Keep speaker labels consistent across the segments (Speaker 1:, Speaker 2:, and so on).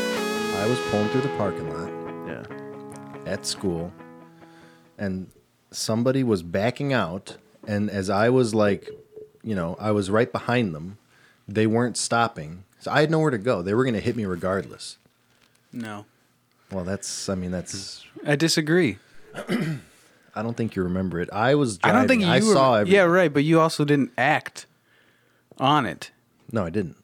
Speaker 1: I was pulling through the parking lot
Speaker 2: Yeah.
Speaker 1: at school, and somebody was backing out, and as I was like, you know, I was right behind them, they weren't stopping, so I had nowhere to go. They were going to hit me regardless.
Speaker 3: No.
Speaker 1: Well, that's, I mean, that's.
Speaker 3: I disagree.
Speaker 1: I don't think you remember it. I was.
Speaker 3: I
Speaker 1: Driving.
Speaker 3: don't think you
Speaker 1: I
Speaker 3: were-
Speaker 1: saw. Every,
Speaker 3: Yeah, right, but you also didn't act on it.
Speaker 1: No, I didn't.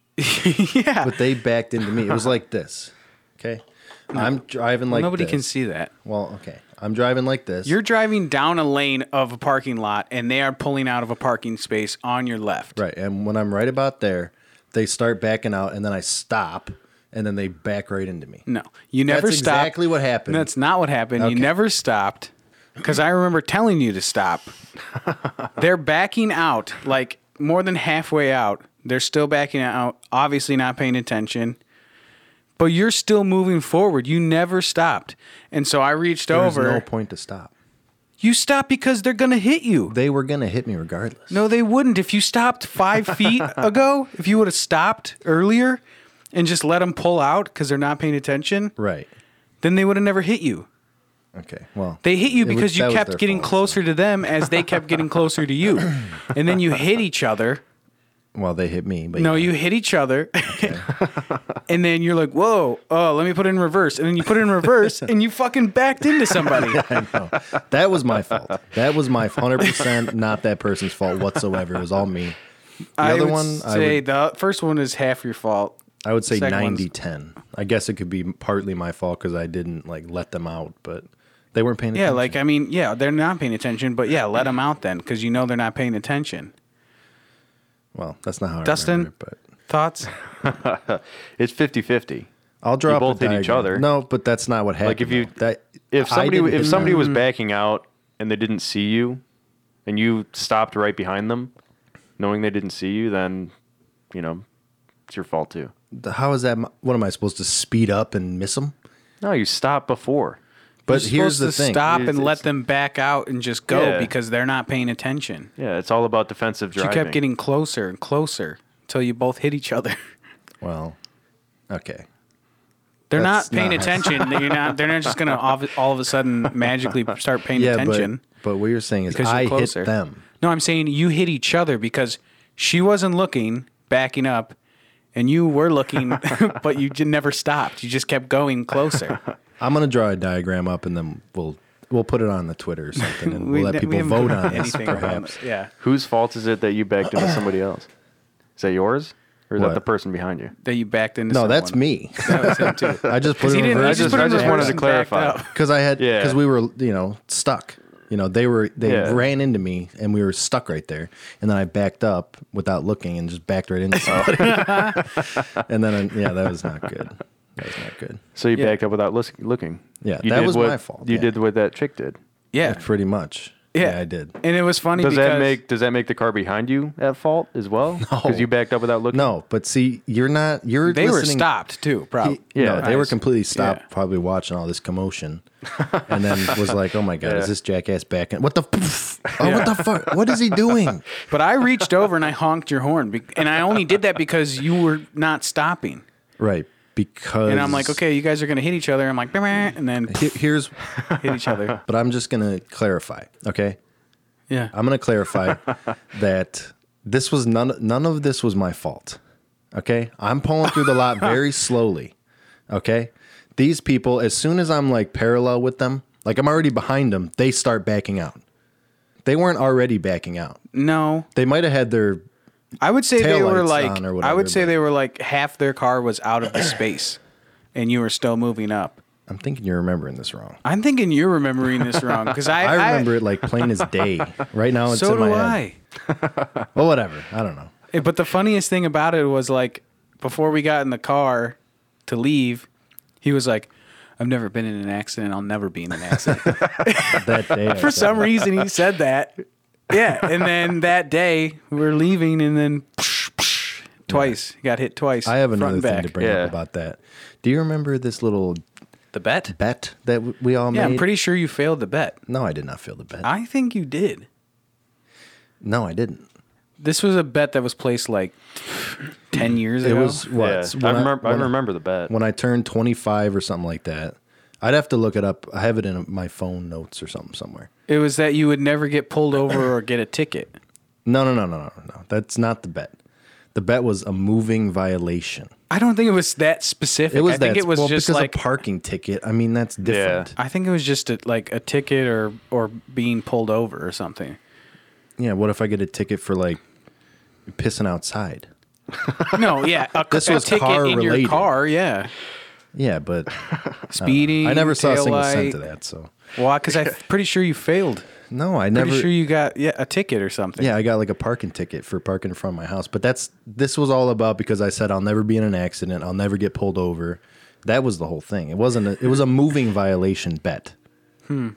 Speaker 3: yeah.
Speaker 1: But they backed into me. It was like this. Okay. I'm driving like
Speaker 3: Nobody can
Speaker 1: this.
Speaker 3: see that.
Speaker 1: Well, okay. I'm driving like this.
Speaker 3: You're driving down a lane of a parking lot and they are pulling out of a parking space on your left.
Speaker 1: right, and when I'm right about there, they start backing out, and then I stop, and then they back right into me.
Speaker 3: No, you never
Speaker 1: That's
Speaker 3: stopped.
Speaker 1: exactly what happened.
Speaker 3: That's not what happened. You
Speaker 1: Okay.
Speaker 3: never stopped because I remember telling you to stop. They're backing out, like more than halfway out. They're still backing out, obviously not paying attention. But you're still moving forward. You never stopped. And so I reached
Speaker 1: There was
Speaker 3: over.
Speaker 1: no point to stop.
Speaker 3: you stopped because they're going to hit you.
Speaker 1: They were gonna hit me regardless.
Speaker 3: No, they wouldn't. If you stopped five feet ago, if you would have stopped earlier and just let them pull out because they're not paying attention,
Speaker 1: Right.
Speaker 3: then they would have never hit you.
Speaker 1: Okay. Well,
Speaker 3: They hit you
Speaker 1: it was-
Speaker 3: because
Speaker 1: that
Speaker 3: you
Speaker 1: was
Speaker 3: kept
Speaker 1: their
Speaker 3: getting
Speaker 1: fault.
Speaker 3: closer to them as they kept getting closer to you. And then you hit each other.
Speaker 1: Well, they hit me, but
Speaker 3: No, you hit each other. and then you're like, whoa, oh, let me put it in reverse. And then you put it in reverse and you fucking backed into somebody.
Speaker 1: that was my fault. That was my hundred percent not that person's fault whatsoever. It was all me. The
Speaker 3: I
Speaker 1: other
Speaker 3: would
Speaker 1: one, I
Speaker 3: say
Speaker 1: would
Speaker 3: the first one is half your fault.
Speaker 1: I would say
Speaker 3: Second
Speaker 1: 90
Speaker 3: one's-
Speaker 1: 10. I guess it could be partly my fault because I didn't like let them out, but they weren't paying
Speaker 3: Yeah,
Speaker 1: attention.
Speaker 3: like, I mean, yeah, they're not paying attention, but yeah, let them out then because you know they're not paying attention.
Speaker 1: well, that's not how I
Speaker 3: Dustin?
Speaker 1: remember it, but
Speaker 3: Thoughts?
Speaker 2: It's 50-50.
Speaker 1: I'll draw up
Speaker 2: both
Speaker 1: a
Speaker 2: hit each
Speaker 1: diagram.
Speaker 2: other.
Speaker 1: No, but that's not what happened.
Speaker 2: if you-
Speaker 1: though. that
Speaker 2: If
Speaker 1: I
Speaker 2: somebody
Speaker 1: didn't
Speaker 2: if
Speaker 1: hit
Speaker 2: somebody
Speaker 1: them.
Speaker 2: was backing out and they didn't see you and you stopped right behind them knowing they didn't see you, then you know, it's your fault too.
Speaker 1: how is that? my- What am I supposed to speed up and miss them?
Speaker 2: No, you stopped before.
Speaker 1: But
Speaker 3: You're
Speaker 1: here's
Speaker 3: supposed
Speaker 1: the
Speaker 3: to
Speaker 1: thing.
Speaker 3: Stop
Speaker 2: It's-
Speaker 3: and let
Speaker 2: it's-
Speaker 3: them back out and just go
Speaker 2: Yeah.
Speaker 3: because they're not paying attention.
Speaker 2: Yeah, it's all about defensive
Speaker 3: You
Speaker 2: driving.
Speaker 3: kept getting closer and closer until you both hit each other.
Speaker 1: Well, okay.
Speaker 3: They're
Speaker 1: That's
Speaker 3: not paying
Speaker 1: not how-
Speaker 3: attention. They're not. They're not just gonna all, all of a sudden magically start paying
Speaker 1: Yeah,
Speaker 3: attention
Speaker 1: but but what you're saying is
Speaker 3: because you're
Speaker 1: I hit
Speaker 3: closer.
Speaker 1: them.
Speaker 3: No, I'm saying you hit each other because she wasn't looking, backing up, and you were looking, but you j- never stopped. You just kept going closer.
Speaker 1: I'm gonna draw a diagram up and then we'll we'll put it on the Twitter or something and we'll let
Speaker 3: ne-
Speaker 1: people
Speaker 3: haven't
Speaker 1: vote
Speaker 3: done
Speaker 1: on this
Speaker 3: anything about
Speaker 1: perhaps.
Speaker 3: it. Yeah,
Speaker 2: Whose fault is it that you backed into somebody else? Is that yours? Or is
Speaker 1: What?
Speaker 2: that the person behind you?
Speaker 3: that you backed into.
Speaker 1: No, that's
Speaker 3: someone.
Speaker 1: me.
Speaker 3: That was him too.
Speaker 1: I just put it
Speaker 3: He
Speaker 1: in
Speaker 3: didn't. he
Speaker 1: reverse.
Speaker 3: just put it
Speaker 2: I
Speaker 3: in
Speaker 2: just wanted
Speaker 3: reverse
Speaker 2: to
Speaker 3: and backed
Speaker 2: clarify.
Speaker 3: up.
Speaker 1: because I had
Speaker 2: Yeah.
Speaker 1: because we were you know stuck. You know they were they
Speaker 2: Yeah.
Speaker 1: ran into me and we were stuck right there. And then I backed up without looking and just backed right into somebody.
Speaker 2: Oh.
Speaker 1: and then I, yeah, that was not good. That was not good.
Speaker 2: So you backed up without lis- looking.
Speaker 1: Yeah,
Speaker 2: you
Speaker 1: that
Speaker 2: did
Speaker 1: was
Speaker 2: what-
Speaker 1: my fault,
Speaker 2: You
Speaker 1: yeah.
Speaker 2: did what that chick did.
Speaker 3: Yeah,
Speaker 1: Pretty much.
Speaker 3: Yeah.
Speaker 1: I did.
Speaker 3: And it was funny
Speaker 2: Does
Speaker 3: because
Speaker 2: that make does that make the car behind you at fault as well? Because you backed up without looking.
Speaker 1: No, but see, you're not. You're
Speaker 3: they were
Speaker 1: listening-
Speaker 3: stopped too. Probably.
Speaker 1: Yeah, no,
Speaker 2: Yeah.
Speaker 1: they were
Speaker 3: Nice.
Speaker 1: completely stopped,
Speaker 3: Yeah.
Speaker 1: probably watching all this commotion, and then was like, "Oh my god,
Speaker 2: Yeah.
Speaker 1: is this jackass back in? What the? f- Oh, what the fuck? What is he doing?"
Speaker 3: But I reached over and I honked your horn, be- and I only did that because you were not stopping.
Speaker 1: Right, because
Speaker 3: And I'm like, okay, you guys are gonna hit each other. I'm like, "Bah, bah," and then
Speaker 1: he- here's
Speaker 3: hit each other.
Speaker 1: But I'm just going to clarify, okay?
Speaker 3: Yeah.
Speaker 1: I'm going to clarify that this was none none of this was my fault. Okay? I'm pulling through the lot very slowly. Okay? These people as soon as I'm like parallel with them, like I'm already behind them, they start backing out. They weren't already backing out.
Speaker 3: No,
Speaker 1: They might have had their
Speaker 3: I would say they were
Speaker 1: Taillights
Speaker 3: like,
Speaker 1: on or
Speaker 3: I
Speaker 1: whatever,
Speaker 3: would say
Speaker 1: but-
Speaker 3: they were like half their car was out of the space, and you were still moving up.
Speaker 1: I'm thinking you're remembering this wrong.
Speaker 3: I'm thinking you're remembering this wrong because I,
Speaker 1: I remember it like plain as day. Right now it's
Speaker 3: so
Speaker 1: in my
Speaker 3: do
Speaker 1: head.
Speaker 3: I.
Speaker 1: Well, whatever. I don't know.
Speaker 3: Eh, But the funniest thing about it was like before we got in the car to leave, he was like, "I've never been in an accident. I'll never be in an accident."
Speaker 1: That day I
Speaker 3: For
Speaker 1: said-
Speaker 3: some reason, he said that. Yeah, and then that day we're leaving, and then twice he got hit twice.
Speaker 1: I have
Speaker 3: front
Speaker 1: another
Speaker 3: and
Speaker 1: thing
Speaker 3: back.
Speaker 1: to bring
Speaker 2: Yeah.
Speaker 1: up about that. Do you remember this little
Speaker 3: The bet?
Speaker 1: bet that w- we all
Speaker 3: Yeah,
Speaker 1: made?
Speaker 3: I'm pretty sure you failed the bet.
Speaker 1: No, I did not feel the bet.
Speaker 3: I think you did.
Speaker 1: no, I didn't.
Speaker 3: This was a bet that was placed like 10 years
Speaker 1: It
Speaker 3: ago.
Speaker 1: was what
Speaker 2: Yeah.
Speaker 1: when
Speaker 2: I remember. I
Speaker 1: when
Speaker 2: remember the bet.
Speaker 1: when I turned 25 or something like that. I'd have to look it up. I have it in my phone notes or something somewhere.
Speaker 3: It was that you would never get pulled over or get a ticket.
Speaker 1: No, no, no, no, no, no. That's not the bet. The bet was a moving violation.
Speaker 3: I don't think it was that specific.
Speaker 1: It was
Speaker 3: I think
Speaker 1: that
Speaker 3: it was
Speaker 1: well,
Speaker 3: just
Speaker 1: because
Speaker 3: like
Speaker 1: a parking ticket. I mean, that's different.
Speaker 3: I think it was just a, like a ticket or or being pulled over or something.
Speaker 1: Yeah. What if I get a ticket for like pissing outside?
Speaker 3: No, yeah, a,
Speaker 1: This
Speaker 3: a
Speaker 1: was
Speaker 3: ticket
Speaker 1: car
Speaker 3: in your
Speaker 1: related.
Speaker 3: car, yeah.
Speaker 1: Yeah, but
Speaker 2: Uh,
Speaker 3: Speeding.
Speaker 1: I never saw a single
Speaker 3: taillight.
Speaker 1: cent to that. So
Speaker 3: Well, because I'm pretty sure you failed.
Speaker 1: no, I
Speaker 3: Pretty
Speaker 1: never.
Speaker 3: sure you got yeah a ticket or something.
Speaker 1: Yeah, I got like a parking ticket for parking in front of my house. But that's this was all about because I said I'll never be in an accident. I'll never get pulled over. That was the whole thing. It wasn't. A, it was a moving violation bet. Hmm.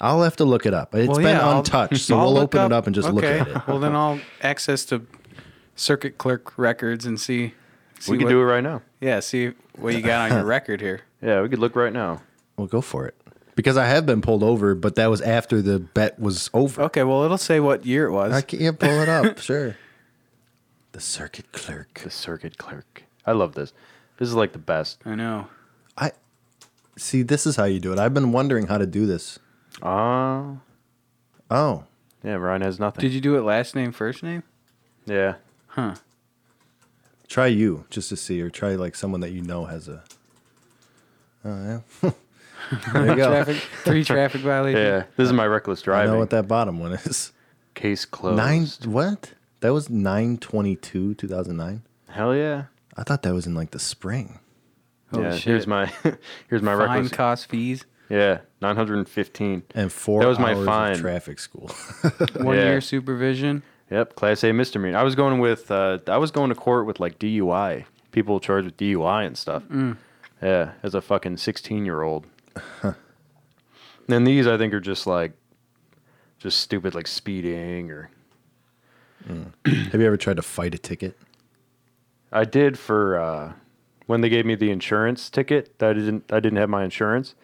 Speaker 1: I'll have to look it up. It's
Speaker 3: Well,
Speaker 1: been
Speaker 3: yeah, I'll-
Speaker 1: untouched, so
Speaker 3: I'll
Speaker 1: we'll
Speaker 3: look
Speaker 1: open it up and just look
Speaker 3: okay.
Speaker 1: at it.
Speaker 3: well, then I'll access to circuit clerk records and see. see
Speaker 2: we could
Speaker 3: what-
Speaker 2: do it right now.
Speaker 3: Yeah, see what you got on your record here.
Speaker 2: Yeah, we could look right now.
Speaker 1: We'll go for it because I have been pulled over, but that was after the bet was over.
Speaker 3: Okay, well, it'll say what year it was.
Speaker 1: I can't pull it up. sure. The circuit clerk.
Speaker 2: The circuit clerk. I love this. This is like the best.
Speaker 3: I know.
Speaker 1: I see. This is how you do it. I've been wondering how to do this.
Speaker 2: Ah,
Speaker 1: Oh,
Speaker 2: yeah. Ryan has nothing.
Speaker 3: Did you do it last name, first name?
Speaker 2: yeah.
Speaker 3: Huh.
Speaker 1: Try you just to see, or try like someone that you know has a. Oh yeah. there you go.
Speaker 3: Traffic, three traffic violations.
Speaker 2: Yeah. This is my reckless
Speaker 1: I
Speaker 2: driving.
Speaker 1: know what that bottom one is.
Speaker 2: Case closed.
Speaker 1: Nine. What? That was nine twenty two two thousand nine.
Speaker 2: Hell yeah.
Speaker 1: I thought that was in like the spring.
Speaker 3: Holy
Speaker 2: yeah.
Speaker 3: shit.
Speaker 2: Here's my. here's my
Speaker 3: Fine
Speaker 2: reckless.
Speaker 3: cost fees.
Speaker 2: yeah. Nine hundred and fifteen.
Speaker 1: And four
Speaker 2: That was my
Speaker 1: hours of
Speaker 2: fine.
Speaker 1: traffic school.
Speaker 3: One
Speaker 2: Yeah.
Speaker 3: year supervision.
Speaker 2: Yep, Class A misdemeanor. I was going with uh, I was going to court with like DUI, people charged with DUI and stuff. Yeah, as a fucking sixteen year old. and these I think are just like, just stupid like speeding or.
Speaker 1: Have you ever tried to fight a ticket?
Speaker 2: I did for uh, when they gave me the insurance ticket. I didn't I didn't have my insurance,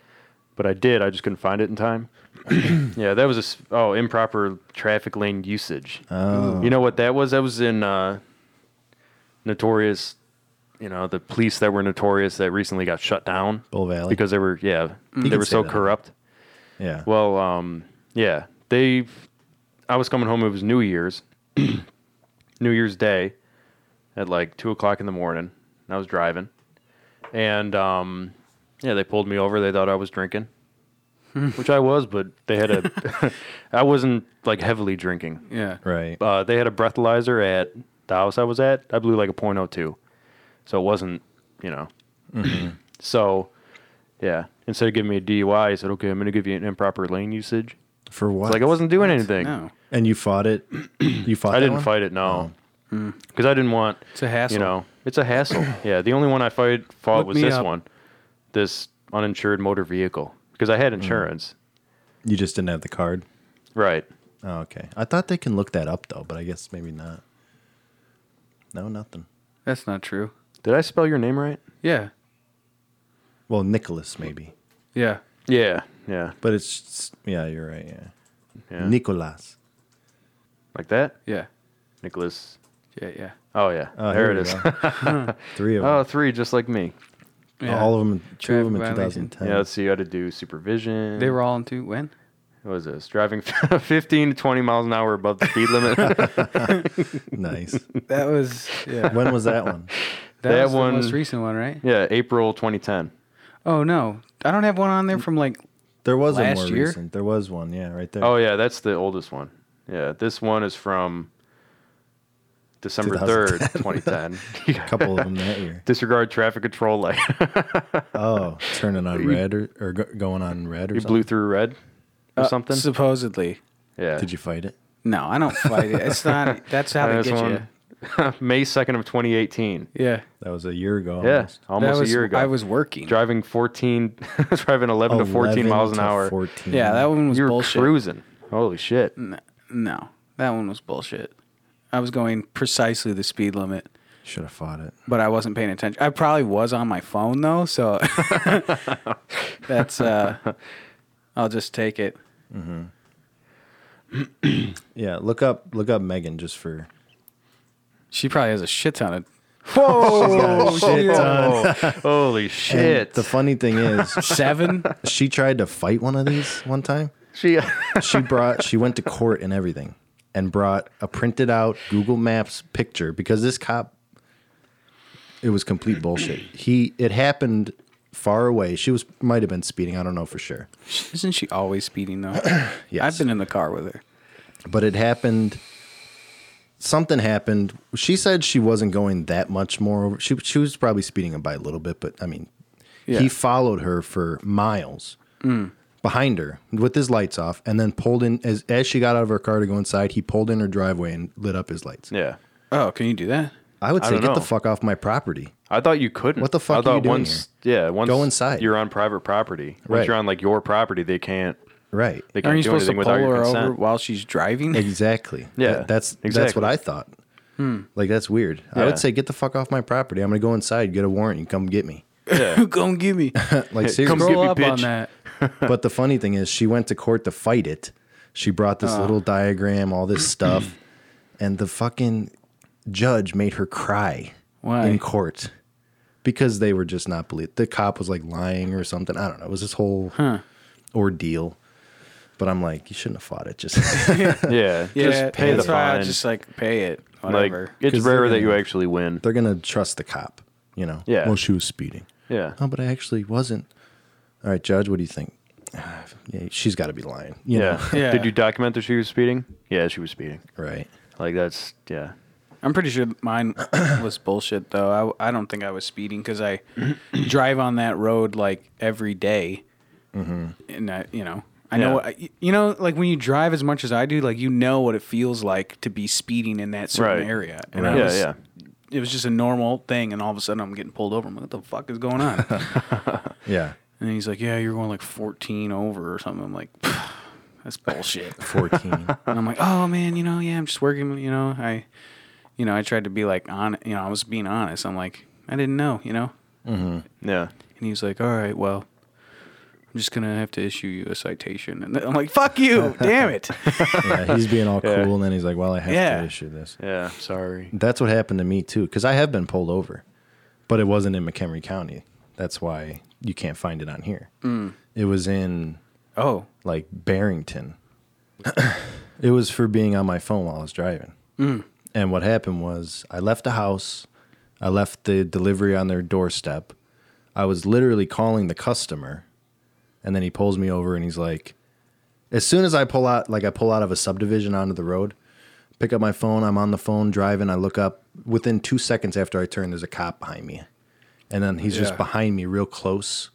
Speaker 2: but I did. I just couldn't find it in time. yeah, that was a s- oh improper traffic lane usage.
Speaker 1: Oh.
Speaker 2: You know what that was? That was in uh, notorious. You know the police that were notorious that recently got shut down
Speaker 1: Bull Valley.
Speaker 2: because they were yeah they
Speaker 1: Oh, can
Speaker 2: were
Speaker 1: say
Speaker 2: so
Speaker 1: that.
Speaker 2: corrupt.
Speaker 1: Yeah.
Speaker 2: Well, um, yeah, they. I was coming home. It was New Year's, New Year's Day, at like two o'clock in the morning. And I was driving, and um, yeah, they pulled me over. They thought I was drinking, which I was, but they had a. I wasn't like heavily drinking.
Speaker 3: Yeah.
Speaker 1: right.
Speaker 2: Uh, they had a breathalyzer at the house I was at. I blew like a .02, so it wasn't, you know.
Speaker 1: Mm-hmm.
Speaker 2: so, yeah. Instead of giving me a DUI, I said, "Okay, I'm going to give you an improper lane usage."
Speaker 1: For what?
Speaker 2: It's like I wasn't doing anything.
Speaker 3: No.
Speaker 1: and you fought it. You fought. that
Speaker 2: I didn't
Speaker 1: one? Oh.
Speaker 2: fight it. No, because I didn't want.
Speaker 3: Mm. It's a hassle.
Speaker 2: You know, it's a hassle. yeah, the only one I fight, fought
Speaker 3: Look
Speaker 2: was
Speaker 3: me
Speaker 2: this
Speaker 3: up.
Speaker 2: one, this uninsured motor vehicle, because I had
Speaker 1: Mm.
Speaker 2: insurance.
Speaker 1: You just didn't have the card.
Speaker 2: Right.
Speaker 1: Oh, okay. I thought they can look that up though, but I guess maybe not. No, nothing.
Speaker 3: That's not true.
Speaker 2: Did I spell your name right?
Speaker 3: Yeah.
Speaker 1: Well, Nicholas maybe,
Speaker 3: Yeah.
Speaker 2: Yeah. Yeah.
Speaker 1: but it's yeah. You're right. Yeah,
Speaker 2: Yeah.
Speaker 1: Nicholas.
Speaker 2: like that,
Speaker 3: Yeah.
Speaker 2: Nicholas.
Speaker 3: Yeah. Yeah.
Speaker 2: Oh yeah.
Speaker 1: Oh, here
Speaker 2: there it
Speaker 1: we
Speaker 2: is.
Speaker 1: go. Three of
Speaker 2: Oh,
Speaker 1: them.
Speaker 2: three, just like me.
Speaker 3: yeah.
Speaker 1: All of them. Two of
Speaker 3: Traffic
Speaker 1: them in
Speaker 3: violation.
Speaker 1: 2010.
Speaker 2: yeah, let's see. You had to do supervision.
Speaker 3: They were all into when?
Speaker 2: What was this? Driving 15 to 20 miles an hour above the speed limit. that,
Speaker 1: nice.
Speaker 3: That was yeah.
Speaker 1: When was that one?
Speaker 3: That, was
Speaker 2: one.
Speaker 3: the most recent one, right?
Speaker 2: yeah, April 2010.
Speaker 3: Oh no, I don't have one on there from like
Speaker 1: There was
Speaker 3: Last
Speaker 1: a more
Speaker 3: year?
Speaker 1: recent. There was one. Yeah, right there.
Speaker 2: Oh yeah, that's the oldest one. Yeah, this one is from December 3rd, 2010.
Speaker 1: a couple of them that year.
Speaker 2: Disregard traffic control light.
Speaker 1: Oh, turning on red or, or go- going on red or
Speaker 2: you
Speaker 1: something.
Speaker 2: blew through red or something.
Speaker 3: supposedly.
Speaker 2: yeah.
Speaker 1: Uh, Did you fight it?
Speaker 3: uh, No, I don't fight it. It's not. That's how they
Speaker 2: This
Speaker 3: get you.
Speaker 2: one, May 2nd of 2018.
Speaker 3: Yeah.
Speaker 1: That was a year ago.
Speaker 2: Yeah,
Speaker 1: almost.
Speaker 2: almost
Speaker 3: that was,
Speaker 2: a year ago.
Speaker 3: I was working.
Speaker 2: driving 14, driving 11 to 14
Speaker 1: 11
Speaker 2: miles an
Speaker 1: to
Speaker 2: hour.
Speaker 1: 14.
Speaker 3: yeah, that one was
Speaker 2: you were
Speaker 3: bullshit.
Speaker 2: cruising. Holy shit.
Speaker 1: Mm.
Speaker 3: N- No, that one was bullshit. I was going precisely the speed limit,
Speaker 1: should have fought it.
Speaker 3: but I wasn't paying attention. I probably was on my phone though, so that's. uh I'll just take it.
Speaker 1: Yeah, look up look up Megan just for
Speaker 3: She probably has a shit ton of.
Speaker 2: Whoa!
Speaker 1: shit
Speaker 2: Whoa. Holy shit!
Speaker 1: Oh. The funny thing is,
Speaker 3: Seven?
Speaker 1: she tried to fight one of these one time.
Speaker 2: she
Speaker 1: She brought, she went to court and everything, and brought a printed out Google Maps picture because this cop, it was complete bullshit. He, it happened far away. She was might have been speeding. I don't know for sure.
Speaker 3: Isn't she always speeding though?
Speaker 1: Yes.
Speaker 3: I've been in the car with her.
Speaker 1: but it happened. Something happened. She said she wasn't going that much more. Over, she she was probably speeding him by a little bit, but I mean,
Speaker 3: Yeah.
Speaker 1: he followed her for miles behind her with his lights off, and then pulled in as as she got out of her car to go inside. He pulled in her driveway and lit up his lights.
Speaker 2: yeah.
Speaker 3: Oh, can you do that?
Speaker 1: I would
Speaker 2: I
Speaker 1: say,
Speaker 2: don't
Speaker 1: get the
Speaker 2: know.
Speaker 1: fuck off my property.
Speaker 2: I thought you couldn't.
Speaker 1: What the fuck
Speaker 2: I
Speaker 1: are
Speaker 2: thought
Speaker 1: you doing
Speaker 2: once, Yeah, once
Speaker 1: Go inside.
Speaker 2: You're on private property. Once
Speaker 1: Right.
Speaker 2: you're on like your property, they can't.
Speaker 1: Right.
Speaker 2: They can't
Speaker 3: Aren't you
Speaker 2: do
Speaker 3: supposed to
Speaker 2: anything
Speaker 3: pull
Speaker 2: without your
Speaker 3: her
Speaker 2: consent.
Speaker 3: over while she's driving?
Speaker 1: Exactly.
Speaker 2: Yeah,
Speaker 1: That- that's that's
Speaker 2: exactly. Hmm.
Speaker 1: what I thought. Like that's weird. I
Speaker 2: Yeah.
Speaker 1: would say, get the fuck off my property. I'm gonna go inside, get a warrant, and come get me.
Speaker 3: Who gonna give me?
Speaker 1: Like seriously.
Speaker 2: come get
Speaker 3: Roll
Speaker 2: me,
Speaker 3: up on
Speaker 2: bitch.
Speaker 3: that.
Speaker 1: but the funny thing is, she went to court to fight it. She brought
Speaker 2: Uh.
Speaker 1: this little diagram, all this stuff, and the fucking judge made her cry
Speaker 3: Why?
Speaker 1: in court because they were just not believed. The cop was like lying or something. I don't know. It was this whole ordeal. But I'm like, you shouldn't have fought it. Just
Speaker 2: Yeah,
Speaker 3: Yeah,
Speaker 2: just pay the
Speaker 3: that's why
Speaker 2: fine.
Speaker 3: I just like pay it.
Speaker 2: like
Speaker 3: Whatever.
Speaker 2: it's
Speaker 1: 'Cause they're
Speaker 2: rare that
Speaker 1: gonna-
Speaker 2: you actually win.
Speaker 1: they're gonna trust the cop, you know?
Speaker 2: Yeah.
Speaker 1: Well, she was speeding.
Speaker 2: Yeah,
Speaker 1: Oh, but I actually wasn't. All right, judge, what do you think? "Ah, Yeah, she's got to be lying. you know?
Speaker 2: yeah.
Speaker 3: Yeah.
Speaker 2: Did you document that she was speeding? Yeah, she was speeding.
Speaker 1: Right.
Speaker 2: Like that's yeah.
Speaker 3: I'm pretty sure mine was bullshit though. I, I don't think I was speeding because I drive on that road like every day. and I, you know, I know,
Speaker 2: Mm-hmm. Yeah.
Speaker 3: what I- you know, like when you drive as much as I do, like you know what it feels like to be speeding in that certain
Speaker 2: Right.
Speaker 3: area. And I
Speaker 2: Yeah,
Speaker 3: was,
Speaker 2: yeah.
Speaker 3: It was just a normal thing, and all of a sudden I'm getting pulled over. I'm like, what the fuck is going on?
Speaker 1: Yeah.
Speaker 3: and he's like, yeah, you're going like 14 over or something. I'm like, that's bullshit.
Speaker 1: 14.
Speaker 3: And I'm like, oh man, you know, yeah, I'm just working. You know, I, you know, I tried to be like on, you know, I was being honest. I'm like, I didn't know, you know.
Speaker 2: Yeah.
Speaker 3: And he's like, all right, well, I'm just gonna have to issue you a citation. And I'm like, fuck you, damn it.
Speaker 1: yeah, he's being all cool,
Speaker 2: Yeah.
Speaker 1: and then he's like, "Well, I have
Speaker 3: Yeah.
Speaker 1: to issue this."
Speaker 2: Yeah. Sorry.
Speaker 1: That's what happened to me too, because I have been pulled over, but it wasn't in McHenry County. That's why you can't find it on here. It was in
Speaker 3: Oh,
Speaker 1: like Barrington. it was for being on my phone while I was driving. And what happened was, I left the house. I left the delivery on their doorstep. I was literally calling the customer, and then he pulls me over and he's like, as soon as I pull out, like I pull out of a subdivision onto the road, pick up my phone. I'm on the phone driving. I look up. Within two seconds after I turn, there's a cop behind me, and then he's just
Speaker 3: Yeah.
Speaker 1: behind me, real close,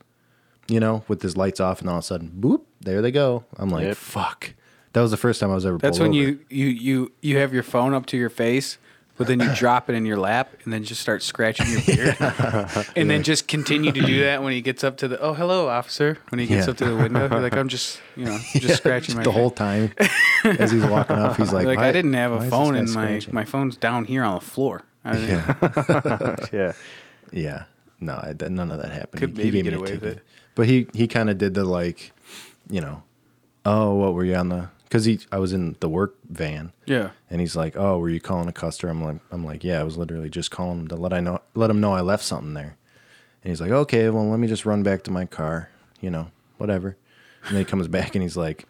Speaker 1: you know, with his lights off, and all of a sudden, boop, there they go. I'm like,
Speaker 2: Yep.
Speaker 1: fuck. That was the first time I was ever.
Speaker 3: that's
Speaker 1: pulled
Speaker 3: when
Speaker 1: over.
Speaker 3: you you you you have your phone up to your face. But then you drop it in your lap and then just start scratching your beard. And then just continue to do that when he gets up to the, oh, hello, officer. When he gets
Speaker 1: Yeah.
Speaker 3: up to the window, you're like, I'm just, you know, just scratching my
Speaker 1: the
Speaker 3: beard.
Speaker 1: whole time as he's walking up. He's like,
Speaker 3: like
Speaker 1: "Why-
Speaker 3: I didn't have
Speaker 1: why is
Speaker 3: a
Speaker 1: this
Speaker 3: phone
Speaker 1: guy
Speaker 3: in my
Speaker 1: scratching?"
Speaker 3: my phone's down here on the floor. I didn't-
Speaker 1: Yeah,
Speaker 2: Yeah.
Speaker 1: yeah. No, I, that, none of that happened.
Speaker 3: Could maybe get away with it.
Speaker 1: But he he kind of did the like, you know, oh, what were you on the? Because he I was in the work van.
Speaker 3: yeah.
Speaker 1: And he's like, "Oh, were you calling a customer?" I'm like, "I'm like, yeah, I was literally just calling him to let I know, let him know I left something there." And he's like, "Okay, well, let me just run back to my car, you know, whatever." And then he comes back and he's like,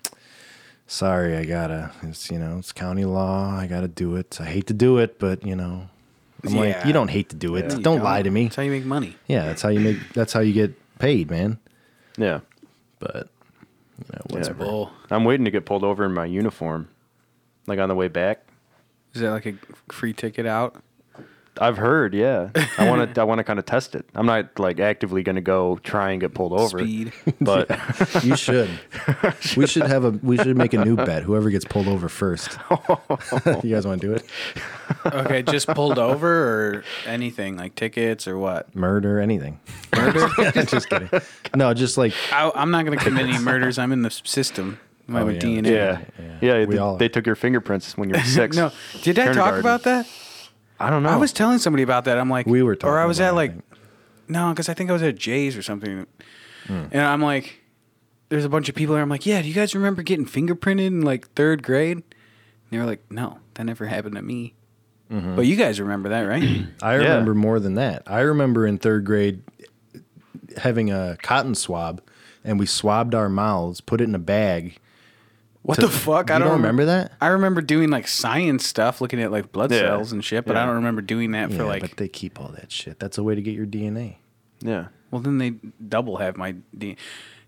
Speaker 1: "Sorry, I gotta. It's you know, it's county law. I gotta do it. I hate to do it, but you know." I'm like,
Speaker 3: Yeah.
Speaker 1: "You don't hate to do it.
Speaker 3: You
Speaker 1: Don't, lie to me.
Speaker 3: That's how you make money.
Speaker 1: Yeah, that's how you make. That's how you get paid, man."
Speaker 2: Yeah.
Speaker 1: But you know,
Speaker 2: Yeah.
Speaker 1: whatever.
Speaker 3: Bull.
Speaker 2: I'm waiting to get pulled over in my uniform, like on the way back.
Speaker 3: Is that like a free ticket out?
Speaker 2: I've heard, yeah. I want to. I want to kind of test it. I'm not like actively going to go try and get pulled over.
Speaker 3: Speed.
Speaker 2: But
Speaker 1: You should. we should have a. We should make a new bet. Whoever gets pulled over first.
Speaker 2: Oh.
Speaker 1: you guys want to do it?
Speaker 3: okay, just pulled over or anything like tickets or what?
Speaker 1: Murder, anything. just kidding. No, just like
Speaker 3: I, I'm not going to commit any murders. I'm in the system. My
Speaker 1: Oh,
Speaker 3: with
Speaker 1: yeah.
Speaker 3: DNA.
Speaker 2: yeah, yeah.
Speaker 1: We
Speaker 2: they,
Speaker 1: all are.
Speaker 2: they took your fingerprints when you were six.
Speaker 3: No, did I talk
Speaker 2: Kindergarten.
Speaker 3: about that?
Speaker 2: I don't know.
Speaker 3: I was telling somebody about that. I'm like,
Speaker 1: Oh. We were
Speaker 3: or I
Speaker 1: talking
Speaker 3: was
Speaker 1: about
Speaker 3: at
Speaker 1: it, I
Speaker 3: like,
Speaker 1: think.
Speaker 3: no, because I think I was at Jay's or something,
Speaker 1: Hmm.
Speaker 3: and I'm like, there's a bunch of people there. I'm like, yeah, do you guys remember getting fingerprinted in like third grade? And they were like, no, that never happened to me.
Speaker 1: Mm-hmm.
Speaker 3: But you guys remember that, right?
Speaker 1: I
Speaker 2: Yeah.
Speaker 1: remember more than that. I remember in third grade having a cotton swab, and we swabbed our mouths, put it in a bag.
Speaker 3: what
Speaker 1: to-
Speaker 3: the fuck?
Speaker 1: You
Speaker 3: I don't,
Speaker 1: don't remember that?
Speaker 3: I remember doing like science stuff, looking at like blood
Speaker 2: Yeah.
Speaker 3: cells and shit, but I
Speaker 2: Yeah.
Speaker 3: don't remember doing that for
Speaker 1: yeah,
Speaker 3: like.
Speaker 1: but they keep all that shit. That's a way to get your DNA.
Speaker 2: Yeah.
Speaker 3: Well, then they double have my D-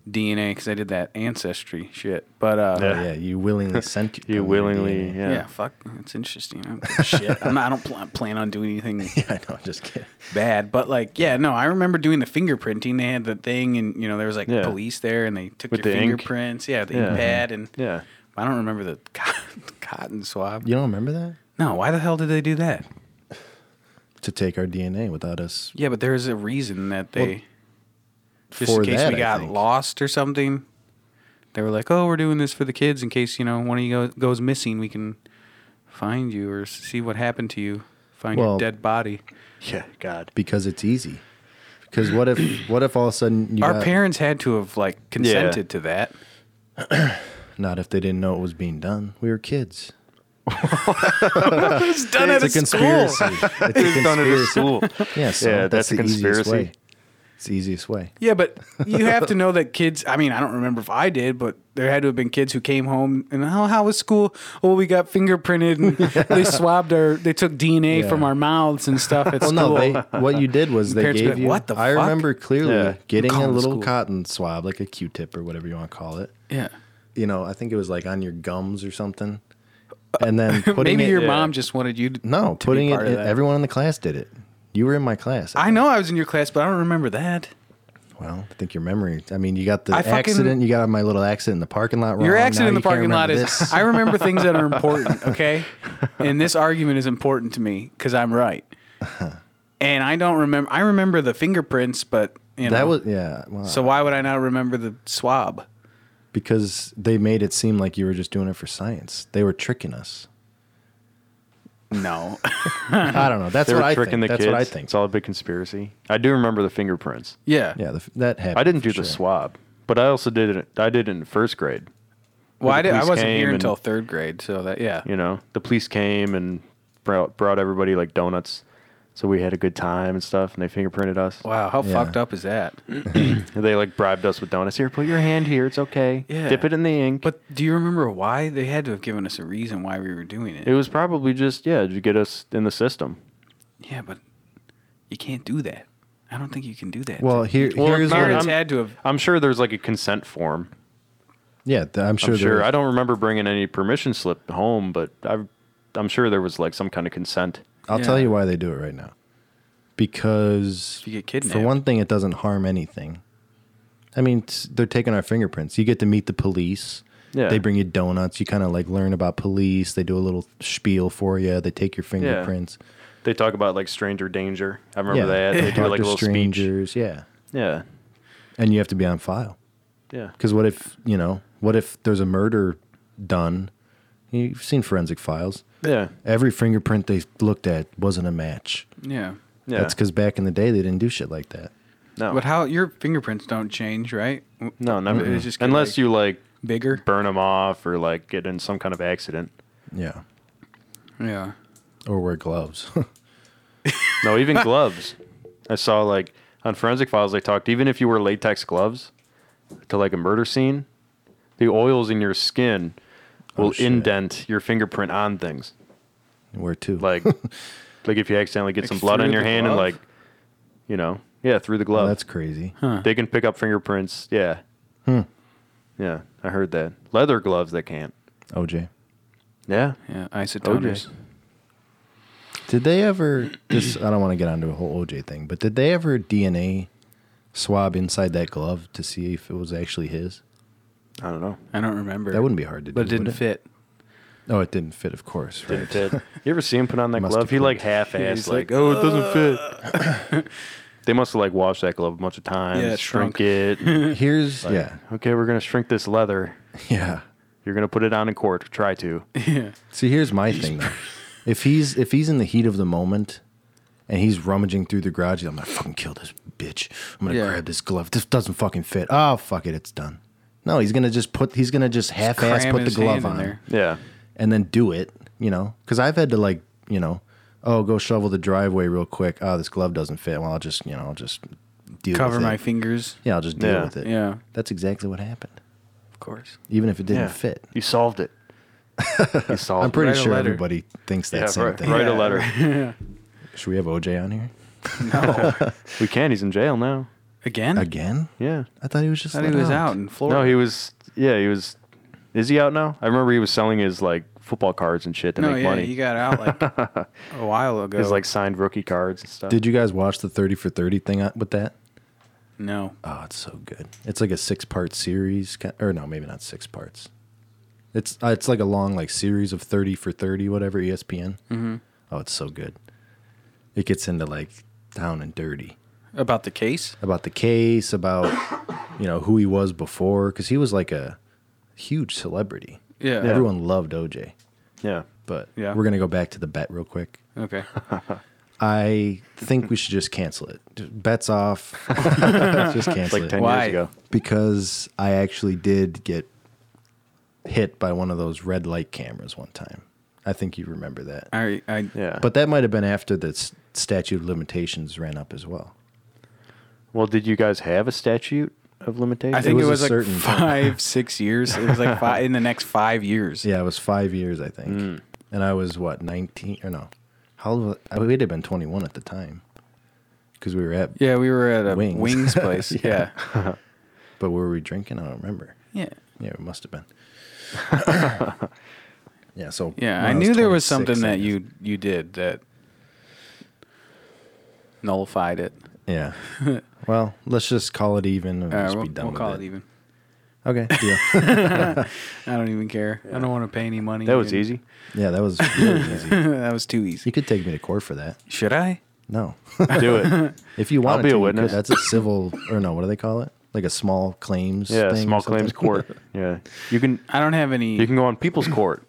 Speaker 3: DNA because I did that ancestry shit. But uh,
Speaker 2: Yeah.
Speaker 1: Oh, yeah, you willingly sent. them
Speaker 2: You
Speaker 1: your
Speaker 2: willingly,
Speaker 1: DNA.
Speaker 2: yeah.
Speaker 3: yeah. fuck, it's interesting. I'm, shit, I'm not, I don't pl- plan on doing anything
Speaker 1: Yeah, I know. Just kidding.
Speaker 3: bad, but like, yeah, no, I remember doing the fingerprinting. They had the thing, and you know, there was like
Speaker 2: Yeah.
Speaker 3: police there, and they took
Speaker 2: With
Speaker 3: your
Speaker 2: the ink?
Speaker 3: fingerprints. Yeah, the
Speaker 2: Yeah.
Speaker 3: ink pad, and
Speaker 2: Yeah.
Speaker 3: I don't remember the cotton, cotton swab.
Speaker 1: You don't remember that?
Speaker 3: No, why the hell did they do that?
Speaker 1: To take our DNA without us
Speaker 3: Yeah, but there's a reason that they. just
Speaker 1: for
Speaker 3: in case
Speaker 1: that,
Speaker 3: we
Speaker 1: I
Speaker 3: got
Speaker 1: think.
Speaker 3: lost or something. They were like, "Oh, we're doing this for the kids in case you know one of you go- goes missing, we can find you or see what happened to you, find
Speaker 1: Well-
Speaker 3: your dead body."
Speaker 2: Yeah. God.
Speaker 1: because it's easy. Because what if what if all of a sudden you
Speaker 3: Our
Speaker 1: got-
Speaker 3: parents had to have like consented to that.
Speaker 1: not if they didn't know it was being done? We were kids.
Speaker 3: It's done
Speaker 1: It's a conspiracy. It's a
Speaker 2: Done it at
Speaker 1: conspiracy.
Speaker 2: school.
Speaker 1: Yeah, so
Speaker 2: Yeah,
Speaker 1: that's,
Speaker 2: that's a
Speaker 1: the easiest
Speaker 2: conspiracy.
Speaker 1: way. It's the easiest way.
Speaker 3: Yeah, but you have to know that kids. I mean, I don't remember if I did, but there had to have been kids who came home and how how was school? Oh, we got fingerprinted and they swabbed our, they took DNA
Speaker 1: Yeah.
Speaker 3: from our mouths and stuff at
Speaker 1: Well,
Speaker 3: school.
Speaker 1: no, they, what you did was they
Speaker 3: Parents be
Speaker 1: gave
Speaker 3: like,
Speaker 1: you.
Speaker 3: "What the
Speaker 1: I
Speaker 3: fuck?"
Speaker 1: remember clearly
Speaker 2: Yeah.
Speaker 1: getting
Speaker 3: Call
Speaker 1: a
Speaker 3: the
Speaker 1: little
Speaker 3: school.
Speaker 1: cotton swab, like a Q-tip or whatever you want to call it.
Speaker 3: yeah.
Speaker 1: You know, I think it was like on your gums or something, and then putting
Speaker 3: Maybe
Speaker 1: it.
Speaker 3: your
Speaker 2: yeah.
Speaker 3: mom just wanted you to.
Speaker 1: no,
Speaker 3: be
Speaker 1: putting it.
Speaker 3: part of
Speaker 1: in-
Speaker 3: that.
Speaker 1: Everyone in the class did it. You were in my class.
Speaker 3: I know I was in your class, but I don't remember that.
Speaker 1: well, I think your memory. I mean, you got the
Speaker 3: I fucking-
Speaker 1: accident. you got my little accident in the parking lot. Wrong.
Speaker 3: Your
Speaker 1: Now
Speaker 3: accident in
Speaker 1: you
Speaker 3: the
Speaker 1: can't
Speaker 3: parking lot
Speaker 1: remember
Speaker 3: is.
Speaker 1: this.
Speaker 3: I remember things that are important, okay? and this argument is important to me because I'm right. And I don't remember. I remember the fingerprints, but you know.
Speaker 1: that was yeah. Well,
Speaker 3: so why would I not remember the swab?
Speaker 1: because they made it seem like you were just doing it for science. They were tricking us.
Speaker 3: No.
Speaker 1: I don't know. That's
Speaker 2: They
Speaker 1: what
Speaker 2: were
Speaker 1: I
Speaker 2: tricking
Speaker 1: think.
Speaker 2: the
Speaker 1: That's
Speaker 2: kids.
Speaker 1: what I think.
Speaker 2: It's all a big conspiracy. I do remember the fingerprints.
Speaker 3: yeah.
Speaker 1: yeah, the, that happened.
Speaker 2: I didn't do
Speaker 1: for
Speaker 2: the
Speaker 1: sure.
Speaker 2: swab, but I also did it. I did it in first grade.
Speaker 3: Well, I,
Speaker 2: the
Speaker 3: did, I
Speaker 2: police
Speaker 3: wasn't
Speaker 2: came
Speaker 3: here
Speaker 2: and-
Speaker 3: until third grade, so that yeah.
Speaker 2: You know, the police came and brought, brought everybody like donuts, so we had a good time and stuff. And they fingerprinted us.
Speaker 3: Wow, how
Speaker 1: Yeah.
Speaker 3: fucked up is that?
Speaker 2: They like bribed us with donuts. Here, put your hand here. It's okay.
Speaker 3: Yeah.
Speaker 2: Dip it in the ink.
Speaker 3: But do you remember why they had to have given us a reason why we were doing it?
Speaker 2: it was probably just yeah to get us in the system.
Speaker 3: Yeah, but you can't do that. I don't think you can do that.
Speaker 1: Well, here, here's
Speaker 2: no,
Speaker 1: what
Speaker 3: parents
Speaker 1: I'm,
Speaker 2: I'm-
Speaker 3: had to have
Speaker 2: I'm sure there's like a consent form.
Speaker 1: yeah, th- I'm sure. there
Speaker 2: I'm sure.
Speaker 1: was-
Speaker 2: I don't remember bringing any permission slip home, but I've, I'm sure there was like some kind of consent.
Speaker 1: I'll tell
Speaker 3: Yeah.
Speaker 1: you why they do it right now. Because
Speaker 3: If you get
Speaker 1: for
Speaker 3: kidnapped.
Speaker 1: one thing, it doesn't harm anything. I mean, t- they're taking our fingerprints. You get to meet the police.
Speaker 2: Yeah.
Speaker 1: They bring you donuts. You kind of like learn about police. They do a little spiel for you. They take your fingerprints.
Speaker 2: They talk about like stranger danger. I remember that. They do
Speaker 1: Doctor
Speaker 2: like a little speech.
Speaker 1: strangers. Yeah,
Speaker 2: Yeah.
Speaker 1: and you have to be on file.
Speaker 2: Yeah.
Speaker 1: Because what if you know? What if there's a murder done? You've seen forensic files.
Speaker 2: Yeah.
Speaker 1: Every fingerprint they looked at wasn't a match.
Speaker 3: Yeah.
Speaker 2: Yeah.
Speaker 1: That's because back in the day they didn't do shit like that.
Speaker 2: No.
Speaker 3: But how your fingerprints don't change, right? W-
Speaker 2: no, never.
Speaker 3: They just get,
Speaker 2: Unless
Speaker 3: like,
Speaker 2: you like
Speaker 3: bigger.
Speaker 2: burn them off or like get in some kind of accident.
Speaker 1: Yeah,
Speaker 3: Yeah.
Speaker 1: or wear gloves.
Speaker 2: No, even gloves. I saw like on forensic files they talked even if you wear latex gloves to like a murder scene, the oils in your skin will
Speaker 1: Oh, shit.
Speaker 2: indent your fingerprint on things.
Speaker 1: wear two.
Speaker 2: Like like if you accidentally get some blood
Speaker 3: through
Speaker 2: on your
Speaker 3: the
Speaker 2: hand
Speaker 3: glove?
Speaker 2: and like you know, yeah, through the glove.
Speaker 1: that's Hmm. crazy.
Speaker 2: They can pick up fingerprints. Yeah. Yeah, I heard that. Leather gloves they can't.
Speaker 1: OJ,
Speaker 2: Yeah.
Speaker 3: Yeah. Isotoners.
Speaker 1: did they ever? This I don't want to get onto a whole OJ thing, but did they ever DNA swab inside that glove to see if it was actually his?
Speaker 2: I don't know.
Speaker 3: I don't remember.
Speaker 1: That wouldn't be hard to do.
Speaker 3: But it didn't
Speaker 1: would
Speaker 3: fit.
Speaker 1: Oh, it didn't fit. Of course, right?
Speaker 2: Didn't fit. You ever see him put on that
Speaker 1: Must
Speaker 2: glove?
Speaker 1: have
Speaker 2: He
Speaker 1: fit.
Speaker 2: like half assed
Speaker 3: he's
Speaker 2: like,
Speaker 3: like,
Speaker 2: oh, it doesn't fit. they must have like washed that glove a bunch of times,
Speaker 3: Yeah, it
Speaker 2: shrink
Speaker 3: shrunk.
Speaker 2: it. and,
Speaker 1: Here's
Speaker 2: like,
Speaker 1: yeah,
Speaker 2: Okay, we're gonna shrink this leather.
Speaker 1: yeah.
Speaker 2: You're gonna put it on in court. Try to.
Speaker 3: Yeah.
Speaker 1: See, here's my thing though. If he's if he's in the heat of the moment and he's rummaging through the garage, I'm gonna fucking kill this bitch. I'm gonna
Speaker 3: Yeah.
Speaker 1: grab this glove. This doesn't fucking fit. Oh fuck it, it's done. No, he's gonna just put he's gonna just half ass
Speaker 3: cram
Speaker 1: put the
Speaker 3: his
Speaker 1: glove
Speaker 3: hand in
Speaker 1: on
Speaker 3: there.
Speaker 2: Yeah.
Speaker 1: and then do it, you know. Because I've had to like, you know, oh, go shovel the driveway real quick. Oh, this glove doesn't fit. Well, I'll just, you know, I'll just deal
Speaker 3: Cover
Speaker 1: with
Speaker 3: my
Speaker 1: it.
Speaker 3: fingers.
Speaker 1: Yeah, I'll just deal
Speaker 2: Yeah.
Speaker 1: with it.
Speaker 3: Yeah.
Speaker 1: That's exactly what happened.
Speaker 2: Of course.
Speaker 1: Even if it didn't
Speaker 2: Yeah.
Speaker 1: fit.
Speaker 2: You solved it. You solved
Speaker 1: I'm pretty
Speaker 3: Write a
Speaker 1: sure
Speaker 3: letter.
Speaker 1: everybody thinks that
Speaker 2: it. Yeah,
Speaker 1: same
Speaker 2: write,
Speaker 1: thing.
Speaker 2: write
Speaker 3: Yeah.
Speaker 2: a letter.
Speaker 1: Should we have OJ on here?
Speaker 2: We can. He's in jail now.
Speaker 3: Again?
Speaker 1: Again?
Speaker 2: Yeah.
Speaker 1: I thought he was just oh.
Speaker 3: I thought he
Speaker 1: let
Speaker 3: was out in Florida.
Speaker 2: No, he was. Yeah, he was. Is he out now? I remember he was selling his like football cards and shit to
Speaker 3: No,
Speaker 2: make
Speaker 3: yeah,
Speaker 2: money.
Speaker 3: he got out like a while ago.
Speaker 2: his like signed rookie cards and stuff.
Speaker 1: Did you guys watch the 30 for 30 thing uh, with that?
Speaker 3: no.
Speaker 1: Oh, it's so good. It's like a six-part series ki- or no, maybe not six parts. It's uh, it's like a long like series of 30 for 30 whatever ESPN. Mm-hmm. Oh, it's so good. It gets into like down and dirty
Speaker 3: About the case?
Speaker 1: about the case, about you know, who he was before cuz he was like a huge celebrity.
Speaker 3: Yeah.
Speaker 1: Everyone loved OJ.
Speaker 2: yeah.
Speaker 1: But
Speaker 3: Yeah.
Speaker 1: we're going to go back to the bet real quick.
Speaker 3: Okay.
Speaker 1: I think we should just cancel it. Bets off. just cancel
Speaker 2: It's like
Speaker 1: it.
Speaker 2: ten
Speaker 3: Why?
Speaker 2: years ago.
Speaker 1: because I actually did get hit by one of those red light cameras one time. I think you remember that.
Speaker 3: I, I,
Speaker 2: Yeah.
Speaker 1: But that might have been after the s- statute of limitations ran up as well.
Speaker 2: well, did you guys have a statute of limitations?
Speaker 3: I think
Speaker 1: was
Speaker 3: it
Speaker 1: a
Speaker 3: was, like
Speaker 1: certain time.
Speaker 3: five, six years. It was like five in the next five years.
Speaker 1: Yeah, it was five years, I think.
Speaker 3: Mm.
Speaker 1: And I was, what, 19? Or no. How old was I? We'd have been 21 at the time because we were at,
Speaker 3: Yeah, we were at a
Speaker 1: Wings.
Speaker 3: wings, place. yeah.
Speaker 1: but were we drinking? I don't remember.
Speaker 3: Yeah.
Speaker 1: Yeah, it must have been. yeah, so.
Speaker 3: Yeah.
Speaker 1: when
Speaker 3: I knew
Speaker 1: was
Speaker 3: there
Speaker 1: 26,
Speaker 3: was something
Speaker 1: I
Speaker 3: that
Speaker 1: guess.
Speaker 3: you you did that nullified it.
Speaker 1: Yeah. well, let's just call it even and
Speaker 3: All right,
Speaker 1: just
Speaker 3: Uh, we'll,
Speaker 1: be done
Speaker 3: we'll
Speaker 1: with
Speaker 3: call
Speaker 1: it.
Speaker 3: it. even.
Speaker 1: Okay. Yeah.
Speaker 3: I don't even care. I don't want to pay any money.
Speaker 2: that was
Speaker 3: and-
Speaker 2: easy.
Speaker 1: yeah, that was really easy.
Speaker 3: that was too
Speaker 1: You
Speaker 3: easy.
Speaker 1: could take me to court for that.
Speaker 3: Should I?
Speaker 1: No.
Speaker 2: Do it.
Speaker 1: if you want
Speaker 2: be a
Speaker 1: to, you
Speaker 2: witness.
Speaker 1: could. that's a civil or no, what do they call it? Like a small claims
Speaker 2: Yeah.
Speaker 1: thing or
Speaker 2: Small claims
Speaker 1: something?
Speaker 2: court. Yeah. You can
Speaker 3: I don't have any.
Speaker 2: you can go on people's court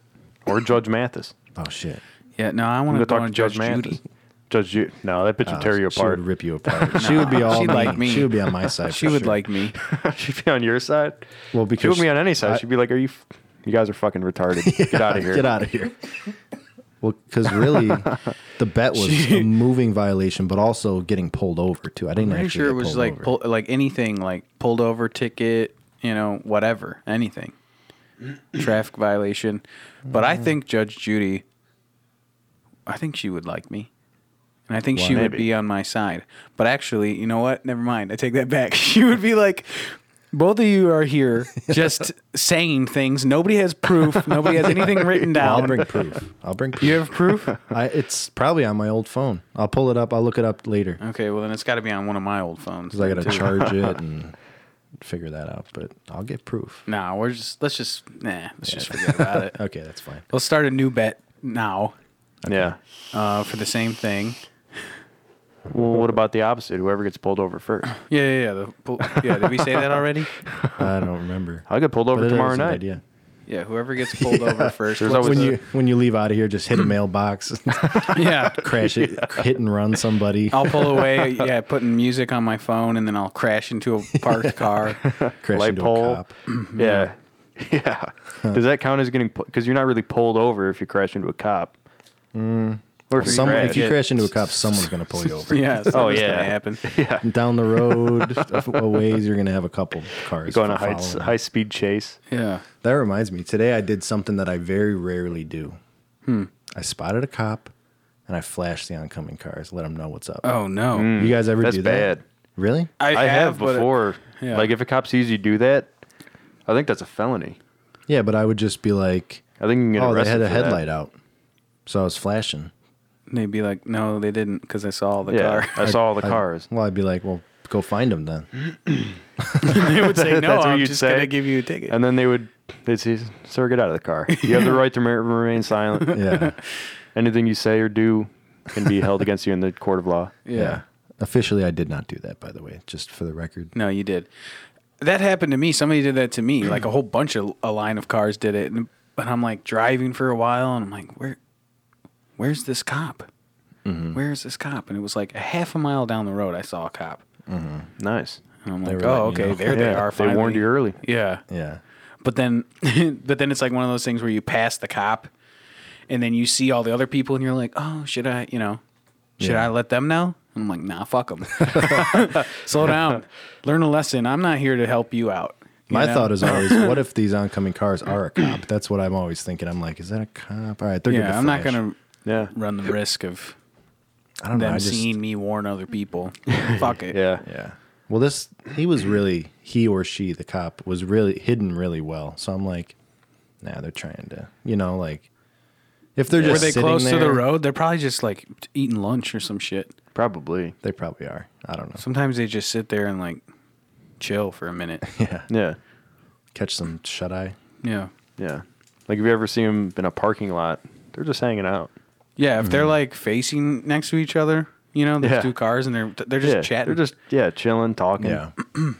Speaker 2: or Judge Mathis.
Speaker 1: oh shit.
Speaker 3: yeah, no, I
Speaker 2: You
Speaker 3: want
Speaker 2: can
Speaker 3: to
Speaker 2: go
Speaker 3: go
Speaker 2: talk
Speaker 3: on
Speaker 2: to Judge
Speaker 3: Judge
Speaker 2: Mathis.
Speaker 3: Judy.
Speaker 2: Judge Judy. No, that bitch would tear you
Speaker 1: Oh, she
Speaker 2: apart.
Speaker 1: would rip you apart. she would be all
Speaker 3: she'd like
Speaker 1: mean.
Speaker 3: me.
Speaker 1: She would be on my side.
Speaker 3: She
Speaker 1: for
Speaker 3: would
Speaker 1: sure.
Speaker 3: like me.
Speaker 2: She'd be on your side.
Speaker 1: Well,
Speaker 2: she
Speaker 1: because
Speaker 2: would be on any side.
Speaker 1: I-
Speaker 2: She'd be like, "Are you? F- you guys are fucking retarded. get out of here.
Speaker 1: Get out of here. Well, because really, the bet was a moving violation, but also getting pulled over too. I didn't
Speaker 3: Pretty
Speaker 1: actually
Speaker 3: sure
Speaker 1: get
Speaker 3: it was
Speaker 1: pulled
Speaker 3: like
Speaker 1: over.
Speaker 3: pull, like anything like pulled over ticket, you know, whatever, anything, traffic violation. But I think Judge Judy, I think she would like me, and I think she would
Speaker 2: maybe.
Speaker 3: be on my side. But actually, you know what? Never mind. I take that back. She would be like. Both of you are here just saying things. Nobody has proof. Nobody has anything written
Speaker 1: I'll
Speaker 3: down.
Speaker 1: bring proof. I'll bring proof.
Speaker 3: You have proof?
Speaker 1: I, it's probably on my old phone. I'll pull it up. I'll look it up later
Speaker 3: Okay, well then it's got to be on one of my old phones.
Speaker 1: because I
Speaker 3: then,
Speaker 1: gotta
Speaker 3: too.
Speaker 1: charge it and figure that out. But I'll get proof.
Speaker 3: Nah, we're just let's just nah, let's just forget about it.
Speaker 1: Okay, that's fine.
Speaker 3: Let's start a new bet now
Speaker 2: Yeah.
Speaker 3: uh, for the same thing.
Speaker 2: Well, what about the opposite? Whoever gets pulled over first.
Speaker 3: Yeah, yeah, yeah. The, pol- yeah did we say that already?
Speaker 1: I don't remember.
Speaker 2: I'll get pulled
Speaker 1: But
Speaker 2: over
Speaker 1: it
Speaker 2: tomorrow
Speaker 1: is a good
Speaker 2: night.
Speaker 1: idea.
Speaker 3: Yeah, whoever gets pulled over first.
Speaker 2: There's
Speaker 3: what's
Speaker 2: always-
Speaker 1: When
Speaker 3: the-
Speaker 1: you when you leave out of here, just hit a mailbox,
Speaker 3: yeah.
Speaker 1: crash it, hit and run somebody,
Speaker 3: I'll pull away. Yeah, putting music on my phone, and then I'll crash into a parked car.
Speaker 1: crash
Speaker 2: Light
Speaker 1: into a
Speaker 2: pole.
Speaker 1: cop.
Speaker 2: Yeah. Yeah. Does that count as getting? Because you're not really pulled over if you crash into a cop. Or if,
Speaker 1: Someone,
Speaker 2: you
Speaker 1: Mm. if you
Speaker 2: crash.
Speaker 1: crash into a cop, someone's gonna pull you over.
Speaker 3: Yeah. so
Speaker 2: Oh,
Speaker 3: it's
Speaker 2: yeah.
Speaker 3: Gonna happen.
Speaker 1: Down the road a f- a ways, you're gonna have a couple cars
Speaker 2: Go on a high,
Speaker 1: following you.
Speaker 2: high speed chase.
Speaker 3: Yeah.
Speaker 1: That reminds me. Today I did something that I very rarely do.
Speaker 2: Hmm.
Speaker 1: I spotted a cop and I flashed the oncoming cars, let them know what's up.
Speaker 3: Oh no.
Speaker 1: you guys ever
Speaker 2: That's
Speaker 1: do that?
Speaker 2: bad.
Speaker 1: Really?
Speaker 2: I, have,
Speaker 3: but it-
Speaker 2: before.
Speaker 3: yeah.
Speaker 2: Like if a cop sees you do that, I think that's a felony.
Speaker 1: Yeah, but I would just be like,
Speaker 2: I think you can get
Speaker 1: oh, they
Speaker 2: arrested
Speaker 1: had a
Speaker 2: for that.
Speaker 1: headlight out. So I was flashing.
Speaker 3: They'd be like, no, they didn't, because I saw the
Speaker 2: Yeah,
Speaker 3: car.
Speaker 2: I saw all the
Speaker 1: I-
Speaker 2: cars.
Speaker 1: well, I'd be like, well, go find them then.
Speaker 3: they would say, no,
Speaker 2: That's what
Speaker 3: I'm
Speaker 2: you'd
Speaker 3: just
Speaker 2: say?
Speaker 3: gonna give you a ticket.
Speaker 2: And then they would, they'd say, "Sir, get out of the car. You have the right to mer- remain silent.
Speaker 1: Yeah.
Speaker 2: Anything you say or do can be held against you in the court of law."
Speaker 1: yeah. Officially, I did not do that, by the way, just for the record.
Speaker 3: No, you did. That happened to me. Somebody did that to me. Like a whole bunch of a line of cars did it, and, and I'm like driving for a while, and I'm like, where, where's this cop?
Speaker 1: Mm-hmm.
Speaker 3: Where is this cop? And it was like a half a mile down the road. I saw a cop,
Speaker 2: Nice.
Speaker 3: and I'm like,
Speaker 1: were
Speaker 3: oh,
Speaker 1: letting you
Speaker 3: okay,
Speaker 1: know."
Speaker 3: there they
Speaker 2: Yeah,
Speaker 3: are.
Speaker 2: they warned
Speaker 3: finally."
Speaker 2: you early.
Speaker 3: Yeah,
Speaker 1: Yeah.
Speaker 3: but then, but then it's like one of those things where you pass the cop, and then you see all the other people, and you're like, oh, should I, you know, should I let them know? I'm like, nah, fuck them. Slow down, learn a lesson. I'm not here to help you out. you
Speaker 1: My
Speaker 3: know?
Speaker 1: thought is always, what if these oncoming cars are a cop? That's what I'm always thinking. I'm like, is that a cop? All right, they're
Speaker 3: yeah,
Speaker 1: gonna
Speaker 3: I'm not
Speaker 1: flash.
Speaker 3: gonna
Speaker 2: Yeah.
Speaker 3: run the risk of
Speaker 1: I don't know.
Speaker 3: them
Speaker 1: I just,
Speaker 3: seeing me warn other people. fuck it.
Speaker 2: Yeah.
Speaker 1: Yeah. Well, this he was really he or she the cop was really hidden really well. So I'm like, nah, they're trying to, you know, like if they're
Speaker 3: Were
Speaker 1: just
Speaker 3: they
Speaker 1: sitting
Speaker 3: close to the
Speaker 1: there-
Speaker 3: road? They're probably just like eating lunch or some shit.
Speaker 2: Probably.
Speaker 1: They probably are. I don't know.
Speaker 3: Sometimes they just sit there and like chill for a minute.
Speaker 1: Yeah.
Speaker 2: Yeah.
Speaker 1: Catch some shut eye.
Speaker 3: yeah.
Speaker 2: Yeah. Like, have you ever seen them in a parking lot? They're just hanging out.
Speaker 3: Yeah, if they're like facing next to each other, you know, there's
Speaker 2: Yeah.
Speaker 3: two cars and they're they're just
Speaker 2: yeah.
Speaker 3: chatting.
Speaker 2: They're just, yeah, chilling, talking.
Speaker 1: Yeah.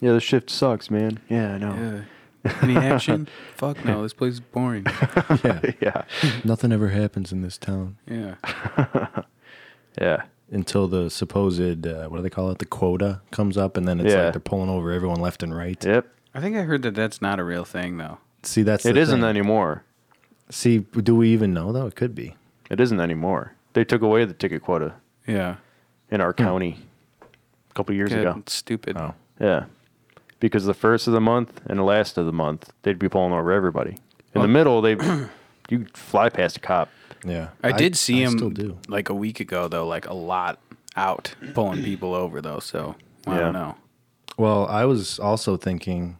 Speaker 2: Yeah, the shift sucks, man. Yeah, I know.
Speaker 3: Yeah. any action? Fuck no, this place is boring.
Speaker 1: Yeah.
Speaker 2: Yeah.
Speaker 1: Nothing ever happens in this town
Speaker 3: Yeah.
Speaker 2: Yeah.
Speaker 1: until the supposed uh, what do they call it? The quota comes up, and then it's
Speaker 2: Yeah.
Speaker 1: like they're pulling over everyone left and right.
Speaker 2: Yep.
Speaker 3: I think I heard that that's not a real thing though.
Speaker 1: See, that's
Speaker 2: It
Speaker 1: the
Speaker 2: isn't
Speaker 1: thing.
Speaker 2: anymore.
Speaker 1: See, do we even know though? It could be.
Speaker 2: It isn't anymore. They took away the ticket quota
Speaker 3: Yeah.
Speaker 2: in our county a couple years
Speaker 3: Yeah,
Speaker 2: ago.
Speaker 3: it's stupid.
Speaker 1: Oh,
Speaker 2: Yeah. Because the first of the month and the last of the month, they'd be pulling over everybody. In
Speaker 3: Well-
Speaker 2: the middle, they you fly past a cop.
Speaker 1: yeah.
Speaker 3: I did see
Speaker 1: I
Speaker 3: him
Speaker 1: Still do.
Speaker 3: like a week ago though, like a lot out pulling people over though, so I
Speaker 2: Yeah.
Speaker 3: don't know.
Speaker 1: Well, I was also thinking,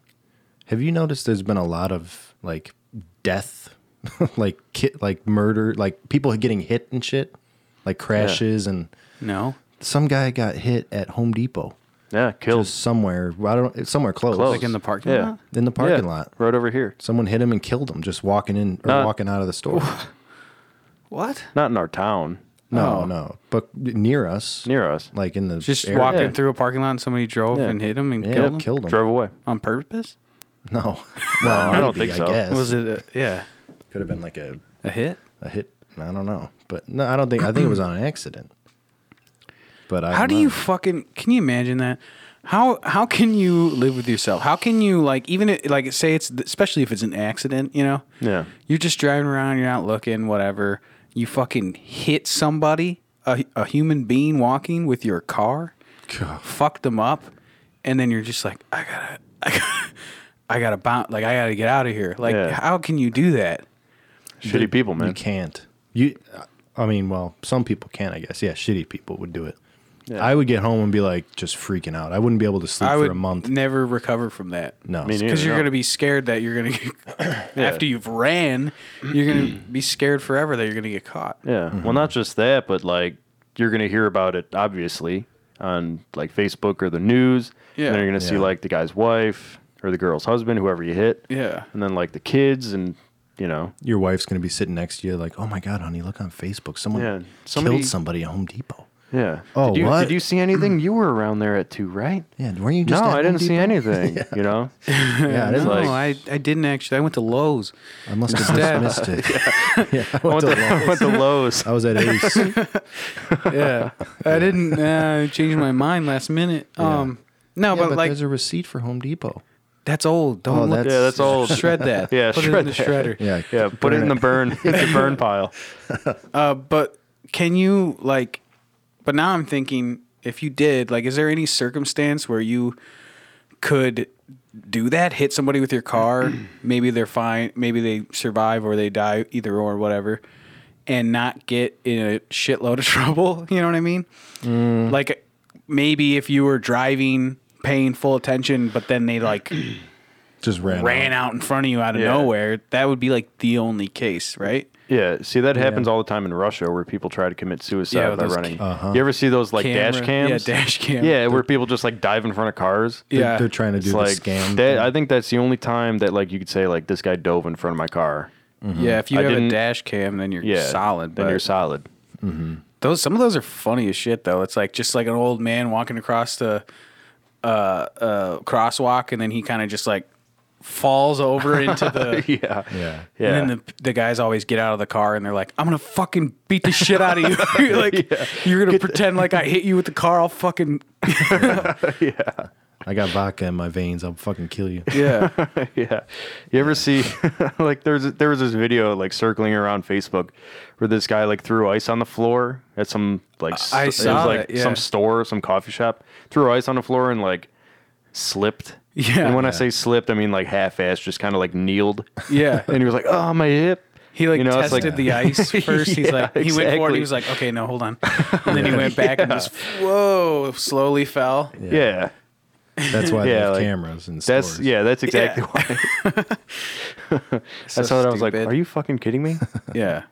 Speaker 1: have you noticed there's been a lot of like death, like kit, like murder, like people getting hit and shit, like crashes and
Speaker 3: No.
Speaker 1: some guy got hit at Home Depot
Speaker 2: Yeah, killed.
Speaker 1: somewhere. I don't somewhere close,
Speaker 2: Close.
Speaker 3: Like in the parking
Speaker 2: Yeah.
Speaker 3: lot?
Speaker 1: in the parking
Speaker 2: Yeah,
Speaker 1: lot.
Speaker 2: Right over here.
Speaker 1: Someone hit him and killed him just walking in or
Speaker 2: Not-
Speaker 1: walking out of the store.
Speaker 3: What?
Speaker 2: Not in our town.
Speaker 1: No,
Speaker 3: Oh.
Speaker 1: no, but near us,
Speaker 2: Near us.
Speaker 1: like in the
Speaker 3: Just
Speaker 1: area.
Speaker 3: walking
Speaker 2: Yeah.
Speaker 3: through a parking lot and somebody drove
Speaker 2: Yeah.
Speaker 3: and hit him and
Speaker 1: Yeah,
Speaker 3: killed him?
Speaker 1: killed him.
Speaker 2: Drove away.
Speaker 3: On purpose?
Speaker 1: No, well,
Speaker 2: I don't
Speaker 1: maybe,
Speaker 2: think so.
Speaker 1: I guess.
Speaker 3: Was it a, yeah.
Speaker 1: could have been like a
Speaker 3: A hit?
Speaker 1: a hit. I don't know, but no, I don't think. I think it was on an accident. But I
Speaker 3: How
Speaker 1: don't
Speaker 3: do you
Speaker 1: know.
Speaker 3: fucking can you imagine that? How how can you live with yourself? How can you like even if, like say it's especially if it's an accident, you know?
Speaker 2: Yeah.
Speaker 3: You're just driving around, you're not looking, whatever. You fucking hit somebody, a, a human being walking with your car, fucked them up, and then you're just like, I gotta, I gotta, I gotta bounce, like I gotta get out of here. Like,
Speaker 2: Yeah.
Speaker 3: how can you do that?
Speaker 2: Shitty people,
Speaker 1: You
Speaker 2: man.
Speaker 1: can't. You, I mean, well, some people can, I guess. Yeah, shitty people would do it. I would get home and be like just freaking out. I wouldn't be able to sleep
Speaker 3: I
Speaker 1: for
Speaker 3: would
Speaker 1: a month.
Speaker 3: never recover from that.
Speaker 1: No,
Speaker 2: Me neither.
Speaker 3: because you're
Speaker 2: no.
Speaker 3: going to be scared that you're going to get after you've ran you're going to be scared forever that you're going to get caught
Speaker 2: Yeah. Well, not just that, but like you're gonna hear about it obviously on like Facebook or the news.
Speaker 3: Yeah.
Speaker 2: And then you're gonna see
Speaker 1: Yeah.
Speaker 2: like the guy's wife or the girl's husband, whoever you hit.
Speaker 3: yeah
Speaker 2: And then like the kids and you know.
Speaker 1: your wife's gonna be sitting next to you, like, "Oh my god, honey, look on Facebook. Someone
Speaker 2: Yeah, somebody-
Speaker 1: killed somebody at Home Depot."
Speaker 2: Yeah.
Speaker 1: Oh,
Speaker 2: did you,
Speaker 1: what?
Speaker 2: Did you see anything? you were around there at two, right?
Speaker 1: Yeah, weren't you
Speaker 2: No,
Speaker 1: just? at
Speaker 2: I
Speaker 1: Home
Speaker 2: didn't see
Speaker 1: Depot?
Speaker 2: anything. You know.
Speaker 1: Yeah, I didn't.
Speaker 3: no
Speaker 2: like-
Speaker 3: I, I didn't actually i went to lowes
Speaker 1: I must have
Speaker 3: Instead-
Speaker 1: dismissed it. yeah, I,
Speaker 2: I
Speaker 1: went
Speaker 2: went,
Speaker 1: to
Speaker 2: to,
Speaker 1: lunch.
Speaker 2: I went to Lowe's.
Speaker 1: I was at Ace.
Speaker 3: yeah i didn't uh, change my mind last minute um no
Speaker 1: yeah,
Speaker 3: but,
Speaker 1: but
Speaker 3: like
Speaker 1: there's a receipt for Home Depot.
Speaker 3: that's old don't
Speaker 1: Oh,
Speaker 3: look
Speaker 1: that's-
Speaker 2: Yeah, that's old.
Speaker 3: shred that
Speaker 2: Yeah,
Speaker 3: put it in
Speaker 2: shred
Speaker 3: the
Speaker 2: that.
Speaker 3: shredder
Speaker 1: Yeah,
Speaker 2: Yeah, put it
Speaker 1: burn
Speaker 2: in the burn, the burn pile.
Speaker 3: Uh, but can you like? But now I'm thinking, if you did, like, is there any circumstance where you could do that? Hit somebody with your car. maybe they're fine. Maybe they survive or they die, either or whatever, and not get in a shitload of trouble. You know what I mean? Like, maybe if you were driving, paying full attention, but then they like
Speaker 1: Just ran.
Speaker 3: ran out in front of you out of
Speaker 2: Yeah.
Speaker 3: nowhere. That would be like the only case, right?
Speaker 2: Yeah, see that happens all the time in Russia where people try to commit suicide
Speaker 3: Yeah, with
Speaker 2: by
Speaker 3: those
Speaker 2: running.
Speaker 3: ca- uh-huh.
Speaker 2: You ever see those like dash
Speaker 3: Camera-
Speaker 2: cams?
Speaker 3: Yeah, dash cam.
Speaker 2: Yeah, where people just like dive in front of cars.
Speaker 1: They're,
Speaker 3: Yeah.
Speaker 1: they're trying to
Speaker 2: It's
Speaker 1: do the
Speaker 2: like
Speaker 1: scam.
Speaker 2: that-
Speaker 1: thing.
Speaker 2: I think that's the only time that like you could say like this guy dove in front of my car.
Speaker 3: Yeah, if you
Speaker 2: Mm-hmm. I
Speaker 3: have a
Speaker 2: didn't-
Speaker 3: dash cam, then you're
Speaker 2: Yeah,
Speaker 3: solid. But
Speaker 2: Then you're solid.
Speaker 3: those some of those are funny as shit though. It's like just like an old man walking across the uh, uh, crosswalk, and then he kind of just like falls over into the.
Speaker 2: Yeah,
Speaker 1: yeah.
Speaker 2: yeah.
Speaker 3: And then the, the guys always get out of the car and they're like, "I'm gonna fucking beat the shit out of you. you're like, you're gonna pretend like I hit you with the car. I'll fucking
Speaker 1: I got vodka in my veins. I'll fucking kill you.
Speaker 3: Yeah.
Speaker 2: yeah. You ever see like there's there was this video like circling around Facebook where this guy like threw ice on the floor at some like s-
Speaker 3: I
Speaker 2: it was,
Speaker 3: saw
Speaker 2: like
Speaker 3: that, yeah.
Speaker 2: some store, some coffee shop. Threw ice on the floor and like slipped.
Speaker 3: Yeah.
Speaker 2: And when I say slipped, I mean like half assed, just kind of like kneeled.
Speaker 3: Yeah.
Speaker 2: And he was like, "Oh, my hip."
Speaker 3: He like
Speaker 2: You know, it's
Speaker 3: tested
Speaker 2: like-
Speaker 3: the ice first. He's
Speaker 2: Yeah,
Speaker 3: like he went forward.
Speaker 2: exactly.
Speaker 3: He was like, okay, no, hold on. And then he went back and just whoa, slowly fell.
Speaker 2: Yeah.
Speaker 1: That's why they
Speaker 2: Yeah,
Speaker 1: have
Speaker 2: like,
Speaker 1: cameras and stores.
Speaker 2: That's yeah, that's exactly why. I saw it. I was like,
Speaker 3: stupid.
Speaker 2: "Are you fucking kidding me?"
Speaker 3: Yeah.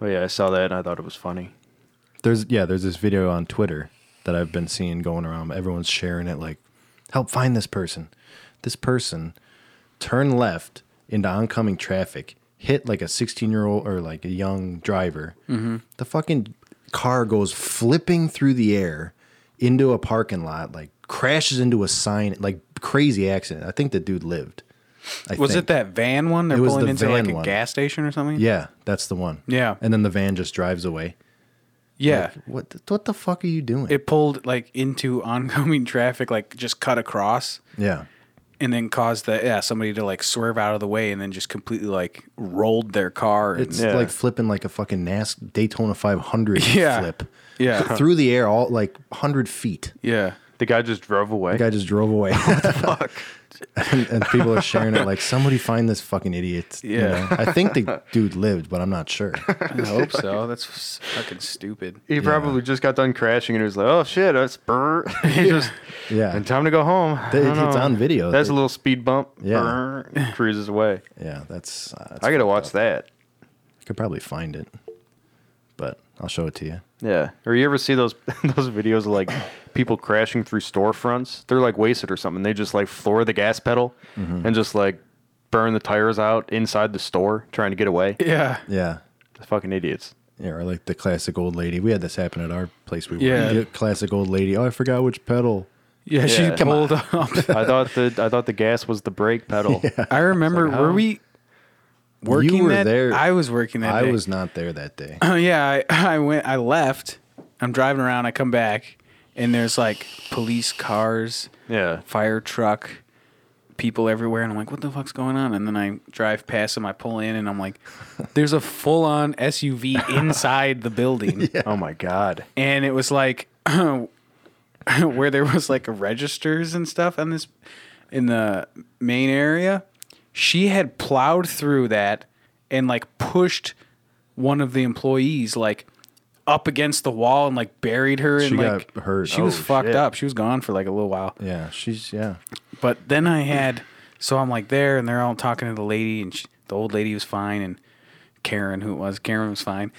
Speaker 2: oh yeah, I saw that and I thought it was funny.
Speaker 1: There's yeah, there's this video on Twitter that I've been seeing going around. Everyone's sharing it like, help find this person. This person turned left into oncoming traffic, hit like a 16 year old or like a young driver.
Speaker 3: Mm-hmm.
Speaker 1: The fucking car goes flipping through the air into a parking lot, like crashes into a sign, like crazy accident. I think the dude lived. I
Speaker 3: Was
Speaker 1: think.
Speaker 3: it that van one? They're
Speaker 1: It was
Speaker 3: pulling
Speaker 1: the
Speaker 3: into like
Speaker 1: van
Speaker 3: a
Speaker 1: one.
Speaker 3: gas station or something.
Speaker 1: Yeah, that's the one.
Speaker 3: Yeah.
Speaker 1: And then the van just drives away.
Speaker 3: Yeah.
Speaker 1: What the, what the fuck are you doing?
Speaker 3: it pulled like into oncoming traffic, like just cut across,
Speaker 1: yeah.
Speaker 3: and then caused the yeah somebody to like swerve out of the way, and then just completely like rolled their car. And,
Speaker 1: It's
Speaker 2: Yeah.
Speaker 1: like flipping like a fucking NAS Daytona 500
Speaker 3: Yeah.
Speaker 1: flip.
Speaker 3: Yeah.
Speaker 1: Through the air, all like 100 feet.
Speaker 3: yeah,
Speaker 2: The guy just drove away.
Speaker 1: The guy just drove away. what the fuck? and, and people are sharing it like, somebody find this fucking idiot. you
Speaker 3: Yeah.
Speaker 1: know? I think the dude lived, but I'm not sure.
Speaker 3: I hope so. That's fucking stupid.
Speaker 2: He probably just got done crashing and he was like, "Oh shit, that's brr." He just
Speaker 1: Yeah.
Speaker 2: and time to go home.
Speaker 1: They-
Speaker 2: I don't
Speaker 1: it's
Speaker 2: know.
Speaker 1: on video.
Speaker 2: That's
Speaker 1: They-
Speaker 2: a little speed bump.
Speaker 1: Yeah.
Speaker 2: Brr, cruises away.
Speaker 1: yeah, that's, uh, that's-
Speaker 2: I gotta watch that.
Speaker 1: I could probably find it, but I'll show it to you.
Speaker 2: Yeah. Or you ever see those those videos of like people crashing through storefronts? They're like wasted or something. They just like floor the gas pedal
Speaker 1: Mm-hmm.
Speaker 2: and just like burn the tires out inside the store trying to get away.
Speaker 3: Yeah,
Speaker 1: Yeah.
Speaker 2: Fucking idiots.
Speaker 1: Yeah, or like the classic old lady. We had this happen at our place. We were
Speaker 3: Yeah.
Speaker 1: The classic old lady. Oh, I forgot which pedal.
Speaker 3: yeah. She
Speaker 2: Yeah. Come
Speaker 3: pulled up.
Speaker 2: I thought the I thought the gas was the brake pedal.
Speaker 3: I remember
Speaker 2: how-
Speaker 3: were we working
Speaker 1: were
Speaker 3: that-
Speaker 1: there.
Speaker 3: I was working that.
Speaker 1: I
Speaker 3: day.
Speaker 1: was not there that day.
Speaker 3: Oh yeah, I, I went. I left. I'm driving around. I come back, and there's like police cars,
Speaker 2: Yeah.
Speaker 3: fire truck, people everywhere, and I'm like, what the fuck's going on? And then I drive past them. I pull in, and I'm like, there's a full on SUV inside the building,
Speaker 2: Oh my god.
Speaker 3: and it was like where there was like registers and stuff on this in the main area. She had plowed through that and like pushed one of the employees like up against the wall and like buried her
Speaker 1: She
Speaker 3: and like
Speaker 1: got hurt.
Speaker 3: she was
Speaker 1: Oh,
Speaker 3: fucked
Speaker 2: shit.
Speaker 3: up. She was gone for like a little while.
Speaker 1: Yeah, she's yeah.
Speaker 3: But then I had, so I'm like there, and they're all talking to the lady, and she, the old lady was fine, and Karen, who it was, Karen was fine.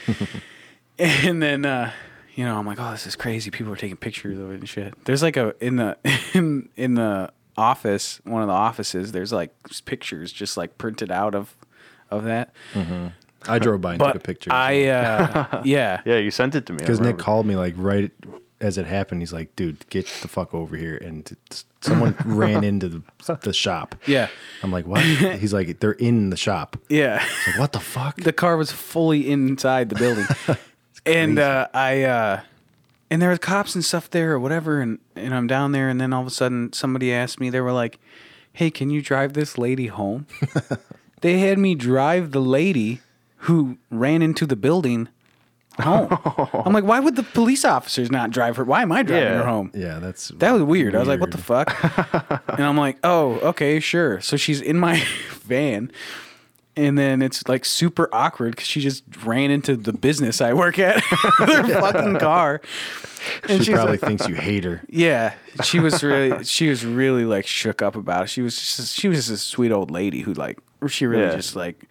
Speaker 3: and then, uh, you know, I'm like, oh, this is crazy. People are taking pictures of it and shit. There's like a in the in in the office, one of the offices. There's like s- pictures just like printed out of of that.
Speaker 1: I drove by and
Speaker 3: But
Speaker 1: took a picture.
Speaker 3: I uh, yeah.
Speaker 2: Yeah, you sent it to me. I
Speaker 1: because Nick
Speaker 2: remember.
Speaker 1: called me like right as it happened. He's like, "Dude, get the fuck over here!" And t- t- someone ran into the, the shop.
Speaker 3: Yeah.
Speaker 1: I'm like, "What?" He's like, "They're in the shop."
Speaker 3: Yeah.
Speaker 1: Like, what the fuck?
Speaker 3: the car was fully inside the building and uh, i uh, and there were cops and stuff there or whatever and and i'm down there and then all of a sudden somebody asked me they were like hey can you drive this lady home they had me drive the lady who ran into the building home i'm like why would the police officers not drive her why am i driving
Speaker 2: Yeah.
Speaker 3: her home
Speaker 1: Yeah, that's
Speaker 3: that was weird. I was like, what the fuck? and I'm like, oh, okay, sure. So she's in my van. And then it's like super awkward because she just ran into the business I work at, their fucking car. And
Speaker 1: She
Speaker 3: she's
Speaker 1: probably
Speaker 3: like,
Speaker 1: thinks you hate her.
Speaker 3: yeah, she was really, she was really like shook up about it. She was just, she was just a sweet old lady who like, she really
Speaker 2: Yeah.
Speaker 3: just like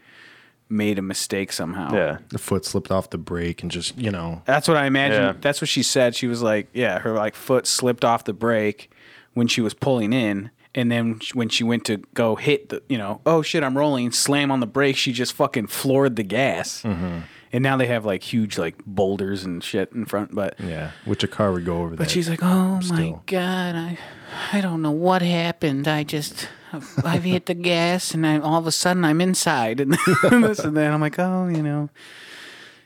Speaker 3: made a mistake somehow.
Speaker 2: Yeah.
Speaker 1: The foot slipped off the brake and just you know.
Speaker 3: That's what I imagine.
Speaker 2: Yeah.
Speaker 3: That's what she said. She was like, yeah, her like foot slipped off the brake when she was pulling in, and then sh- when she went to go hit the, you know, oh shit, I'm rolling, slam on the brake, she just fucking floored the gas.
Speaker 1: Mm-hmm.
Speaker 3: And now they have like huge like boulders and shit in front, but
Speaker 1: Yeah, which a car would go over.
Speaker 3: but
Speaker 1: that.
Speaker 3: she's like, oh my
Speaker 1: Still.
Speaker 3: god, I I don't know what happened. I just I've hit the gas, and I all of a sudden I'm inside, and this and that. I'm like, oh, you know.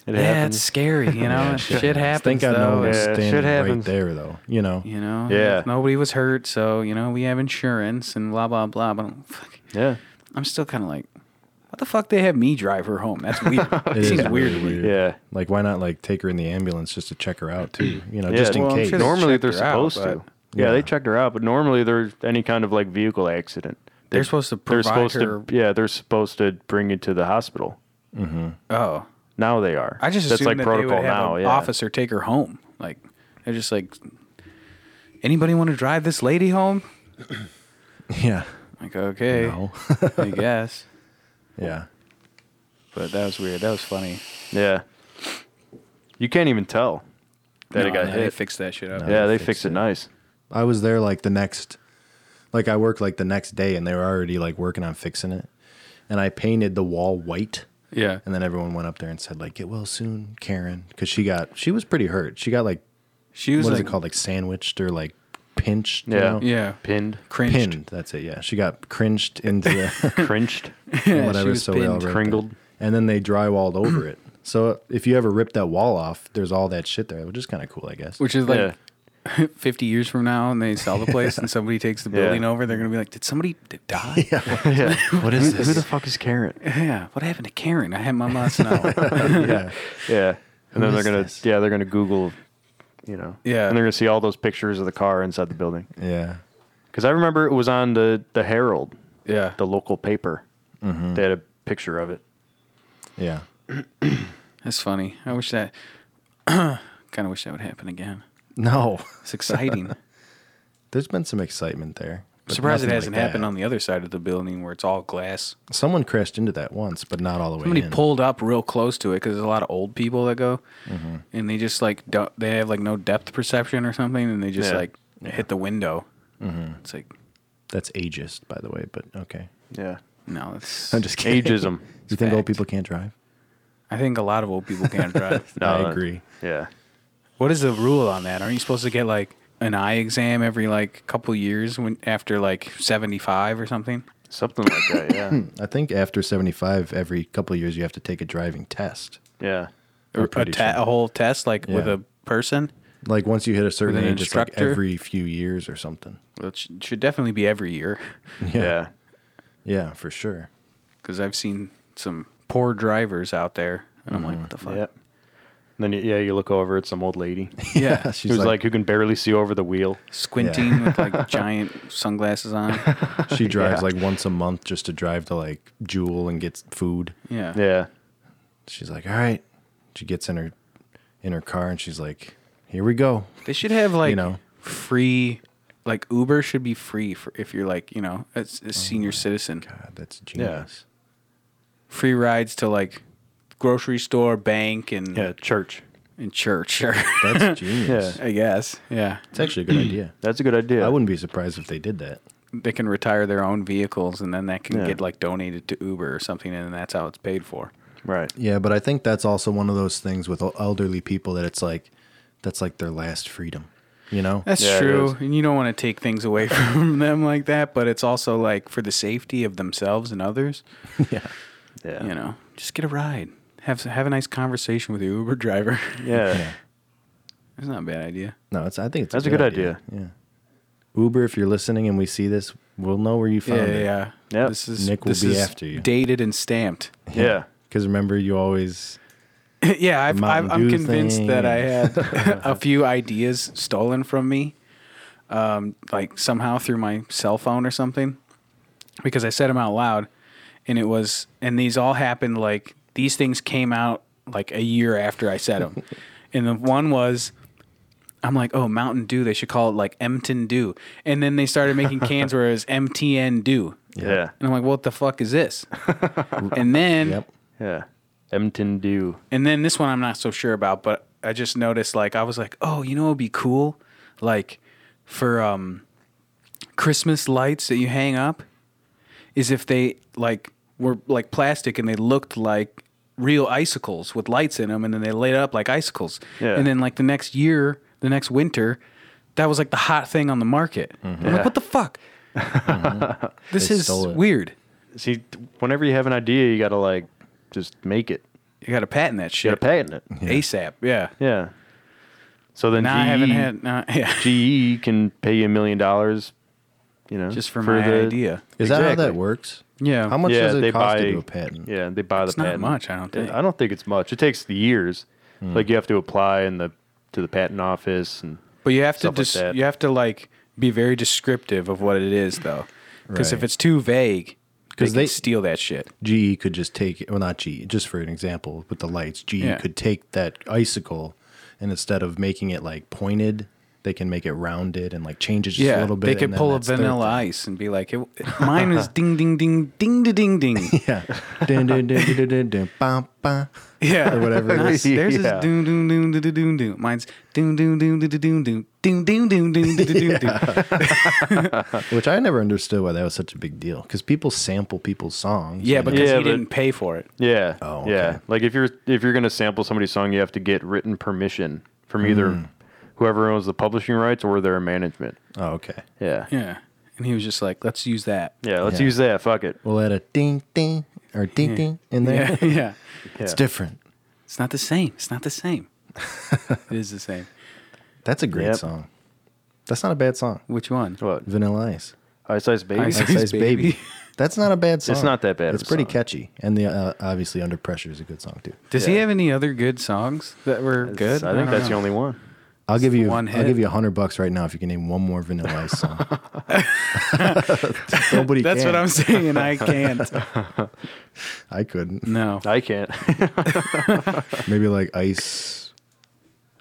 Speaker 2: It
Speaker 3: yeah, it's
Speaker 2: happens.
Speaker 3: scary. You know, shit, happens.
Speaker 1: I think I
Speaker 3: though.
Speaker 1: know
Speaker 2: Yeah,
Speaker 1: what's
Speaker 2: shit
Speaker 1: standing right
Speaker 2: happens.
Speaker 1: there, though. You know,
Speaker 3: You know,
Speaker 2: Yeah.
Speaker 3: Nobody was hurt, so you know we have insurance and blah blah blah. But I'm, fuck,
Speaker 2: Yeah.
Speaker 3: I'm still kind of like, what the fuck? They have me drive her home? That's weird.
Speaker 1: It
Speaker 3: it
Speaker 1: is
Speaker 3: seems
Speaker 1: really
Speaker 3: weird. to me.
Speaker 1: weird.
Speaker 2: Yeah.
Speaker 1: Like, why not like take her in the ambulance just to check her out too? You know,
Speaker 2: Yeah,
Speaker 1: just in
Speaker 3: well, I'm
Speaker 1: case.
Speaker 3: sure they
Speaker 2: Normally
Speaker 3: checked
Speaker 2: they're
Speaker 3: her out,
Speaker 2: supposed to.
Speaker 3: but-
Speaker 2: Yeah,
Speaker 1: Yeah.
Speaker 2: they checked her out, but normally there's any kind of like vehicle accident. They-
Speaker 3: They're supposed to
Speaker 2: They're
Speaker 3: provide
Speaker 2: supposed
Speaker 3: her.
Speaker 2: to. Yeah, they're supposed to bring you to the hospital.
Speaker 3: Oh,
Speaker 2: Now they are.
Speaker 3: I just
Speaker 2: that's
Speaker 3: assumed
Speaker 2: like
Speaker 3: that
Speaker 2: protocol
Speaker 3: they would have
Speaker 2: now.
Speaker 3: an
Speaker 2: yeah.
Speaker 3: officer take her home. Like they're just like, anybody want to drive this lady home?
Speaker 1: Yeah.
Speaker 3: Like okay,
Speaker 1: No.
Speaker 3: I guess.
Speaker 1: yeah.
Speaker 3: But that was weird. That was funny.
Speaker 2: Yeah. You can't even tell that it
Speaker 3: No,
Speaker 2: got
Speaker 3: no, They
Speaker 2: hit.
Speaker 3: fixed that shit up.
Speaker 2: yeah,
Speaker 1: they
Speaker 2: they
Speaker 1: fixed
Speaker 2: fixed
Speaker 1: it.
Speaker 2: it nice.
Speaker 1: I was there like the next, like I worked like the next day, and they were already like working on fixing it, and I painted the wall white.
Speaker 3: Yeah.
Speaker 1: And then everyone went up there and said like, "Get well soon, Karen," because she got she was pretty hurt. She got like
Speaker 3: She was
Speaker 1: what is
Speaker 3: like,
Speaker 1: it called, like sandwiched or like pinched. you
Speaker 2: Yeah.
Speaker 1: know?
Speaker 3: Yeah.
Speaker 2: Pinned,
Speaker 3: Cringed.
Speaker 1: pinned. That's it. Yeah, she got cringed into the
Speaker 2: crinched,
Speaker 3: she
Speaker 1: whatever.
Speaker 3: was
Speaker 1: So we all
Speaker 3: pinned.
Speaker 1: ripped it.
Speaker 2: cringled.
Speaker 1: and then they drywalled over it. So if you ever rip that wall off, there's all that shit there, which is kind of cool, I guess.
Speaker 3: Which is like 50 years from now and they sell the place and somebody takes the
Speaker 2: Yeah.
Speaker 3: building over, they're going to be like, did somebody d- die? Yeah.
Speaker 2: yeah. yeah.
Speaker 1: What is
Speaker 2: Who the fuck is Karen?
Speaker 3: What happened to Karen? I had my last now.
Speaker 1: yeah.
Speaker 2: Yeah. And
Speaker 1: Who
Speaker 2: then they're
Speaker 1: is
Speaker 2: gonna
Speaker 1: this?
Speaker 2: yeah, they're gonna Google you know.
Speaker 3: Yeah.
Speaker 2: And they're gonna see all those pictures of the car inside the building.
Speaker 1: Yeah.
Speaker 2: Because I remember it was on the the Herald,
Speaker 3: yeah.
Speaker 2: the local paper.
Speaker 1: Mm-hmm.
Speaker 2: They had a picture of it.
Speaker 1: Yeah.
Speaker 3: That's funny. I wish that, kind of wish that would happen again.
Speaker 1: No.
Speaker 3: It's exciting.
Speaker 1: There's been some excitement there.
Speaker 3: I'm surprised it hasn't happened on the other side of the building where it's all glass.
Speaker 1: Someone crashed into that once, but not all the
Speaker 3: Somebody
Speaker 1: way in.
Speaker 3: pulled up real close to it because there's a lot of old people that go,
Speaker 2: Mm-hmm.
Speaker 3: and they just like don't. They have like no depth perception or something, and they just
Speaker 2: Yeah. Mm-hmm.
Speaker 3: like hit the window. It's like
Speaker 1: That's ageist, by the way, but okay.
Speaker 2: Yeah.
Speaker 3: no, it's.
Speaker 1: I'm just kidding.
Speaker 2: Ageism.
Speaker 1: You think old
Speaker 3: Fact.
Speaker 1: people can't drive?
Speaker 3: I think a lot of old people can't drive.
Speaker 2: No,
Speaker 1: I
Speaker 2: that-
Speaker 1: agree.
Speaker 2: Yeah.
Speaker 3: What is the rule on that? Aren't you supposed to get like an eye exam every like couple years when after like seventy five or something?
Speaker 2: Something like that, yeah.
Speaker 1: I think after 75, every couple of years, you have to take a driving test.
Speaker 2: yeah.
Speaker 1: I'm
Speaker 3: Or a,
Speaker 1: pretty
Speaker 3: te- a whole test like with
Speaker 1: Yeah.
Speaker 3: a person?
Speaker 1: Like once you hit a certain
Speaker 3: With an
Speaker 1: age, it's like
Speaker 3: instructor?
Speaker 1: every few years or something.
Speaker 3: Which should definitely be every year
Speaker 2: Yeah.
Speaker 1: Yeah, for sure.
Speaker 3: because I've seen some poor drivers out there, and I'm like,
Speaker 1: Mm.
Speaker 3: what the
Speaker 2: Yeah.
Speaker 3: fuck?
Speaker 2: And then yeah, you look over, it's some old lady
Speaker 3: Yeah,
Speaker 1: She's
Speaker 2: who's like, who can barely see over the wheel.
Speaker 3: squinting with like giant sunglasses on.
Speaker 1: She drives
Speaker 2: Yeah.
Speaker 1: like once a month just to drive to like Jewel and get food.
Speaker 3: Yeah,
Speaker 2: Yeah.
Speaker 1: She's like, "All right." She gets in her in her car and she's like, "Here we go."
Speaker 3: they should have like
Speaker 1: know.
Speaker 3: free. Like Uber should be free for if you're like you know a,
Speaker 1: Oh
Speaker 3: s- a senior citizen.
Speaker 1: God, that's genius.
Speaker 3: free rides to like grocery store, bank, and
Speaker 2: Yeah. Church.
Speaker 3: and church. Sure,
Speaker 1: That's genius.
Speaker 2: Yeah.
Speaker 3: I guess. Yeah,
Speaker 1: It's actually a good idea.
Speaker 2: That's a good idea.
Speaker 1: I wouldn't be surprised if they did that.
Speaker 3: they can retire their own vehicles, and then that can
Speaker 2: Yeah.
Speaker 3: get like donated to Uber or something, and that's how it's paid for.
Speaker 2: Right.
Speaker 1: Yeah, but I think that's also one of those things with elderly people that it's like that's like their last freedom, you know?
Speaker 3: That's
Speaker 2: Yeah, it
Speaker 3: true,
Speaker 2: is.
Speaker 3: and you don't want to take things away from them like that, but it's also like for the safety of themselves and others.
Speaker 1: yeah.
Speaker 2: Yeah.
Speaker 3: You know, just get a ride, have have a nice conversation with your Uber driver.
Speaker 2: Yeah.
Speaker 1: Yeah.
Speaker 3: it's not a bad idea.
Speaker 1: No, it's I think it's
Speaker 2: That's a good
Speaker 1: Yeah. Uber, if you're listening and we see this, we'll know where you found
Speaker 3: Yeah,
Speaker 1: it.
Speaker 3: yeah.
Speaker 2: Yep.
Speaker 3: This is
Speaker 1: Nick will
Speaker 3: this
Speaker 1: be
Speaker 3: is
Speaker 1: after you.
Speaker 3: Dated and stamped.
Speaker 2: Yeah.
Speaker 1: Because remember, you always
Speaker 3: yeah, I've, I've,
Speaker 1: Mountain
Speaker 3: I'm
Speaker 1: Dew
Speaker 3: convinced that I
Speaker 1: thing.
Speaker 3: had a few ideas stolen from me, um, like somehow through my cell phone or something, because I said them out loud, and it was, and these all happened like these things came out like a year after I said them, and the one was. I'm like, oh, Mountain Dew. They should call it like Empton Dew, and then they started making cans where it was MTN Dew,
Speaker 2: Yeah.
Speaker 3: and I'm like, what the fuck is this? and then
Speaker 1: Yep.
Speaker 2: Yeah. Empton Dew.
Speaker 3: and then this one I'm not so sure about, but I just noticed like I was like, oh, you know, it'd be cool, like for um, Christmas lights that you hang up, is if they like were like plastic and they looked like real icicles with lights in them, and then they lit up like icicles,
Speaker 2: Yeah.
Speaker 3: and then like the next year, the next winter. That was like the hot thing on the market. I'm
Speaker 2: Yeah.
Speaker 3: like, what the fuck? This
Speaker 1: They
Speaker 3: is
Speaker 1: stole it.
Speaker 3: weird.
Speaker 2: See, whenever you have an idea, you gotta like just make it.
Speaker 3: You got to patent that
Speaker 2: Got to
Speaker 3: shit
Speaker 2: patent it.
Speaker 3: ASAP. Yeah.
Speaker 2: Yeah. So then
Speaker 3: Now
Speaker 2: GE,
Speaker 3: I haven't had. Nah, yeah.
Speaker 2: GE E can pay you a million dollars, you know,
Speaker 3: Just for, my
Speaker 2: the-
Speaker 3: idea.
Speaker 1: Is that how that
Speaker 2: Exactly.
Speaker 1: works?
Speaker 3: Yeah.
Speaker 1: How much
Speaker 2: yeah,
Speaker 1: does
Speaker 2: they
Speaker 1: it cost
Speaker 2: buy,
Speaker 1: to do a patent?
Speaker 2: Yeah, they buy
Speaker 3: It's
Speaker 2: the
Speaker 3: not
Speaker 2: patent.
Speaker 3: much, I don't think. Hmm.
Speaker 2: I don't think it's much. It takes years. Like you have to apply in the to the patent office and
Speaker 3: But you have to
Speaker 2: Stuff like
Speaker 3: dis-
Speaker 2: that.
Speaker 3: you have to like be very descriptive of what it is though, because if
Speaker 1: Right.
Speaker 3: it's too vague,
Speaker 1: 'Cause
Speaker 3: because they,
Speaker 1: they-
Speaker 3: can steal that shit.
Speaker 1: GE E could just take well not GE just for an example with the lights GE
Speaker 3: Yeah.
Speaker 1: could take that icicle and instead of making it like pointed they can make it rounded and like change it just a
Speaker 3: Yeah,
Speaker 1: little bit
Speaker 3: they
Speaker 1: and
Speaker 3: could
Speaker 1: then
Speaker 3: pull a
Speaker 1: that's their
Speaker 3: vanilla ice and be like, it, "Mine is ding ding ding ding da, ding ding ding."
Speaker 1: thing. yeah dun, dun, dun, dun, dun, dun, dun, bum, bum.
Speaker 3: Yeah, or
Speaker 1: whatever it
Speaker 3: Nice.
Speaker 2: is.
Speaker 3: There's
Speaker 2: Yeah.
Speaker 3: this doom doom doom doom doom doom. Mine's doom doom doom doom doom doom doom doom doom doom doom doom doom.
Speaker 1: which I never understood why that was such a big deal because people sample people's songs
Speaker 3: Yeah,
Speaker 1: and-
Speaker 3: because
Speaker 2: Yeah,
Speaker 3: he
Speaker 2: but-
Speaker 3: didn't pay for it.
Speaker 2: yeah,
Speaker 1: Oh,
Speaker 2: yeah.
Speaker 1: okay.
Speaker 2: Like if you're if you're gonna sample somebody's song, you have to get written permission from either
Speaker 3: Hmm.
Speaker 2: whoever owns the publishing rights or their management.
Speaker 1: oh okay
Speaker 2: Yeah, yeah.
Speaker 3: Yeah, and he was just like, "Let's use that."
Speaker 2: let's
Speaker 1: Yeah.
Speaker 2: use that. Fuck it.
Speaker 1: we'll add a ding ding or ding ding in there
Speaker 3: Yeah, yeah.
Speaker 1: it's
Speaker 2: Yeah.
Speaker 1: different
Speaker 3: It's not the same. It's not the same. It is the same.
Speaker 1: that's a great
Speaker 2: Yep.
Speaker 1: song that's not a bad song
Speaker 3: Which one?
Speaker 2: What?
Speaker 1: Vanilla Ice
Speaker 2: Ice Ice Baby.
Speaker 3: Ice
Speaker 1: Ice
Speaker 3: Ice
Speaker 1: Ice Baby.
Speaker 3: Baby.
Speaker 1: That's not a bad song.
Speaker 2: not that bad of
Speaker 1: It's
Speaker 2: a
Speaker 1: pretty
Speaker 2: song.
Speaker 1: catchy, and the uh, obviously Under Pressure is a good song too.
Speaker 3: Does he have any other good songs that were good?
Speaker 2: I think
Speaker 3: don't
Speaker 2: that's
Speaker 3: know.
Speaker 2: the only one.
Speaker 1: I'll give you
Speaker 3: one
Speaker 1: I'll
Speaker 3: hit.
Speaker 1: give you a hundred bucks right now if you can name one more Vanilla Ice song. Nobody.
Speaker 3: That's
Speaker 1: can.
Speaker 3: what I'm saying. I can't.
Speaker 1: I couldn't.
Speaker 3: No.
Speaker 2: I can't.
Speaker 1: Maybe like Ice,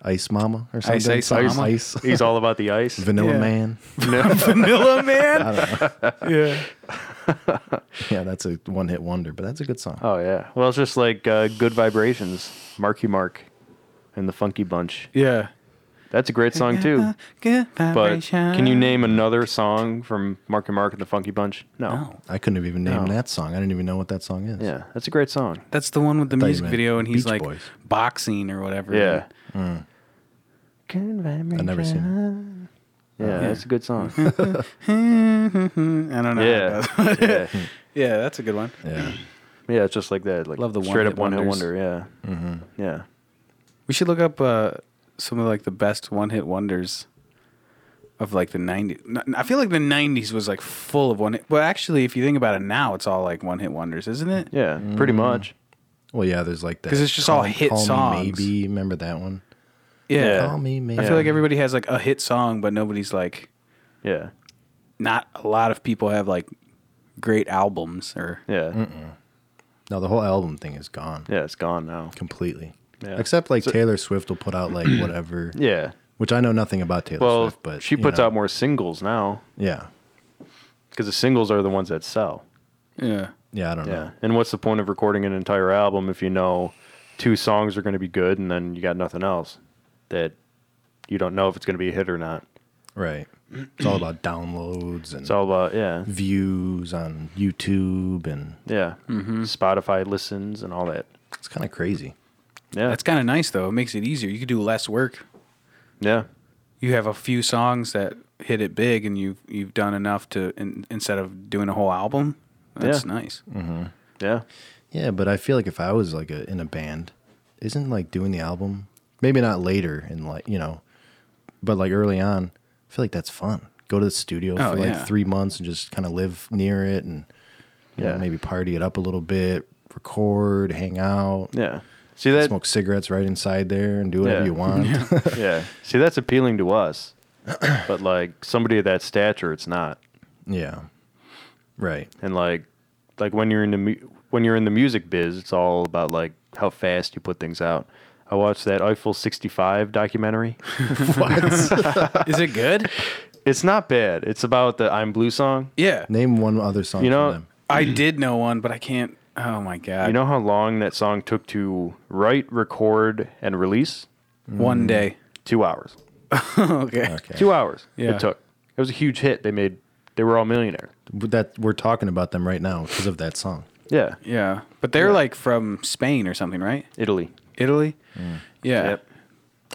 Speaker 1: Ice Mama or something.
Speaker 3: Ice Ice Mama?
Speaker 1: Ice.
Speaker 2: He's all about the ice.
Speaker 1: Vanilla
Speaker 3: Yeah.
Speaker 1: Man.
Speaker 3: Vanilla Man? Yeah.
Speaker 1: Yeah, that's a one-hit wonder, but that's a good song.
Speaker 2: Oh yeah. Well, it's just like uh, good vibrations, Marky Mark, and the Funky Bunch.
Speaker 3: Yeah.
Speaker 2: That's a great song too.
Speaker 3: Good
Speaker 2: But
Speaker 3: uh, vibration.
Speaker 2: can you name another song from Marky Mark and the Funky Bunch? No.
Speaker 3: No.
Speaker 1: I couldn't have even named
Speaker 2: No.
Speaker 1: that song. I didn't even know what that song is.
Speaker 2: Oh. Yeah, that's a great song.
Speaker 3: That's the one with the
Speaker 1: thought you
Speaker 3: music
Speaker 1: meant
Speaker 3: video and he's
Speaker 1: Beach
Speaker 3: like
Speaker 1: Boys.
Speaker 3: boxing or whatever.
Speaker 2: Yeah. Good
Speaker 1: I've never seen it.
Speaker 2: Yeah, that's a good song.
Speaker 3: I don't know.
Speaker 2: yeah. yeah.
Speaker 3: Yeah, that's a good one.
Speaker 1: Yeah.
Speaker 2: Yeah, it's just like that. Like
Speaker 3: Love the one-hit
Speaker 2: straight up one hit
Speaker 3: wonders.
Speaker 2: wonder. Yeah. Mm-hmm. Yeah.
Speaker 3: We should look up uh, some of like the best one hit wonders of like the 90s. I feel like the 90s was like full of one hit. Well, actually, if you think about it now, it's all like one hit wonders, isn't it?
Speaker 2: Yeah, pretty much.
Speaker 1: Well, yeah. There's like that.
Speaker 3: 'Cause it's just
Speaker 1: Call-
Speaker 3: all hit
Speaker 1: Call Me
Speaker 3: songs.
Speaker 1: Maybe remember that one?
Speaker 2: Yeah.
Speaker 1: Call me maybe.
Speaker 3: I feel like everybody has like a hit song, but nobody's like,
Speaker 2: Yeah.
Speaker 3: not a lot of people have like great albums or.
Speaker 2: Yeah.
Speaker 1: no, the whole album thing is gone.
Speaker 2: Yeah, it's gone now.
Speaker 1: completely.
Speaker 2: Yeah.
Speaker 1: Except like Taylor Swift will put out like whatever,
Speaker 2: Yeah.
Speaker 1: which I know nothing about Taylor
Speaker 2: Well,
Speaker 1: Swift, but
Speaker 2: she
Speaker 1: you
Speaker 2: puts
Speaker 1: know,
Speaker 2: out more singles now
Speaker 1: Yeah,
Speaker 2: because the singles are the ones that sell.
Speaker 3: Yeah.
Speaker 1: yeah, I don't know.
Speaker 2: Yeah. And what's the point of recording an entire album if you know two songs are going to be good and then you got nothing else that you don't know if it's going to be a hit or not?
Speaker 1: Right, it's all about downloads and
Speaker 2: It's all about, yeah.
Speaker 1: views on YouTube, and
Speaker 2: Yeah.
Speaker 1: Mm-hmm.
Speaker 2: Spotify listens and all that.
Speaker 1: it's kind of crazy.
Speaker 2: Yeah.
Speaker 3: That's kind of nice though. It makes it easier. You could do less work.
Speaker 2: yeah.
Speaker 3: You have a few songs that hit it big and you've, you've done enough to, in, instead of doing a whole album. That's
Speaker 2: Yeah. Mm.
Speaker 3: nice.
Speaker 2: Yeah.
Speaker 1: Yeah, but I feel like if I was like a, in a band, isn't like doing the album maybe not later in like you know, but like early on, I feel like that's fun. Go to the studio
Speaker 3: Oh,
Speaker 1: for like
Speaker 3: yeah.
Speaker 1: three months and just kind of live near it and you know,
Speaker 2: Yeah.
Speaker 1: maybe party it up a little bit, record, hang out.
Speaker 2: Yeah. See that?
Speaker 1: smoke cigarettes right inside there and do whatever
Speaker 2: Yeah.
Speaker 1: you want.
Speaker 2: Yeah. See, that's appealing to us. But like somebody of that stature, it's not.
Speaker 1: yeah. Right.
Speaker 2: and like like when you're in the mu- when you're in the music biz, it's all about like how fast you put things out. I watched that Eiffel 65 documentary.
Speaker 3: Is it good?
Speaker 2: It's not bad. It's about the I'm Blue song.
Speaker 3: Yeah.
Speaker 1: Name one other song
Speaker 2: You know-
Speaker 1: from them.
Speaker 3: I did know one, but I can't. Oh my god!
Speaker 2: You know how long that song took to write, record, and release?
Speaker 3: one day.
Speaker 2: Two hours. Mm.
Speaker 3: okay.
Speaker 2: Two hours.
Speaker 3: Yeah.
Speaker 2: It took. It was a huge hit. They made. They were all millionaires.
Speaker 1: But That we're talking about them right now because of that song.
Speaker 2: Yeah.
Speaker 3: Yeah, but they're like from Spain or something, right?
Speaker 2: Italy.
Speaker 3: Italy. Yeah.
Speaker 2: Mm. Yep.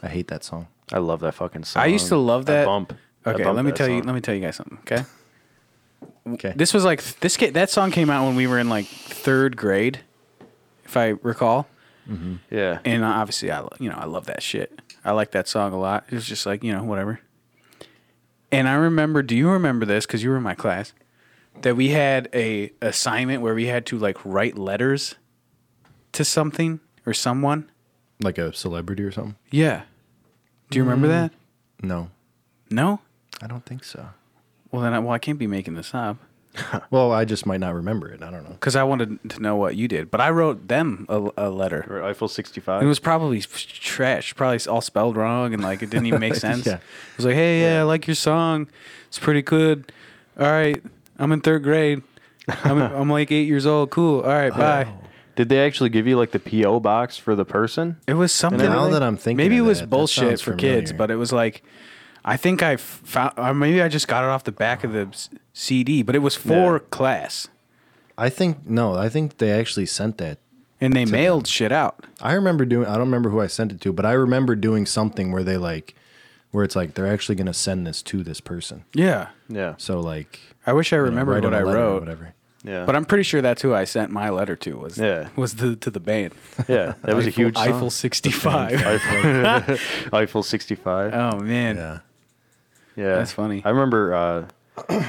Speaker 1: I hate that song.
Speaker 2: I love that fucking song.
Speaker 3: I used to love that.
Speaker 2: bump. I
Speaker 3: Okay,
Speaker 2: bump
Speaker 3: let me
Speaker 2: that
Speaker 3: tell you.
Speaker 2: song.
Speaker 3: Let me tell you guys something. Okay.
Speaker 1: Okay.
Speaker 3: This was like this. ca- That song came out when we were in like third grade, if I recall,
Speaker 2: Yeah.
Speaker 3: and obviously I lo- you know I love that shit. I like that song a lot. It was just like you know whatever. And I remember, do you remember this? Because you were in my class, that we had a assignment where we had to like write letters to something or someone.
Speaker 1: Like a celebrity or something?
Speaker 3: Yeah. Do you remember that?
Speaker 1: No,
Speaker 3: No.
Speaker 1: I don't think so.
Speaker 3: Well then, I, well I can't be making this up
Speaker 1: Well, I just might not remember it. I don't know.
Speaker 3: because I wanted to know what you did. But I wrote them a, a letter.
Speaker 2: Or Eiffel
Speaker 3: It
Speaker 2: 65.
Speaker 3: was probably f- trash, probably all spelled wrong, and like it didn't even make sense.
Speaker 1: Yeah.
Speaker 3: It was like, hey, yeah, I like your song. It's pretty good. All right, I'm in third grade. I'm, I'm like eight years old. Cool. All right, bye.
Speaker 1: Oh.
Speaker 2: Did they actually give you like the PO box for the person?
Speaker 3: It was something.
Speaker 1: Now that I'm thinking
Speaker 3: maybe it
Speaker 1: of
Speaker 3: was
Speaker 1: that, that
Speaker 3: bullshit
Speaker 1: sounds
Speaker 3: for kids,
Speaker 1: familiar.
Speaker 3: but it was like, I think I f- found, or maybe I just got it off the back of the s- CD, but it was for
Speaker 2: Yeah.
Speaker 3: class,
Speaker 1: I think no. I think they actually sent that.
Speaker 3: and they mailed shit out.
Speaker 1: I remember doing. I don't remember who I sent it to, but I remember doing something where they like, where it's like they're actually going to send this to this person.
Speaker 3: Yeah,
Speaker 2: Yeah.
Speaker 1: So like,
Speaker 3: I wish I
Speaker 1: you know,
Speaker 3: remembered
Speaker 1: write
Speaker 3: what
Speaker 1: them
Speaker 3: I
Speaker 1: a letter or
Speaker 3: wrote.
Speaker 1: whatever.
Speaker 2: Yeah.
Speaker 3: But I'm pretty sure that's who I sent my letter to was
Speaker 2: Yeah.
Speaker 3: was the to the band.
Speaker 2: yeah. That was a huge song.
Speaker 3: Eiffel 65.
Speaker 2: Eiffel, Eiffel 65.
Speaker 3: oh man.
Speaker 1: Yeah.
Speaker 2: yeah.
Speaker 3: that's funny.
Speaker 2: I remember uh,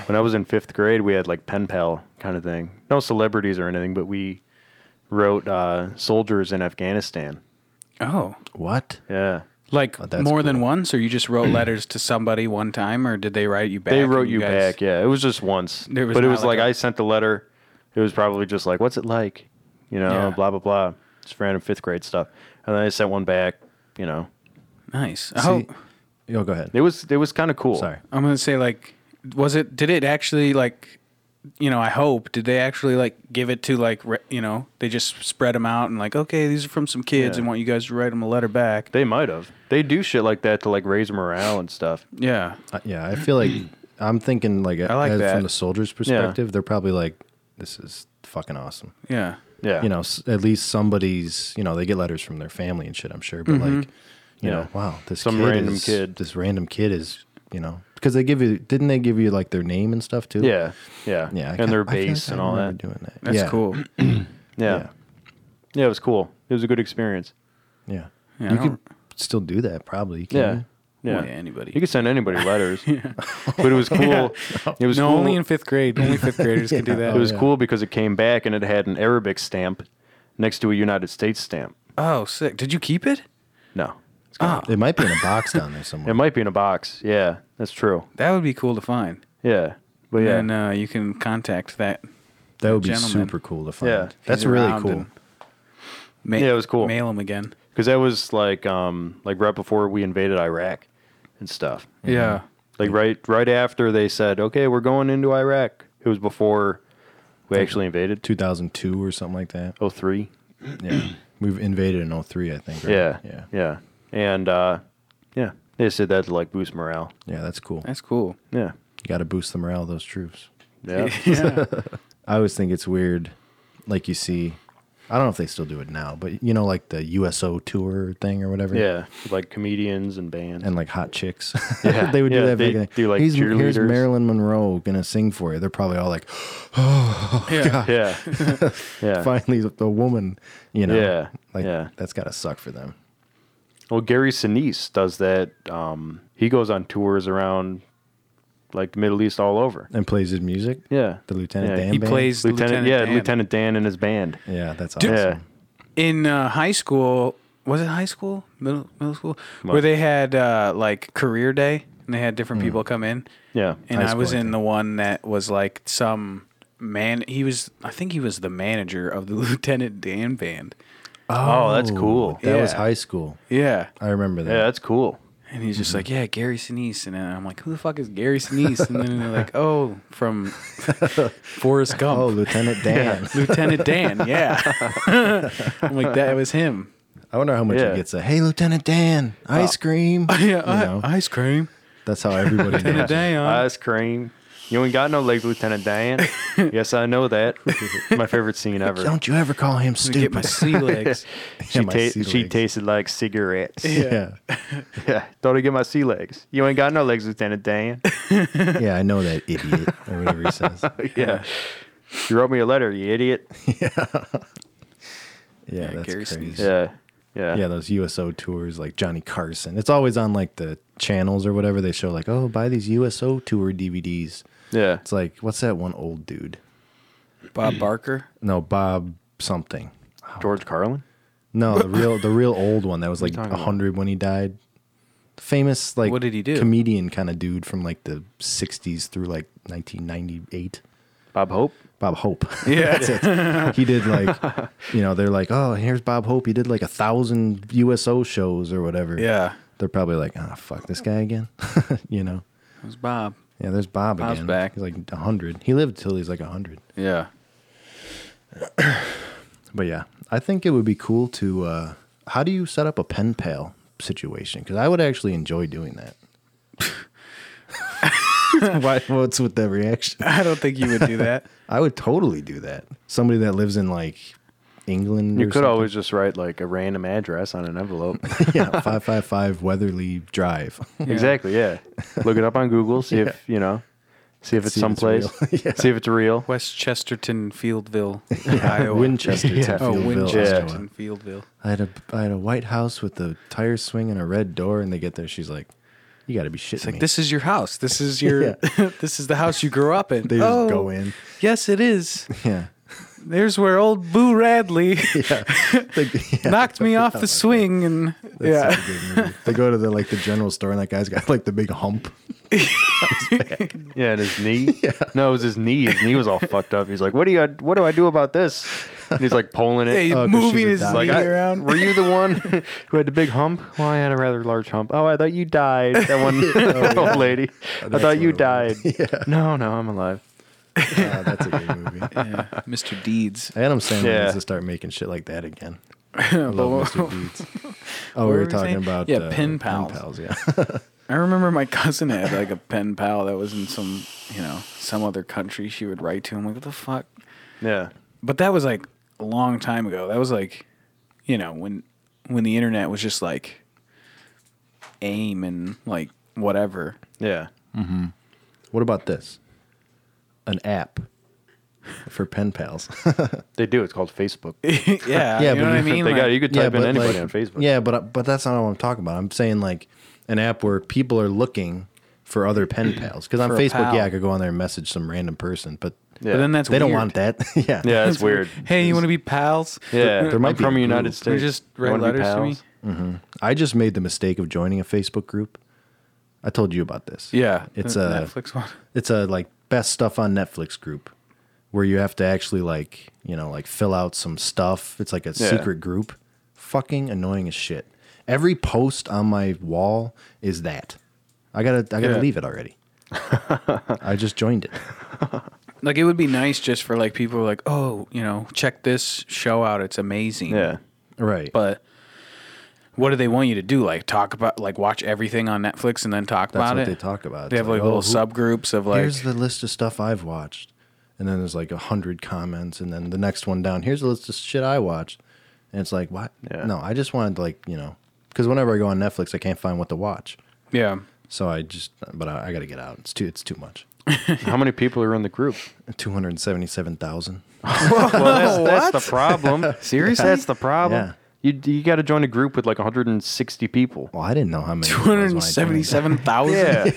Speaker 2: when I was in fifth grade, we had like pen pal kind of thing. No celebrities or anything, but we wrote uh, soldiers in Afghanistan.
Speaker 3: Oh.
Speaker 1: What?
Speaker 2: Yeah.
Speaker 3: Like
Speaker 1: that's
Speaker 3: more than once or you just wrote letters to somebody one time or did they write you back?
Speaker 2: They
Speaker 3: and
Speaker 2: wrote you
Speaker 3: guys-
Speaker 2: back. Yeah. It was just once.
Speaker 3: There was
Speaker 2: but it
Speaker 3: not
Speaker 2: was
Speaker 3: like
Speaker 2: like,
Speaker 3: a-
Speaker 2: I sent the letter. It was probably just like, what's it like? You know,
Speaker 3: Yeah.
Speaker 2: blah, blah, blah. Just random fifth grade stuff. And then I sent one back, you know.
Speaker 3: Nice. I
Speaker 1: See,
Speaker 3: hope
Speaker 1: yo, go ahead.
Speaker 2: It was it was kind of cool.
Speaker 1: Sorry.
Speaker 3: I'm going to say like was it did it actually like you know, I hope did they actually like give it to like re- you know, they just spread them out and like okay, these are from some kids
Speaker 2: Yeah.
Speaker 3: and want you guys to write them a letter back.
Speaker 2: They might have. They do shit like that to like raise morale and stuff.
Speaker 3: yeah.
Speaker 1: Uh, yeah, I feel like I'm thinking like,
Speaker 3: I like
Speaker 1: as-
Speaker 3: that.
Speaker 1: from the soldier's perspective, they're probably like, this is fucking awesome.
Speaker 3: Yeah.
Speaker 2: Yeah.
Speaker 1: You know, s- at least somebody's, you know, they get letters from their family and shit, I'm sure, but like, you know,
Speaker 2: Mm-hmm. Yeah.
Speaker 1: wow, this
Speaker 2: Some
Speaker 1: kid
Speaker 2: random
Speaker 1: is-
Speaker 2: kid.
Speaker 1: this random kid is, you know, because they give you, didn't they give you like their name and stuff too?
Speaker 2: Yeah. Yeah.
Speaker 1: yeah, I
Speaker 2: and
Speaker 1: ca-
Speaker 2: their
Speaker 1: I feel like
Speaker 2: base
Speaker 1: I
Speaker 2: and all that.
Speaker 1: remember Doing that.
Speaker 3: That's
Speaker 1: yeah,
Speaker 3: cool.
Speaker 2: Yeah.
Speaker 1: Yeah.
Speaker 2: yeah. it was cool. It was a good experience.
Speaker 1: Yeah,
Speaker 3: Yeah, I
Speaker 1: you could
Speaker 3: don't-
Speaker 1: still do that probably. Can
Speaker 2: Yeah.
Speaker 1: You?
Speaker 2: Yeah.
Speaker 3: Well, yeah, anybody.
Speaker 2: You could send anybody letters. But it was cool. It was
Speaker 3: No,
Speaker 2: cool.
Speaker 3: only in 5th grade. Only 5th graders can do
Speaker 1: Yeah.
Speaker 3: that.
Speaker 2: it was
Speaker 1: Oh, yeah.
Speaker 2: cool because it came back and it had an Arabic stamp next to a United States stamp.
Speaker 3: Oh, sick. Did you keep it?
Speaker 2: No.
Speaker 3: Oh,
Speaker 1: It might be in a box down there
Speaker 2: It
Speaker 1: somewhere.
Speaker 2: might be in a box. Yeah. That's true.
Speaker 3: that would be cool to find.
Speaker 2: Yeah. But yeah.
Speaker 3: And uh, you can contact that.
Speaker 1: That would be
Speaker 3: Gentlemen.
Speaker 1: super cool to find.
Speaker 2: Yeah.
Speaker 1: That's
Speaker 3: He's
Speaker 1: really
Speaker 3: around
Speaker 1: cool.
Speaker 3: and Ma-
Speaker 2: Yeah, it was cool.
Speaker 3: Mail him again.
Speaker 2: Cuz that was like um like right before we invaded Iraq and stuff.
Speaker 3: Yeah.
Speaker 2: Like
Speaker 1: Hmm.
Speaker 2: right right after they said, "Okay, we're going into Iraq." It was before we actually invaded oh,
Speaker 1: 2002 or something like that.
Speaker 2: 03.
Speaker 1: Yeah. We've invaded in 03, I think. Right?
Speaker 2: Yeah.
Speaker 1: Yeah.
Speaker 2: Yeah. And uh yeah, they said that to like boost morale.
Speaker 1: Yeah, that's cool.
Speaker 3: That's cool.
Speaker 2: Yeah.
Speaker 1: You got to boost the morale of those troops.
Speaker 2: Yeah.
Speaker 3: Yeah.
Speaker 1: I always think it's weird, like you see, I don't know if they still do it now, but you know, like the USO tour thing or whatever.
Speaker 2: yeah. Like comedians and bands.
Speaker 1: And like hot chicks.
Speaker 2: Yeah,
Speaker 1: they would do
Speaker 2: yeah,
Speaker 1: that.
Speaker 2: they
Speaker 1: fucking-
Speaker 2: do, like,
Speaker 1: He's- here's
Speaker 2: cheerleaders.
Speaker 1: Marilyn Monroe going to sing for you. They're probably all like,
Speaker 3: yeah.
Speaker 2: yeah. yeah.
Speaker 1: finally, the woman, you know?
Speaker 2: Yeah,
Speaker 1: Like,
Speaker 2: yeah.
Speaker 1: that's got to suck for them.
Speaker 2: Well, Gary Sinise does that. Um, he goes on tours around like the Middle East all over.
Speaker 1: And plays his music.
Speaker 2: Yeah.
Speaker 1: The Lieutenant
Speaker 2: yeah.
Speaker 1: Dan
Speaker 3: He
Speaker 1: band?
Speaker 3: plays
Speaker 2: Lieutenant,
Speaker 3: Lieutenant,
Speaker 2: yeah,
Speaker 3: Dan.
Speaker 2: Lieutenant Dan and his band.
Speaker 1: Yeah, that's awesome.
Speaker 3: Dude.
Speaker 2: Yeah.
Speaker 3: In uh, high school, was it high school? Middle middle school?
Speaker 2: Mo-
Speaker 3: Where they had uh, like career day and they had different
Speaker 2: Mm.
Speaker 3: people come in.
Speaker 2: Yeah.
Speaker 3: And
Speaker 1: High
Speaker 3: I was
Speaker 1: school, I
Speaker 3: in the one that was like some man. He was, I think he was the manager of the Lieutenant Dan band.
Speaker 2: Oh, that's cool.
Speaker 1: That was
Speaker 3: Yeah.
Speaker 1: high school.
Speaker 3: Yeah.
Speaker 1: I remember that.
Speaker 2: Yeah, Mm-hmm. that's cool.
Speaker 3: And he's just like, yeah, Gary Sinise. And then I'm like, who the fuck is Gary Sinise? And then they're like, oh, from Forrest Gump.
Speaker 1: Oh, Lieutenant Dan.
Speaker 3: Lieutenant Dan. Yeah. I'm like, that was him.
Speaker 1: I wonder how much
Speaker 2: Yeah. Oh.
Speaker 1: he gets. A hey, Lieutenant Dan, ice cream.
Speaker 3: Yeah.
Speaker 1: You know,
Speaker 3: ice cream.
Speaker 1: that's how everybody knows. him.
Speaker 3: Dan.
Speaker 2: Ice cream. You ain't got no legs, Lieutenant Dan. yes, I know that. My favorite scene ever.
Speaker 1: Don't you ever call him
Speaker 3: I get
Speaker 1: stupid?
Speaker 3: my sea legs.
Speaker 2: She,
Speaker 1: Yeah, my
Speaker 2: ta-
Speaker 1: sea
Speaker 2: she
Speaker 1: legs.
Speaker 2: tasted like cigarettes.
Speaker 1: yeah,
Speaker 2: yeah. Don't I get my sea legs. You ain't got no legs, Lieutenant Dan.
Speaker 1: yeah, I know that idiot or whatever he says.
Speaker 2: yeah. You wrote me a letter, you idiot.
Speaker 1: Yeah, that's
Speaker 3: Gary
Speaker 1: crazy.
Speaker 3: sneezed.
Speaker 2: Yeah. Yeah.
Speaker 1: Yeah, those USO tours like Johnny Carson. It's always on like the channels or whatever. They show like, oh, buy these USO tour DVDs.
Speaker 2: Yeah.
Speaker 1: It's like, what's that one old dude?
Speaker 3: Bob Barker.
Speaker 1: No, Bob something.
Speaker 2: George Carlin?
Speaker 1: No, the real the real old one that was like
Speaker 2: you talking about?
Speaker 1: hundred when he died. Famous like
Speaker 3: What did he do?
Speaker 1: Comedian kind of dude from like the '60s through like 1998.
Speaker 2: Bob Hope?
Speaker 1: Bob Hope.
Speaker 3: Yeah.
Speaker 1: That's it. He did like, you know, they're like, oh, here's Bob Hope. He did like a thousand USO shows or whatever.
Speaker 3: Yeah.
Speaker 1: They're probably like, ah, fuck this guy again. you know?
Speaker 3: It was Bob.
Speaker 1: Yeah, there's Bob
Speaker 3: Bob's
Speaker 1: again.
Speaker 3: back.
Speaker 1: He's like 100. He lived till he's like 100.
Speaker 3: Yeah.
Speaker 1: But yeah, I think it would be cool to, uh, how do you set up a pen pal situation? Because I would actually enjoy doing that. Why, what's with that reaction?
Speaker 3: I don't think you would do that.
Speaker 1: I would totally do that. Somebody that lives in like England.
Speaker 2: You
Speaker 1: or
Speaker 2: could
Speaker 1: something.
Speaker 2: always just write like a random address on an envelope.
Speaker 1: yeah, five five five Weatherly Drive.
Speaker 2: Exactly, yeah. Look it up on Google, see if, you know, see if it's
Speaker 1: See if it's
Speaker 2: someplace,
Speaker 1: real. Yeah.
Speaker 2: see if it's real.
Speaker 3: West Chesterton, Fieldville, Iowa.
Speaker 1: Winchester.
Speaker 2: Yeah.
Speaker 1: yeah.
Speaker 3: Oh, Winchester
Speaker 1: Winchester.
Speaker 3: and Fieldville.
Speaker 1: I had a I had a White House with a tire swing and a red door, and they get there. She's like, "You got to be shitting
Speaker 3: It's like
Speaker 1: me."
Speaker 3: this is your house. This is your. this is the house you grew up in. Oh,
Speaker 1: They just go in.
Speaker 3: Yes, it is.
Speaker 1: Yeah,
Speaker 3: There's where old Boo Radley
Speaker 1: Like, yeah.
Speaker 3: knocked me off the swing, and
Speaker 1: That's such a good movie. They go to the like the general store, and that guy's got like the big hump.
Speaker 2: Yeah, and his knee. No, it was his knee. His knee was all fucked up. He's like, "What do you? What do I do about this?" And he's like pulling
Speaker 3: yeah,
Speaker 2: it.
Speaker 3: he's
Speaker 1: Oh, 'cause she's
Speaker 3: moving
Speaker 1: a
Speaker 3: his
Speaker 1: dog.
Speaker 3: knee
Speaker 2: like, I-
Speaker 3: around.
Speaker 2: were you the one who had the big hump? Well, I had a rather large hump. Oh, I thought you died. That one old lady. I
Speaker 1: Oh, That's
Speaker 2: thought you
Speaker 1: what it
Speaker 2: died. No, no, I'm alive.
Speaker 1: Uh, that's a good movie.
Speaker 3: Yeah, Mr. Deeds.
Speaker 1: Adam Sandler
Speaker 2: Yeah.
Speaker 1: needs to start making shit like that again. I love Mr. Deeds. Oh,
Speaker 3: What
Speaker 1: we
Speaker 3: were
Speaker 1: were
Speaker 3: we
Speaker 1: talking
Speaker 3: saying?
Speaker 1: about uh,
Speaker 3: Yeah, pen pals.
Speaker 1: yeah,
Speaker 3: I remember my cousin had like a pen pal that was in some, you know, some other country. She would write to him like, "What the fuck?"
Speaker 2: Yeah,
Speaker 3: But that was like a long time ago. That was like, you know, when when the internet was just like AIM and like whatever.
Speaker 2: yeah.
Speaker 1: What about this? An app for pen pals.
Speaker 2: They do. It's called Facebook.
Speaker 1: Yeah,
Speaker 3: yeah, you know
Speaker 1: but
Speaker 3: what I
Speaker 1: you-
Speaker 3: mean.
Speaker 2: they got
Speaker 3: Like-
Speaker 2: you could type in
Speaker 1: but,
Speaker 2: anybody
Speaker 1: like-
Speaker 2: on Facebook.
Speaker 1: Yeah, but uh, but that's not what I'm talking about. I'm saying like an app where people are looking for other pen pals. Because on
Speaker 3: For a
Speaker 1: Facebook,
Speaker 3: pal.
Speaker 1: yeah, I could go on there and message some random person, but
Speaker 2: Yeah.
Speaker 3: But then that's
Speaker 1: they don't
Speaker 3: weird.
Speaker 1: want that. yeah,
Speaker 2: yeah, it's weird.
Speaker 3: Hey, you want to be pals?
Speaker 2: Yeah,
Speaker 1: there might
Speaker 2: I'm
Speaker 1: be a
Speaker 2: from the
Speaker 1: group.
Speaker 2: United
Speaker 3: Can you
Speaker 2: States.
Speaker 3: just
Speaker 2: You
Speaker 3: write
Speaker 2: wanna be
Speaker 3: letters to me?
Speaker 2: pals?
Speaker 1: I just made the mistake of joining a Facebook group. I told you about this.
Speaker 3: Yeah,
Speaker 1: It's
Speaker 3: the
Speaker 1: a-
Speaker 3: Netflix one.
Speaker 1: it's a like best stuff on Netflix group where you have to actually like you know like fill out some stuff. It's like a
Speaker 2: Yeah.
Speaker 1: secret group. Fucking annoying as shit. Every post on my wall is that. I gotta I gotta
Speaker 3: Yeah.
Speaker 1: leave it already. I just joined it.
Speaker 3: Like it would be nice just for like people like, oh, you know, check this show out. It's amazing.
Speaker 2: Yeah,
Speaker 1: Right.
Speaker 3: But what do they want you to do? Like talk about like watch everything on Netflix and then talk
Speaker 1: that's
Speaker 3: about
Speaker 1: what
Speaker 3: it.
Speaker 1: they talk about.
Speaker 3: They
Speaker 1: It's
Speaker 3: have like,
Speaker 1: oh,
Speaker 3: little
Speaker 1: who-
Speaker 3: subgroups of like
Speaker 1: here's the list of stuff I've watched, and then there's like a hundred comments, and then the next one down. Here's the list of shit I watched, and it's like what?
Speaker 2: Yeah.
Speaker 1: No, I just wanted to like you know, because whenever I go on Netflix, I can't find what to watch.
Speaker 3: yeah.
Speaker 1: So I just, but I, I got to get out. It's too, it's too much.
Speaker 2: how many people are in the group?
Speaker 1: Two hundred seventy-seven thousand.
Speaker 2: well, that's, that's the problem. Seriously, that's the
Speaker 1: Yeah.
Speaker 2: problem. You you got to join a group with like 160 people.
Speaker 1: Well, I didn't know how many.
Speaker 3: Two
Speaker 1: it was when I
Speaker 3: hundred
Speaker 1: joined.
Speaker 3: and seventy seven thousand.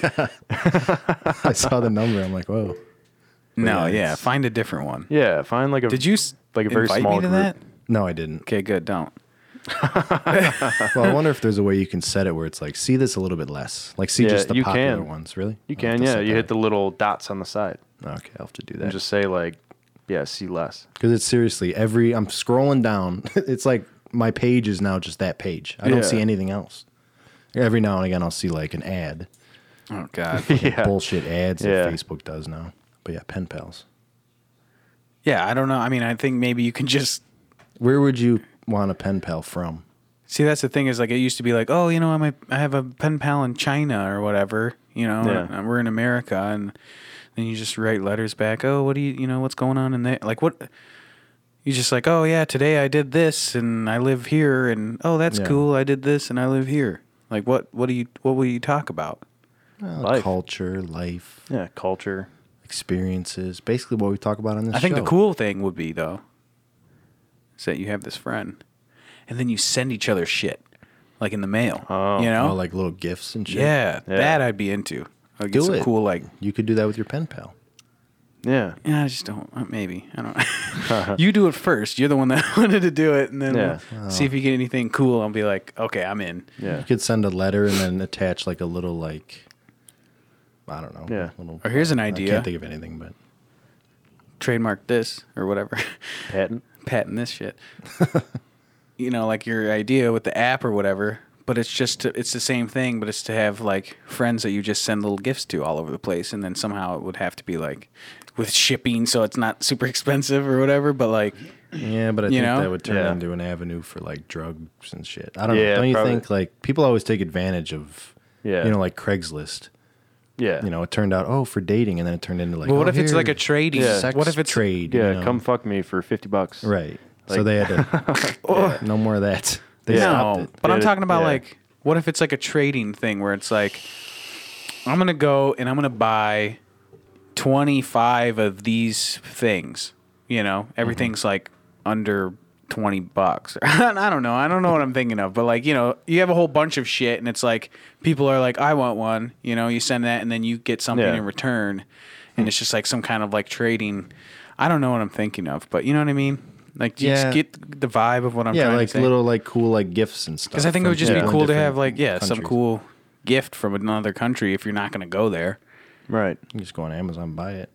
Speaker 1: I saw the number. I'm like, whoa. Yeah,
Speaker 3: No, yeah.
Speaker 1: it's-
Speaker 3: Find a different one.
Speaker 2: yeah. Find like a.
Speaker 3: Did you s-
Speaker 2: Like a very
Speaker 3: invite
Speaker 2: small
Speaker 3: me to
Speaker 2: group.
Speaker 3: that?
Speaker 1: No, I didn't.
Speaker 3: Okay, good. Don't.
Speaker 1: Well, I wonder if there's a way you can set it where it's like, see this a little bit less. Like, see
Speaker 2: Yeah,
Speaker 1: just the
Speaker 2: you
Speaker 1: popular
Speaker 2: can.
Speaker 1: ones. Really?
Speaker 2: You
Speaker 1: I'll have
Speaker 2: can,
Speaker 1: to
Speaker 2: yeah.
Speaker 1: set
Speaker 2: You
Speaker 1: that
Speaker 2: hit the little dots on the side
Speaker 1: up. Okay, I'll have to do
Speaker 2: and
Speaker 1: that.
Speaker 2: just say like, yeah, see less.
Speaker 1: Because it's seriously every. I'm scrolling down. it's like my page is now just that page. I don't
Speaker 2: Yeah.
Speaker 1: see anything else. Every now and again, I'll see like an ad.
Speaker 3: Oh God.
Speaker 2: Yeah.
Speaker 1: Bullshit ads
Speaker 2: Yeah.
Speaker 1: that Facebook does now. But yeah, pen pals.
Speaker 3: yeah, I don't know. I mean, I think maybe you can just
Speaker 1: Where would you want a pen pal from?
Speaker 3: See, that's the thing is like it used to be like, oh, you know, I'm a, I have a pen pal in China or whatever, you know,
Speaker 2: Yeah.
Speaker 3: and we're in America, and then you just write letters back. Oh, what do you, you know, what's going on in there? Like what? You just like, oh yeah, today I did this, and I live here, and oh that's
Speaker 1: Yeah.
Speaker 3: cool, I did this, and I live here. Like what? What do you? What will you talk about?
Speaker 1: Well,
Speaker 2: Life.
Speaker 1: Culture, life,
Speaker 2: Yeah, culture.
Speaker 1: experiences. Basically, what we talk about on this.
Speaker 3: I think
Speaker 1: show.
Speaker 3: the cool thing would be though is that you have this friend, and then you send each other shit, like in the mail.
Speaker 2: Oh.
Speaker 3: you know,
Speaker 1: Oh, like little gifts and shit.
Speaker 3: yeah,
Speaker 2: Yeah.
Speaker 3: that I'd be into. Like
Speaker 1: do
Speaker 3: it's
Speaker 1: it.
Speaker 3: a cool like.
Speaker 1: you could do that with your pen pal.
Speaker 2: Yeah.
Speaker 3: Yeah, I just don't. uh, Maybe I don't. you do it first. You're the one that wanted to do it, and then
Speaker 2: Yeah.
Speaker 3: we'll see if you get anything cool. I'll be like, okay, I'm in.
Speaker 2: Yeah.
Speaker 1: You could send a letter and then attach like a little like I don't know.
Speaker 2: Yeah.
Speaker 1: Little,
Speaker 3: Or here's an
Speaker 1: I
Speaker 3: idea.
Speaker 1: can't think of anything, but
Speaker 3: Trademark this or whatever.
Speaker 2: Patent.
Speaker 3: patent this shit. you know, like your idea with the app or whatever, but it's just to, it's the same thing, but it's to have like friends that you just send little gifts to all over the place, and then somehow it would have to be like with shipping, so it's not super expensive or whatever. But like,
Speaker 1: yeah, but I
Speaker 3: You
Speaker 1: think
Speaker 3: know?
Speaker 1: that would turn
Speaker 2: Yeah.
Speaker 1: into an avenue for like drugs and shit. I don't
Speaker 2: Yeah,
Speaker 1: know. Don't you
Speaker 2: probably.
Speaker 1: think like people always take advantage of
Speaker 2: Yeah.
Speaker 1: you know like Craigslist.
Speaker 2: Yeah.
Speaker 1: You know, it turned out oh for dating, and then it turned into like.
Speaker 3: but what
Speaker 1: oh,
Speaker 3: if it's
Speaker 1: here,
Speaker 3: like a trading?
Speaker 2: Yeah.
Speaker 1: sex
Speaker 3: What if it's
Speaker 1: trade? you
Speaker 2: yeah.
Speaker 1: know?
Speaker 2: Come fuck me for fifty bucks.
Speaker 1: right. so
Speaker 2: like-
Speaker 1: they had to Oh, no more of that. They stopped
Speaker 3: No,
Speaker 1: it.
Speaker 3: but I'm
Speaker 2: Yeah,
Speaker 3: talking about
Speaker 2: yeah.
Speaker 3: like, what if it's like a trading thing where it's like, I'm gonna go and I'm gonna buy 25 of these things. You know,
Speaker 1: Mm-hmm.
Speaker 3: everything's like under 20 bucks. I don't know. I don't know what I'm thinking of, but like, you know, you have a whole bunch of shit, and it's like people are like, I want one. You know, you send that, and then you get something
Speaker 2: Yeah.
Speaker 3: in return,
Speaker 1: Hmm.
Speaker 3: and it's just like some kind of like trading. I don't know what I'm thinking of, but you know what I mean. Like, do you
Speaker 1: Yeah.
Speaker 3: just get the vibe of what I'm
Speaker 1: yeah,
Speaker 3: trying
Speaker 1: like
Speaker 3: to say.
Speaker 1: little like cool like gifts and stuff.
Speaker 3: Because I think it would
Speaker 1: from
Speaker 3: just be
Speaker 1: people in
Speaker 3: cool to
Speaker 1: different
Speaker 3: have like yeah some
Speaker 1: countries.
Speaker 3: cool gift from another country if you're not going to go there.
Speaker 2: Right.
Speaker 1: You just go on Amazon and buy it.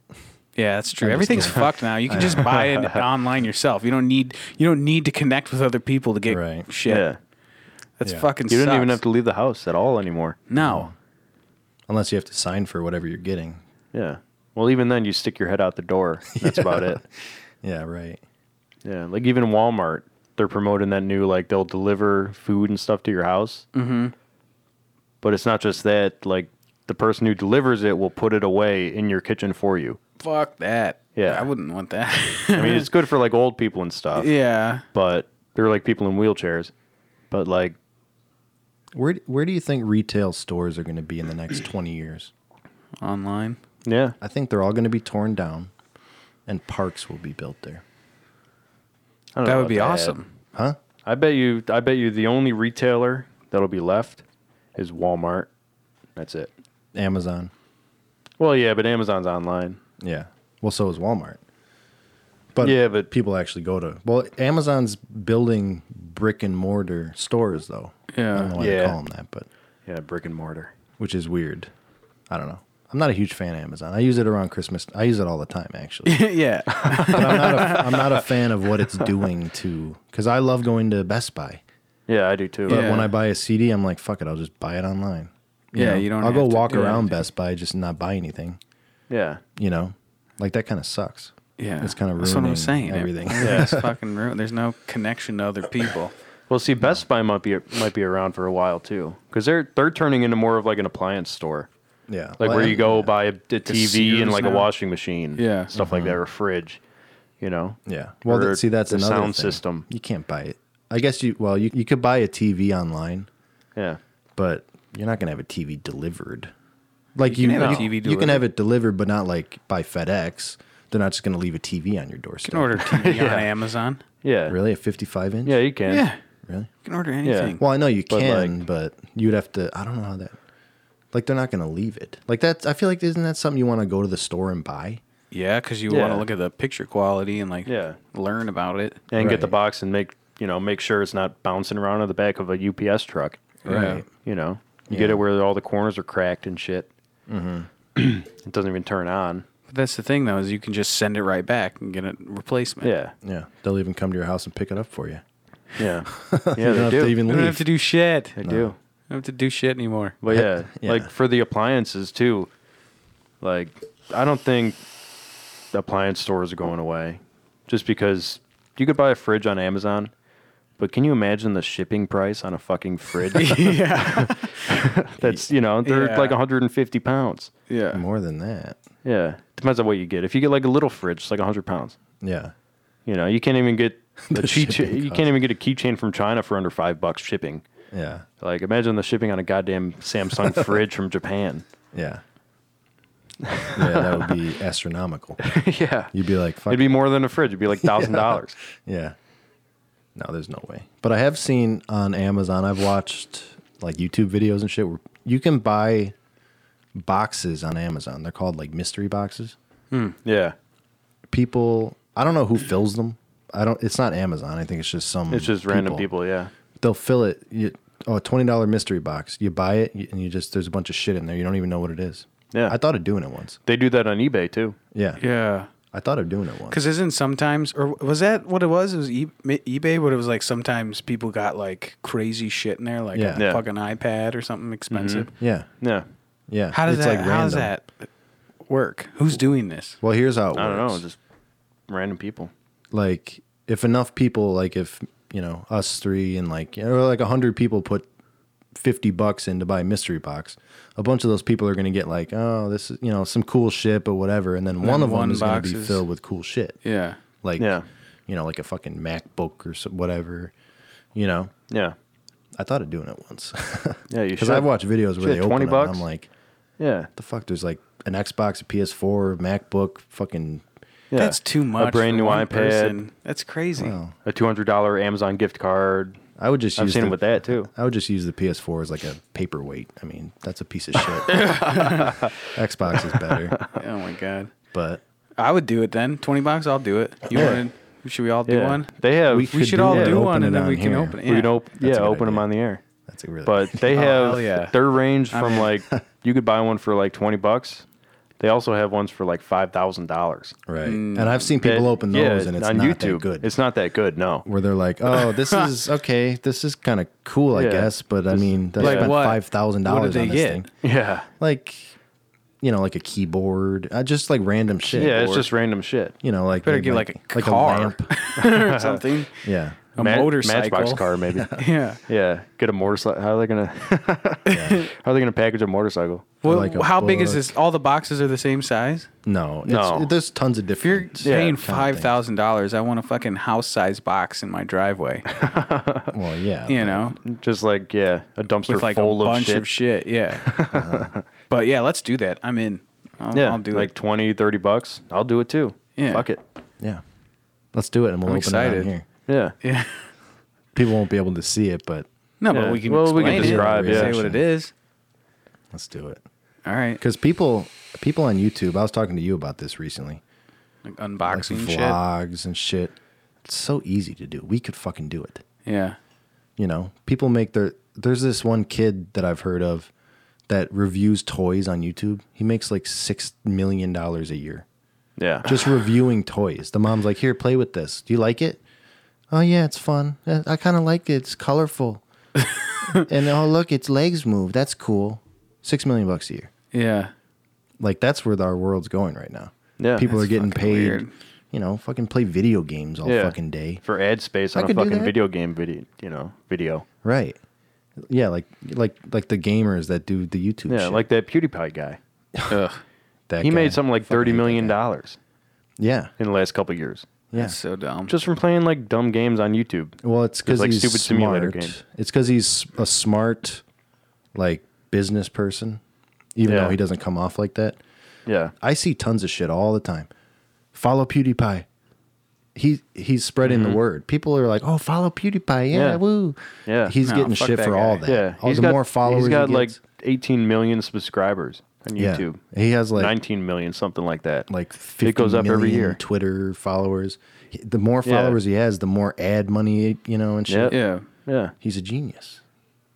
Speaker 3: Yeah, that's true.
Speaker 1: just
Speaker 3: Everything's
Speaker 1: don't-
Speaker 3: fucked now. You can just buy it online yourself. You don't need you don't need to connect with other people to get
Speaker 1: Right.
Speaker 2: Yeah.
Speaker 3: shit. That's
Speaker 1: Yeah.
Speaker 3: fucking.
Speaker 2: You don't even have
Speaker 3: sucks.
Speaker 2: to leave the house at all anymore.
Speaker 3: No.
Speaker 1: Unless you have to sign for whatever you're getting.
Speaker 2: Yeah. Well, even then, you stick your head out the door. That's about it.
Speaker 1: Yeah, right.
Speaker 2: Yeah. Like even Walmart, they're promoting that new like they'll deliver food and stuff to your house. Mm-hmm. But it's not just that. Like the person who delivers it will put it away in your kitchen for you.
Speaker 3: Fuck that.
Speaker 2: Yeah.
Speaker 3: I wouldn't want that.
Speaker 2: I mean, it's good for like old people and stuff.
Speaker 3: yeah.
Speaker 2: But they're like people in wheelchairs. But like,
Speaker 1: Where where do you think retail stores are going to be in the next 20 years?
Speaker 3: Online.
Speaker 2: yeah,
Speaker 1: I think they're all going to be torn down and parks will be built there.
Speaker 2: I don't
Speaker 3: That
Speaker 2: know
Speaker 3: would
Speaker 2: about
Speaker 3: be awesome.
Speaker 1: Huh?
Speaker 2: I bet you. I bet you the only retailer that'll be left is Walmart. That's it.
Speaker 1: Amazon.
Speaker 2: Well, yeah, but Amazon's online.
Speaker 1: Yeah. Well, so is Walmart. But
Speaker 2: Yeah, but-
Speaker 1: people actually go to Well, Amazon's building brick and mortar stores though. I don't know
Speaker 3: Yeah.
Speaker 1: why
Speaker 2: Yeah.
Speaker 1: they call them that, but
Speaker 2: Yeah, brick and mortar.
Speaker 1: which is weird. I don't know. I'm not a huge fan of Amazon. I use it around Christmas. I use it all the time actually.
Speaker 3: yeah.
Speaker 1: but I'm not a, I'm not a fan of what it's doing to cuz I love going to Best Buy.
Speaker 2: Yeah, I do too.
Speaker 1: But
Speaker 3: Yeah.
Speaker 1: when I buy a CD, I'm like, fuck it, I'll just buy it online.
Speaker 3: Yeah,
Speaker 1: know?
Speaker 3: you don't
Speaker 1: I'll go
Speaker 3: have to
Speaker 1: walk
Speaker 3: do
Speaker 1: around
Speaker 3: anything.
Speaker 1: Best Buy just not buy anything.
Speaker 2: yeah,
Speaker 1: You know, like that kind of sucks.
Speaker 3: Yeah.
Speaker 1: It's kinda
Speaker 3: That's what I'm
Speaker 1: ruining
Speaker 3: saying.
Speaker 1: everything.
Speaker 3: Everything's fucking ruined. There's no connection to other people.
Speaker 2: Well, see, Best Buy might be might be around for a while too, because they're they're turning into more of like an appliance store,
Speaker 1: Yeah,
Speaker 2: like
Speaker 1: Well,
Speaker 2: where you go
Speaker 1: yeah.
Speaker 2: buy a, a TV
Speaker 3: Sears
Speaker 2: and like a
Speaker 3: now.
Speaker 2: washing machine,
Speaker 3: Yeah.
Speaker 2: stuff like that, or a fridge, you know.
Speaker 1: Yeah. Well,
Speaker 2: Or
Speaker 1: that, see, that's
Speaker 2: the
Speaker 1: another
Speaker 2: sound
Speaker 1: thing.
Speaker 2: system.
Speaker 1: You can't buy it. I guess you. Well, you you could buy a TV online,
Speaker 2: Yeah,
Speaker 1: but you're not gonna have a TV delivered. Like you,
Speaker 3: can have a
Speaker 1: you,
Speaker 3: TV
Speaker 1: you can
Speaker 3: delivered.
Speaker 1: have it delivered, but not like by FedEx. They're not just gonna leave a TV on your
Speaker 3: You
Speaker 1: doorstep.
Speaker 3: can order TV on Amazon.
Speaker 2: yeah,
Speaker 1: Really, a 55 inch?
Speaker 2: Yeah, you can.
Speaker 3: Yeah.
Speaker 1: Really?
Speaker 3: You can order anything.
Speaker 1: Well, I know you
Speaker 2: But,
Speaker 1: can, but you'd have to. I don't know how that. Like they're not going to leave it. Like that's. I feel like isn't that something you want to go to the store and buy?
Speaker 3: Yeah, because you want
Speaker 2: Yeah.
Speaker 3: to look at the picture quality and like
Speaker 2: Yeah.
Speaker 3: learn about it.
Speaker 2: and get the
Speaker 1: Right.
Speaker 2: box and make you know make sure it's not bouncing around on the back of a UPS truck.
Speaker 3: Right.
Speaker 2: You know, you get
Speaker 1: Yeah.
Speaker 2: it where all the corners are cracked and shit. Mm-hmm. it doesn't even turn on.
Speaker 3: But that's the thing though is you can just send it right back and get a replacement.
Speaker 2: Yeah,
Speaker 1: Yeah, they'll even come to your house and pick it up for you.
Speaker 2: yeah,
Speaker 1: You
Speaker 2: yeah.
Speaker 1: don't
Speaker 2: they
Speaker 1: have
Speaker 2: do.
Speaker 1: to even
Speaker 3: You don't have
Speaker 1: leave.
Speaker 3: to do shit.
Speaker 2: they
Speaker 3: You
Speaker 2: do.
Speaker 3: don't have to do shit anymore.
Speaker 2: But yeah,
Speaker 1: Yeah.
Speaker 2: like for the appliances too, like I don't think the appliance stores are going away just because you could buy a fridge on Amazon, but can you imagine the shipping price on a fucking fridge?
Speaker 3: yeah.
Speaker 2: That's, you know, they're
Speaker 3: Yeah.
Speaker 2: like 150 pounds.
Speaker 3: Yeah.
Speaker 1: More than that.
Speaker 2: Yeah. Depends on what you get. If you get like a little fridge, it's like 100 pounds.
Speaker 1: Yeah.
Speaker 2: You know, you can't even get a
Speaker 1: The
Speaker 2: key
Speaker 1: shipping
Speaker 2: you
Speaker 1: cost.
Speaker 2: can't even get a keychain from China for under five bucks shipping.
Speaker 1: Yeah.
Speaker 2: Like, imagine the shipping on a goddamn Samsung fridge from Japan.
Speaker 1: Yeah. yeah, that would be astronomical.
Speaker 2: yeah.
Speaker 1: You'd be like, fuck.
Speaker 2: It'd be more than a fridge. It'd be like thousand dollars.
Speaker 1: yeah. No, there's no way. But I have seen on Amazon. I've watched like YouTube videos and shit where you can buy boxes on Amazon. They're called like mystery boxes.
Speaker 2: Yeah.
Speaker 1: People, I don't know who fills them. I don't. It's not Amazon. I think it's just some.
Speaker 2: It's just random people. Yeah.
Speaker 1: They'll fill it. You, oh, a twenty dollar mystery box. You buy it you- and you just there's a bunch of shit in there. You don't even know what it is.
Speaker 2: Yeah.
Speaker 1: I thought of doing it once.
Speaker 2: They do that on eBay too.
Speaker 1: Yeah.
Speaker 3: Yeah.
Speaker 1: I thought of doing it once.
Speaker 3: Because isn't sometimes, or was that what it was? It was e- eBay, but it was like sometimes people got like crazy shit in there, like
Speaker 1: Yeah.
Speaker 3: a
Speaker 2: Yeah. Mm-hmm.
Speaker 3: fucking iPad or something expensive.
Speaker 1: Yeah.
Speaker 2: Yeah.
Speaker 1: Yeah.
Speaker 3: How does
Speaker 1: It's,
Speaker 3: that?
Speaker 1: like,
Speaker 3: how does
Speaker 1: random.
Speaker 3: that work? Who's doing this?
Speaker 1: Well, here's how it
Speaker 2: I don't
Speaker 1: works.
Speaker 2: know. Just random people.
Speaker 1: like if enough people like if you know us three and like you know like 100 people put 50 bucks in to buy a mystery box a bunch of those people are going to get like oh this is you know some cool shit but whatever and then one of
Speaker 3: one
Speaker 1: them is going to be
Speaker 3: boxes.
Speaker 1: filled with cool shit
Speaker 3: Yeah.
Speaker 1: like
Speaker 2: Yeah.
Speaker 1: you know like a fucking macbook or some, whatever you know
Speaker 2: Yeah.
Speaker 1: i thought of doing it once
Speaker 2: Yeah. You
Speaker 1: because
Speaker 2: should.
Speaker 1: i've watched videos where they
Speaker 2: Shit,
Speaker 1: open
Speaker 2: 20
Speaker 1: them and
Speaker 2: bucks?
Speaker 1: i'm like
Speaker 2: Yeah.
Speaker 1: the fuck there's like an xbox a ps4 macbook fucking
Speaker 2: Yeah.
Speaker 3: That's too much.
Speaker 2: A brand
Speaker 3: for
Speaker 2: new
Speaker 3: one
Speaker 2: iPad.
Speaker 3: person. That's crazy.
Speaker 2: A two hundred dollar Amazon gift card.
Speaker 1: i would just
Speaker 2: I've
Speaker 1: use
Speaker 2: seen
Speaker 1: the-
Speaker 2: them with that too.
Speaker 1: I would just use the PS4 as like a paperweight. I mean, that's a piece of shit. Xbox is better,
Speaker 3: Oh my god.
Speaker 1: but
Speaker 3: I would do it then. Twenty bucks. I'll do it. You want? Should we all do
Speaker 2: Yeah.
Speaker 3: one?
Speaker 2: They have.
Speaker 1: We
Speaker 2: We,
Speaker 1: could
Speaker 3: We should
Speaker 1: do
Speaker 3: all
Speaker 1: that.
Speaker 3: do
Speaker 1: Open
Speaker 3: one,
Speaker 1: it
Speaker 3: and then
Speaker 1: on
Speaker 3: we can
Speaker 1: here.
Speaker 3: open it.
Speaker 2: we
Speaker 3: Yeah.
Speaker 2: can op-
Speaker 1: a
Speaker 2: yeah,
Speaker 1: good
Speaker 2: open them
Speaker 1: idea.
Speaker 2: on the air.
Speaker 1: that's a really.
Speaker 2: But they have
Speaker 3: Oh, hell yeah.
Speaker 2: their range from
Speaker 3: in.
Speaker 2: like you could buy one for like twenty bucks. They also have ones for like five thousand dollars.
Speaker 1: right,
Speaker 3: mm,
Speaker 1: and I've seen people open those, and it's not that good.
Speaker 2: It's not that good. No.
Speaker 1: where they're like, "Oh, this is okay. This is kind of cool, I
Speaker 2: Yeah.
Speaker 1: guess," but I mean, I
Speaker 3: Like
Speaker 1: spent
Speaker 3: what?
Speaker 1: five thousand
Speaker 3: What
Speaker 1: dollars
Speaker 3: did they
Speaker 1: on this
Speaker 3: get?
Speaker 1: thing.
Speaker 2: Yeah.
Speaker 1: Like, you know, like a keyboard, uh, just like random shit.
Speaker 2: Yeah. It's
Speaker 1: Or,
Speaker 2: just random shit.
Speaker 1: you know, like
Speaker 3: Better
Speaker 1: they
Speaker 3: get
Speaker 1: might-
Speaker 3: like a car. or something.
Speaker 1: Yeah,
Speaker 3: A
Speaker 2: Ma-
Speaker 3: motorcycle.
Speaker 2: Matchbox car, maybe.
Speaker 3: Yeah.
Speaker 2: yeah. Get a motorcycle. How are they gonna? How are they gonna package a motorcycle?
Speaker 3: Well,
Speaker 1: like a
Speaker 3: how big is
Speaker 1: book.
Speaker 3: this? All the boxes are the same size.
Speaker 1: no, it's,
Speaker 2: No.
Speaker 1: there's tons of
Speaker 3: If you're
Speaker 1: different.
Speaker 3: paying
Speaker 2: kind of
Speaker 1: thing.
Speaker 3: five thousand dollars, I want a fucking house size box in my driveway.
Speaker 1: well, yeah,
Speaker 3: You know,
Speaker 2: Just like yeah, a dumpster
Speaker 3: with like a
Speaker 2: full of
Speaker 3: bunch
Speaker 2: shit.
Speaker 3: of shit. Yeah. but yeah, let's do that. I'm in. I'll,
Speaker 2: yeah,
Speaker 3: I'll do
Speaker 2: like
Speaker 3: it.
Speaker 2: twenty, thirty 20, 30 bucks. I'll do it too.
Speaker 3: Yeah.
Speaker 2: Fuck it.
Speaker 1: Yeah. Let's do it and we'll
Speaker 3: I'm
Speaker 1: open it
Speaker 3: excited.
Speaker 1: on here.
Speaker 2: Yeah.
Speaker 3: Yeah.
Speaker 1: People won't be able to see it, but
Speaker 3: No,
Speaker 2: Yeah.
Speaker 3: but we can.
Speaker 2: Well, we
Speaker 1: can
Speaker 3: explain it,
Speaker 1: describe, yeah.
Speaker 3: Say what it is.
Speaker 1: let's do it.
Speaker 3: All right.
Speaker 1: Cuz people people on YouTube, I was talking to you about this recently.
Speaker 3: Like
Speaker 1: Like some
Speaker 3: unboxing
Speaker 1: vlogs and shit. It's so easy to do. We could fucking do it.
Speaker 3: shit. Yeah.
Speaker 1: You know, people make their there's this one kid that I've heard of that reviews toys on YouTube. He makes like 6 million dollars a year
Speaker 2: Yeah.
Speaker 1: just reviewing toys. The mom's like, "Here, play with this. Do you like it?" "Oh yeah, it's fun. Yeah, I kind of like it. It's colorful." and oh look, its legs move. That's cool. Six million bucks a year.
Speaker 3: Yeah.
Speaker 1: Like that's where our world's going right now.
Speaker 2: Yeah.
Speaker 1: people are
Speaker 2: That's
Speaker 1: getting
Speaker 3: fucking
Speaker 1: paid.
Speaker 3: weird.
Speaker 1: You know, fucking play video games all
Speaker 2: Yeah.
Speaker 1: fucking day.
Speaker 2: for ad space
Speaker 1: I
Speaker 2: on a
Speaker 1: could do
Speaker 2: fucking
Speaker 1: that.
Speaker 2: video game video, you know, video.
Speaker 1: Right. Yeah, like like like the gamers that do the YouTube.
Speaker 2: Yeah,
Speaker 1: shit.
Speaker 2: like that PewDiePie guy.
Speaker 3: Ugh.
Speaker 1: that
Speaker 2: He
Speaker 1: guy.
Speaker 2: made something like
Speaker 1: Fucking
Speaker 2: thirty
Speaker 1: hate that
Speaker 2: million
Speaker 1: guy.
Speaker 2: dollars
Speaker 1: Yeah,
Speaker 2: in the last couple years,
Speaker 1: yeah.
Speaker 3: That's so dumb.
Speaker 2: just from playing like dumb games on YouTube.
Speaker 1: Well, it's because
Speaker 2: like
Speaker 1: he's
Speaker 2: stupid
Speaker 1: smart.
Speaker 2: simulator games.
Speaker 1: It's because he's a smart, like business person, even
Speaker 2: Yeah.
Speaker 1: though he doesn't come off like that.
Speaker 2: Yeah,
Speaker 1: I see tons of shit all the time. Follow PewDiePie. He he's spreading the word. People are like, "Oh, follow PewDiePie, yeah,
Speaker 2: Mm-hmm. Yeah.
Speaker 1: woo."
Speaker 2: Yeah.
Speaker 1: he's
Speaker 3: No,
Speaker 1: getting
Speaker 3: fuck
Speaker 1: shit
Speaker 3: that
Speaker 1: for all
Speaker 3: guy.
Speaker 1: that.
Speaker 2: yeah.
Speaker 1: all,
Speaker 2: He's
Speaker 1: the
Speaker 2: got-
Speaker 1: more followers
Speaker 2: he's got
Speaker 1: he
Speaker 2: like
Speaker 1: gets-
Speaker 2: eighteen million subscribers on
Speaker 1: yeah.
Speaker 2: YouTube.
Speaker 1: He has like
Speaker 2: Nineteen million, something like that.
Speaker 1: like fifty
Speaker 2: it goes up every
Speaker 1: million
Speaker 2: year.
Speaker 1: Twitter followers. He- The more
Speaker 2: Yeah.
Speaker 1: followers he has, the more ad money you know and shit.
Speaker 2: Yep.
Speaker 3: yeah.
Speaker 2: Yeah,
Speaker 1: He's a genius.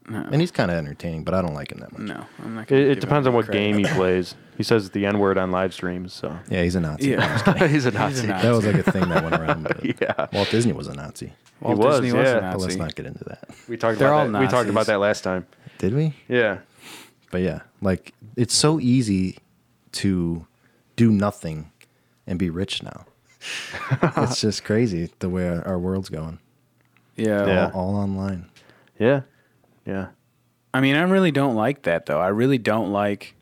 Speaker 1: And he's kind of entertaining, but I don't like him that much.
Speaker 3: No, I'm not.
Speaker 2: it,
Speaker 3: gonna
Speaker 2: it
Speaker 3: give
Speaker 2: depends
Speaker 3: him
Speaker 2: on what
Speaker 3: credit.
Speaker 2: game he plays. He says the N word on live streams, so
Speaker 1: Yeah, he's a Nazi.
Speaker 3: Yeah.
Speaker 2: he's a Nazi.
Speaker 1: That was like a thing that went around. But
Speaker 2: Yeah.
Speaker 1: Walt Disney was a Nazi.
Speaker 2: He
Speaker 3: Walt
Speaker 2: was,
Speaker 3: Disney was
Speaker 2: yeah.
Speaker 3: a
Speaker 1: But let's
Speaker 3: Nazi.
Speaker 1: not get into that.
Speaker 2: We talked
Speaker 3: They're
Speaker 2: about
Speaker 3: all
Speaker 2: that. We talked
Speaker 3: Nazis.
Speaker 2: about that last time.
Speaker 1: Did we?
Speaker 2: Yeah,
Speaker 1: But yeah, like it's so easy to do nothing and be rich now. it's just crazy the way our, our world's going.
Speaker 3: Yeah.
Speaker 2: Yeah.
Speaker 1: All, all online.
Speaker 2: yeah, yeah.
Speaker 3: I mean, I really don't like that though. I really don't like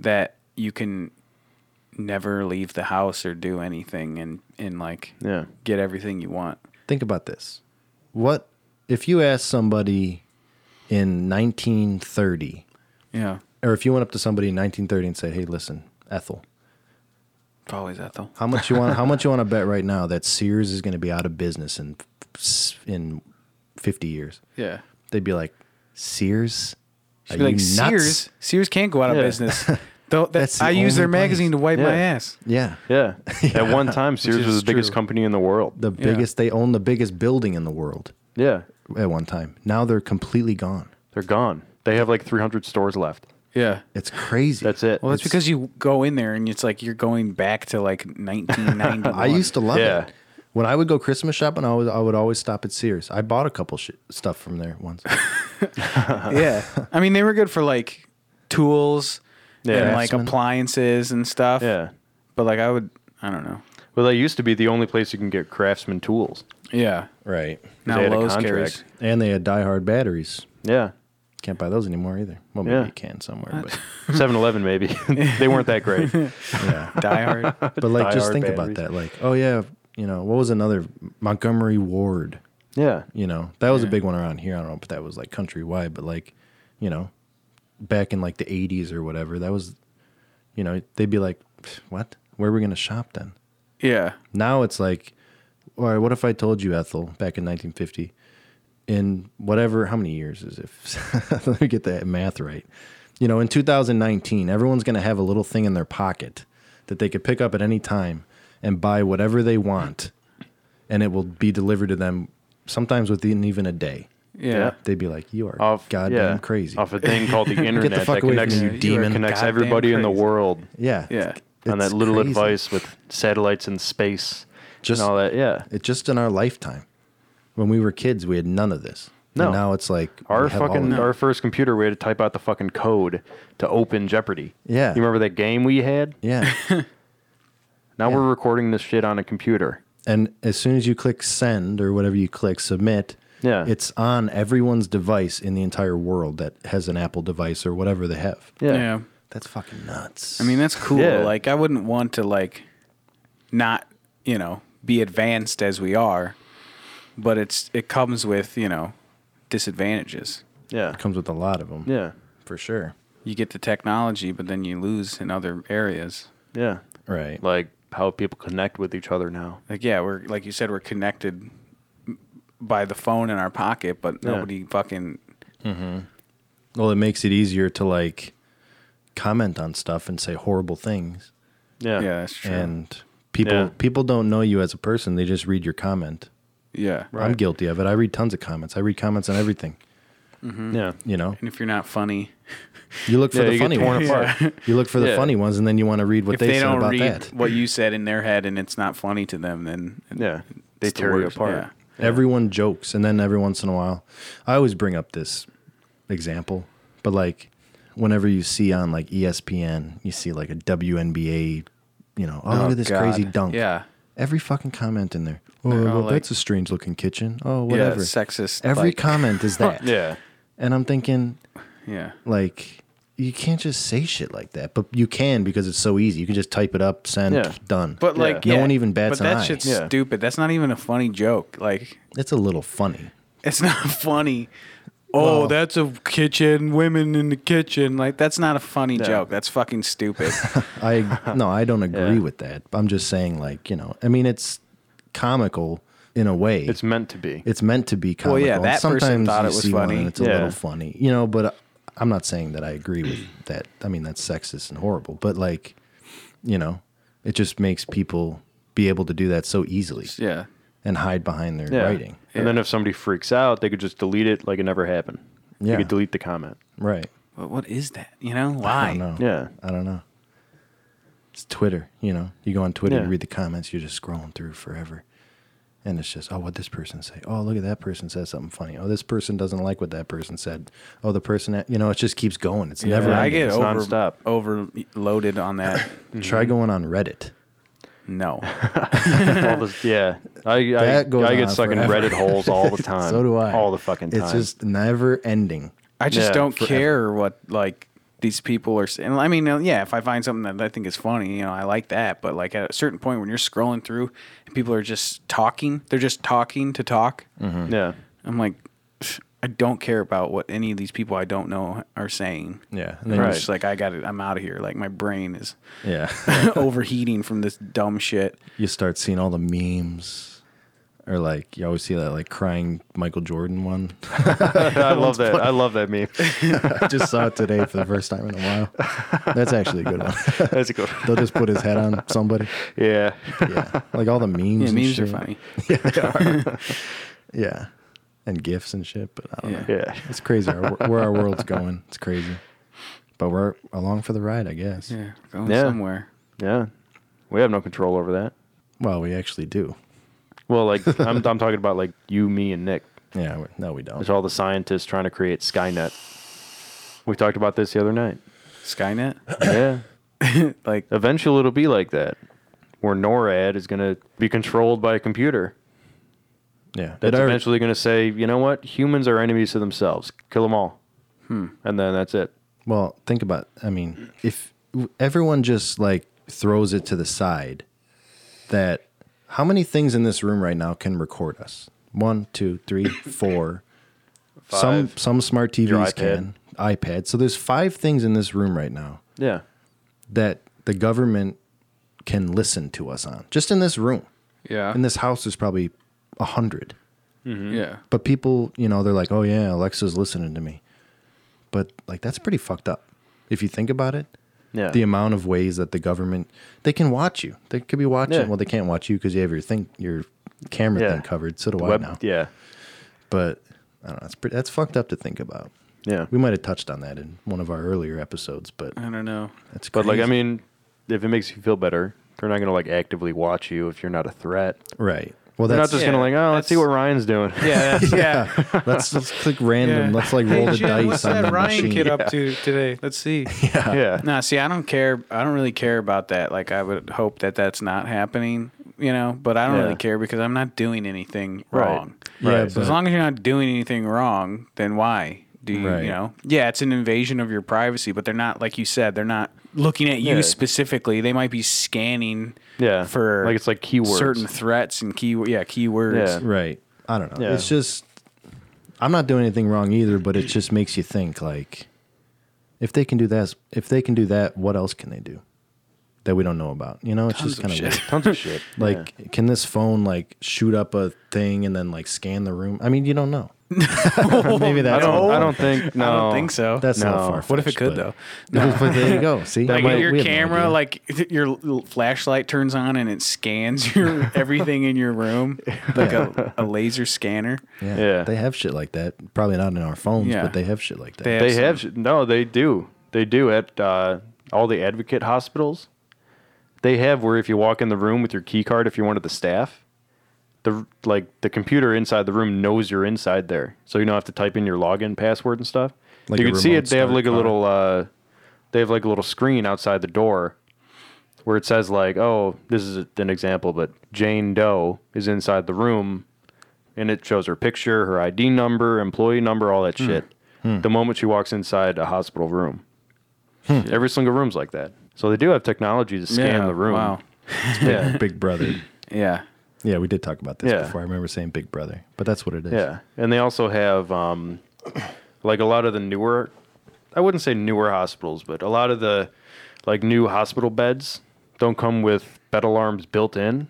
Speaker 3: that you can never leave the house or do anything and and like
Speaker 2: Yeah.
Speaker 3: get everything you want.
Speaker 1: Think about this. What if you asked somebody in 1930,
Speaker 3: Yeah.
Speaker 1: or if you went up to somebody in 1930 and said, "Hey, listen, Ethel,
Speaker 3: Probably that though.
Speaker 1: How much you want? how much you want to bet right now that Sears is going to be out of business in in fifty years?
Speaker 3: Yeah.
Speaker 1: They'd be like, Sears,
Speaker 3: She'd
Speaker 1: Are
Speaker 3: be like,
Speaker 1: you nuts?"
Speaker 3: Sears, Sears can't go out of
Speaker 2: Yeah.
Speaker 3: business. Though that,
Speaker 1: That's the
Speaker 3: I use their
Speaker 1: only place.
Speaker 3: magazine to wipe
Speaker 2: Yeah.
Speaker 3: my ass.
Speaker 1: Yeah,
Speaker 2: Yeah. At one time, Sears
Speaker 3: is
Speaker 2: was the biggest
Speaker 3: true.
Speaker 2: company in the world.
Speaker 1: the biggest. They own the biggest building in the world
Speaker 2: yeah.
Speaker 1: at one time. Now they're completely gone.
Speaker 2: They're gone. They have like 300 stores left.
Speaker 3: Yeah.
Speaker 1: It's crazy.
Speaker 2: That's it.
Speaker 3: Well, that's because you go in there and it's like you're going back to like 1991.
Speaker 1: I used to love
Speaker 2: Yeah.
Speaker 1: it. When I would go Christmas shopping, I would I would always stop at Sears. I bought a couple sh- stuff from there once.
Speaker 3: yeah. I mean, they were good for like tools and
Speaker 2: Yeah.
Speaker 3: like
Speaker 1: Craftsman.
Speaker 3: appliances and stuff.
Speaker 2: Yeah.
Speaker 3: But like I would, I don't know.
Speaker 2: Well, they used to be the only place you can get craftsman tools.
Speaker 3: Yeah.
Speaker 1: right.
Speaker 3: Now
Speaker 2: had a
Speaker 3: Lowe's
Speaker 2: contract.
Speaker 3: carries.
Speaker 1: And they had Die Hard batteries.
Speaker 2: Yeah.
Speaker 1: Can't buy those anymore either. Well, maybe
Speaker 2: Yeah.
Speaker 1: you can somewhere, but
Speaker 2: 7 Eleven, maybe. they weren't that great.
Speaker 1: yeah.
Speaker 3: Die Hard.
Speaker 1: But like,
Speaker 2: Die
Speaker 1: just
Speaker 2: Hard
Speaker 1: think
Speaker 2: batteries.
Speaker 1: about that. Like, oh yeah, you know what was another Montgomery Ward?
Speaker 2: Yeah.
Speaker 1: You know that was a big one around here. I don't know if that was like countrywide, but like, you know, back in like the '80s or whatever, that was, you know, they'd be like, what? Where are we gonna shop then?
Speaker 3: yeah.
Speaker 1: Now it's like, all right, what if I told you, Ethel, back in 1950, in whatever, how many years is it? Let me get that math right. You know, in 2019, everyone's going to have a little thing in their pocket that they could pick up at any time and buy whatever they want, and it will be delivered to them sometimes within even a day.
Speaker 3: Yeah.
Speaker 1: They'd be like, "You are
Speaker 2: Off,
Speaker 1: goddamn
Speaker 2: yeah,
Speaker 1: crazy."
Speaker 2: Off a thing called the internet
Speaker 1: fuck
Speaker 2: that
Speaker 1: away from
Speaker 2: connects,
Speaker 1: me, you
Speaker 2: yeah,
Speaker 1: demon.
Speaker 2: connects
Speaker 3: Goddamn
Speaker 2: everybody in the
Speaker 3: crazy.
Speaker 2: world
Speaker 1: yeah,
Speaker 3: Yeah.
Speaker 2: on that
Speaker 1: it's
Speaker 2: little
Speaker 1: crazy.
Speaker 2: advice with satellites in space
Speaker 1: Just-
Speaker 2: and all that. Yeah.
Speaker 1: It just in our lifetime, when we were kids, we had none of this.
Speaker 2: No.
Speaker 1: and now it's like we
Speaker 2: Our
Speaker 1: have all of
Speaker 2: fucking
Speaker 1: it.
Speaker 2: our first computer, we had to type out the fucking code to open Jeopardy.
Speaker 1: Yeah.
Speaker 2: You remember that game we had?
Speaker 1: yeah.
Speaker 2: Now we're recording this shit on a computer.
Speaker 1: and as soon as you click send or whatever you click submit
Speaker 2: Yeah.
Speaker 1: it's on everyone's device in the entire world that has an apple device or whatever they have
Speaker 2: Yeah.
Speaker 3: Yeah.
Speaker 1: that's fucking nuts
Speaker 3: I mean, that's cool.
Speaker 2: Yeah.
Speaker 3: Like, I wouldn't want to like not, you know, be advanced as we are, but it's it comes with you know disadvantages.
Speaker 2: Yeah.
Speaker 1: it comes with a lot of them
Speaker 2: Yeah.
Speaker 1: for sure
Speaker 3: You get the technology, but then you lose in other areas.
Speaker 2: Yeah.
Speaker 1: right
Speaker 2: Like how people connect with each other now.
Speaker 3: Like, yeah, we're like you said, we're connected by the phone in our pocket, but
Speaker 2: Yeah.
Speaker 3: nobody fucking
Speaker 1: well it makes it easier to like comment on stuff and say horrible things
Speaker 2: Yeah.
Speaker 3: yeah, that's true.
Speaker 1: and people
Speaker 2: Yeah.
Speaker 1: people don't know you as a person they just read your comment
Speaker 3: yeah,
Speaker 1: i'm
Speaker 2: Right.
Speaker 1: guilty of it i read tons of comments i read comments on everything
Speaker 2: Yeah.
Speaker 1: you know
Speaker 3: and if you're not funny,
Speaker 1: you look for
Speaker 2: Yeah,
Speaker 1: the
Speaker 2: you get
Speaker 1: funny
Speaker 2: torn
Speaker 1: ones
Speaker 2: apart.
Speaker 1: you look for the
Speaker 2: Yeah.
Speaker 1: funny ones and then you want to read what
Speaker 3: if they,
Speaker 1: said
Speaker 3: don't
Speaker 1: about
Speaker 3: read
Speaker 1: that
Speaker 3: what you said in their head and it's not funny to them, then
Speaker 2: Yeah. They
Speaker 3: it's the
Speaker 2: tear you
Speaker 3: worst.
Speaker 2: apart.
Speaker 3: Yeah.
Speaker 1: Everyone jokes, and then every once in a while, I always bring up this example, but like whenever you see on like E ESPN, you see like a WNBA, you know, oh, look at this
Speaker 3: God.
Speaker 1: crazy dunk.
Speaker 3: Yeah.
Speaker 1: Every fucking comment in there. Oh, well,
Speaker 3: like-
Speaker 1: that's a strange looking kitchen. Oh,
Speaker 3: Yeah,
Speaker 1: whatever.
Speaker 3: sexist.
Speaker 1: Every
Speaker 3: like-
Speaker 1: comment is that.
Speaker 2: Yeah.
Speaker 1: And I'm thinking,
Speaker 3: Yeah.
Speaker 1: like, you can't just say shit like that, but you can because it's so easy. You can just type it up, send,
Speaker 2: Yeah.
Speaker 1: done.
Speaker 3: But like,
Speaker 1: no
Speaker 3: yeah,
Speaker 1: one even bats
Speaker 3: But
Speaker 1: an
Speaker 3: that
Speaker 1: eye.
Speaker 3: shit's
Speaker 2: Yeah.
Speaker 3: stupid. That's not even a funny joke. Like,
Speaker 1: It's a little funny.
Speaker 3: it's not funny. Oh,
Speaker 1: Well-
Speaker 3: that's a kitchen. Women in the kitchen. Like, that's not a funny joke. That's fucking stupid.
Speaker 1: I no, I don't agree
Speaker 2: Yeah.
Speaker 1: with that. I'm just saying, like you know, I mean, it's comical in a way.
Speaker 2: It's
Speaker 1: It's
Speaker 2: meant to be.
Speaker 1: it's meant to be comical.
Speaker 3: Well, yeah,
Speaker 1: and
Speaker 3: that person
Speaker 1: Sometimes
Speaker 3: thought
Speaker 1: you
Speaker 3: it was
Speaker 1: see one
Speaker 3: funny.
Speaker 1: and it's a
Speaker 2: Yeah.
Speaker 1: little funny, you know. But I- I'm not saying that I agree with that. I mean, that's sexist and horrible. But like, you know, it just makes people be able to do that so easily
Speaker 3: yeah.
Speaker 1: and hide behind their
Speaker 2: yeah.
Speaker 1: writing.
Speaker 2: And then if somebody freaks out, they could just delete it like it never happened.
Speaker 1: Yeah.
Speaker 2: You could delete the comment.
Speaker 1: Right?
Speaker 3: But what is that? You know
Speaker 1: I
Speaker 3: why?
Speaker 1: don't know.
Speaker 2: Yeah.
Speaker 1: I don't know. It's Twitter, you know. You go on Twitter,
Speaker 2: Yeah.
Speaker 1: you read the comments, you're just scrolling through forever. And it's just, oh, what this person say? Oh, look at that person says something funny. Oh, this person doesn't like what that person said. Oh, the person, that, you know, it just keeps going. It's never.
Speaker 3: I
Speaker 1: ending.
Speaker 3: get
Speaker 2: It's
Speaker 3: over
Speaker 2: nonstop.
Speaker 3: overloaded on that.
Speaker 2: Mm-hmm.
Speaker 1: Try going on Reddit.
Speaker 3: no.
Speaker 2: all this, yeah. I, I,
Speaker 1: That goes
Speaker 2: I get
Speaker 1: on
Speaker 2: stuck
Speaker 1: forever.
Speaker 2: in Reddit holes all the time.
Speaker 1: so do I.
Speaker 2: All the fucking time.
Speaker 1: It's just never ending.
Speaker 3: I just
Speaker 2: Yeah,
Speaker 3: don't
Speaker 2: forever.
Speaker 3: care what like these people are saying. I mean, uh, yeah, if I find something that I think is funny, you know, I like that. But like at a certain point when you're scrolling through Mm. and people are just talking, they're just talking to talk.
Speaker 2: yeah.
Speaker 3: I'm like, I don't care about what any of these people I don't know are saying.
Speaker 1: Yeah, and then
Speaker 3: And then
Speaker 1: you
Speaker 2: Right.
Speaker 3: just like I got it. I'm out of here. Like my brain is
Speaker 1: yeah,
Speaker 3: overheating from this dumb shit.
Speaker 1: you start seeing all the memes, or like you always see that like crying Michael Jordan one.
Speaker 2: I love that. I love that meme.
Speaker 1: Just saw it today for the first time in a while. That's actually a good one.
Speaker 2: That's a good.
Speaker 1: They'll just put his head on somebody.
Speaker 2: Yeah.
Speaker 1: Yeah, like all the memes.
Speaker 3: Yeah,
Speaker 1: and
Speaker 3: memes are
Speaker 1: shit.
Speaker 3: funny.
Speaker 1: Yeah, and gifs and shit. But I don't
Speaker 3: Oh, Yeah.
Speaker 1: know.
Speaker 2: Yeah.
Speaker 1: It's crazy our, where our world's going. It's crazy, but we're along for the ride, I guess.
Speaker 3: Yeah, going
Speaker 2: Yeah.
Speaker 3: somewhere.
Speaker 2: Yeah. We have no control over that.
Speaker 1: Well, we actually do.
Speaker 2: Well, like I'm, I'm talking about like you, me, and Nick.
Speaker 1: Yeah, we, no, we don't.
Speaker 2: There's all the scientists trying to create Skynet. We talked about this the other night.
Speaker 3: Skynet.
Speaker 2: Yeah.
Speaker 3: Like
Speaker 2: Eventually, it'll be like that, where NORAD is going to be controlled by a computer.
Speaker 1: Yeah, It
Speaker 2: That's
Speaker 1: already-
Speaker 2: eventually going to say, you know what? Humans are enemies to themselves. Kill them all. And then that's it.
Speaker 1: Well, think about. I mean, if everyone just like throws it to the side, that how many things in this room right now can record us? One, two, three, four. Some
Speaker 2: Five.
Speaker 1: some smart TVs
Speaker 2: iPad.
Speaker 1: can iPad. So there's five things in this room right now
Speaker 2: Yeah.
Speaker 1: that the government can listen to us on. Just in this room,
Speaker 3: yeah,
Speaker 1: in this house, there's probably a hundred.
Speaker 3: yeah.
Speaker 1: But people, you know, they're like, "Oh yeah, Alexa's listening to me," but like that's pretty fucked up if you think about it
Speaker 2: Yeah.
Speaker 1: the amount of ways that the government they can watch you. They could be watching.
Speaker 2: Yeah.
Speaker 1: Well, they can't watch you because you have your thing, your camera
Speaker 2: Yeah.
Speaker 1: thing covered. So do I
Speaker 2: Web-
Speaker 1: now.
Speaker 2: Yeah.
Speaker 1: But I don't know. It's pretty. That's fucked up to think about.
Speaker 2: Yeah.
Speaker 1: We might have touched on that in one of our earlier episodes, but
Speaker 3: I don't know.
Speaker 1: that's.
Speaker 2: But like, I
Speaker 1: crazy.
Speaker 2: mean, if it makes you feel better, they're not going to like actively watch you if you're not a threat.
Speaker 1: right? Well,
Speaker 2: They're not
Speaker 1: that's
Speaker 2: just going to
Speaker 3: yeah,
Speaker 2: like, oh, let's see what
Speaker 3: that's-
Speaker 2: Ryan's doing.
Speaker 3: Yeah,
Speaker 1: yeah. let's let's click random. Let's like roll the dice
Speaker 3: What's
Speaker 1: on
Speaker 3: that
Speaker 1: the
Speaker 3: Ryan
Speaker 1: machine.
Speaker 3: kid up to today? Let's see.
Speaker 2: yeah.
Speaker 3: No, see, I don't care. I don't really care about that. Like, I would hope that that's not happening, you know. But I don't
Speaker 2: Yeah.
Speaker 3: really care because I'm not doing anything
Speaker 2: Right.
Speaker 3: wrong.
Speaker 1: Yeah,
Speaker 2: Right.
Speaker 3: So as
Speaker 1: but-
Speaker 3: long as you're not doing anything wrong, then why do you,
Speaker 1: Right.
Speaker 3: you know? Yeah, it's an invasion of your privacy, but they're not like you said. They're not looking at you
Speaker 2: Yeah.
Speaker 3: specifically. They might be scanning.
Speaker 2: Yeah.
Speaker 3: For
Speaker 2: Like, it's like keywords.
Speaker 3: certain threats and key. Yeah, keywords.
Speaker 2: Yeah.
Speaker 1: Right. I don't know.
Speaker 2: Yeah.
Speaker 1: It's just I'm not doing anything wrong either, but it just makes you think like if they can do that if they can do that, what else can they do that we don't know about? You know, it's
Speaker 3: Tons
Speaker 1: just
Speaker 3: of
Speaker 1: kind
Speaker 3: shit.
Speaker 1: of
Speaker 2: Tons of shit.
Speaker 1: like can this phone like shoot up a thing and then like scan the room? I mean, you don't know. Maybe
Speaker 2: I
Speaker 1: that's
Speaker 2: don't. I don't think. No.
Speaker 3: I don't think so.
Speaker 1: that's
Speaker 2: No.
Speaker 1: not far.
Speaker 3: What if it could, though?
Speaker 1: No. but there you go. See,
Speaker 3: like
Speaker 1: We- we
Speaker 3: your
Speaker 1: have no
Speaker 3: camera,
Speaker 1: idea.
Speaker 3: like th- your l- flashlight turns on and it scans your everything in your room, like a, a laser scanner.
Speaker 1: yeah,
Speaker 2: Yeah.
Speaker 1: they have shit like that. Probably not in our phones,
Speaker 3: Yeah.
Speaker 1: but they have shit like that.
Speaker 3: They have-
Speaker 2: They have. sh- No, they do. They do at uh, all the advocate hospitals. They have where if you walk in the room with your key card, if you're one of the staff, the like the computer inside the room knows you're inside there, so you don't have to type in your login password and stuff.
Speaker 1: Like
Speaker 2: you
Speaker 1: a
Speaker 2: can see
Speaker 1: remote
Speaker 2: it. They have
Speaker 1: start
Speaker 2: like a
Speaker 1: car.
Speaker 2: little. Uh, they have like a little screen outside the door where it says like, "Oh, this is an example, but Jane Doe is inside the room and it shows her picture, her ID number, employee number, all
Speaker 3: Hmm.
Speaker 2: that shit. The moment she walks inside a hospital room, every single room's like that. So they do have technology to scan
Speaker 3: Hmm. Yeah,
Speaker 2: the room.
Speaker 3: Wow.
Speaker 2: Yeah,
Speaker 1: Big Brother.
Speaker 3: Yeah.
Speaker 1: Yeah, we did talk about this
Speaker 2: Yeah.
Speaker 1: before. I remember saying Big Brother, but that's what it is.
Speaker 2: yeah, and they also have um, like a lot of the newer, I wouldn't say newer hospitals, but a lot of the like new hospital beds don't come with bed alarms built in.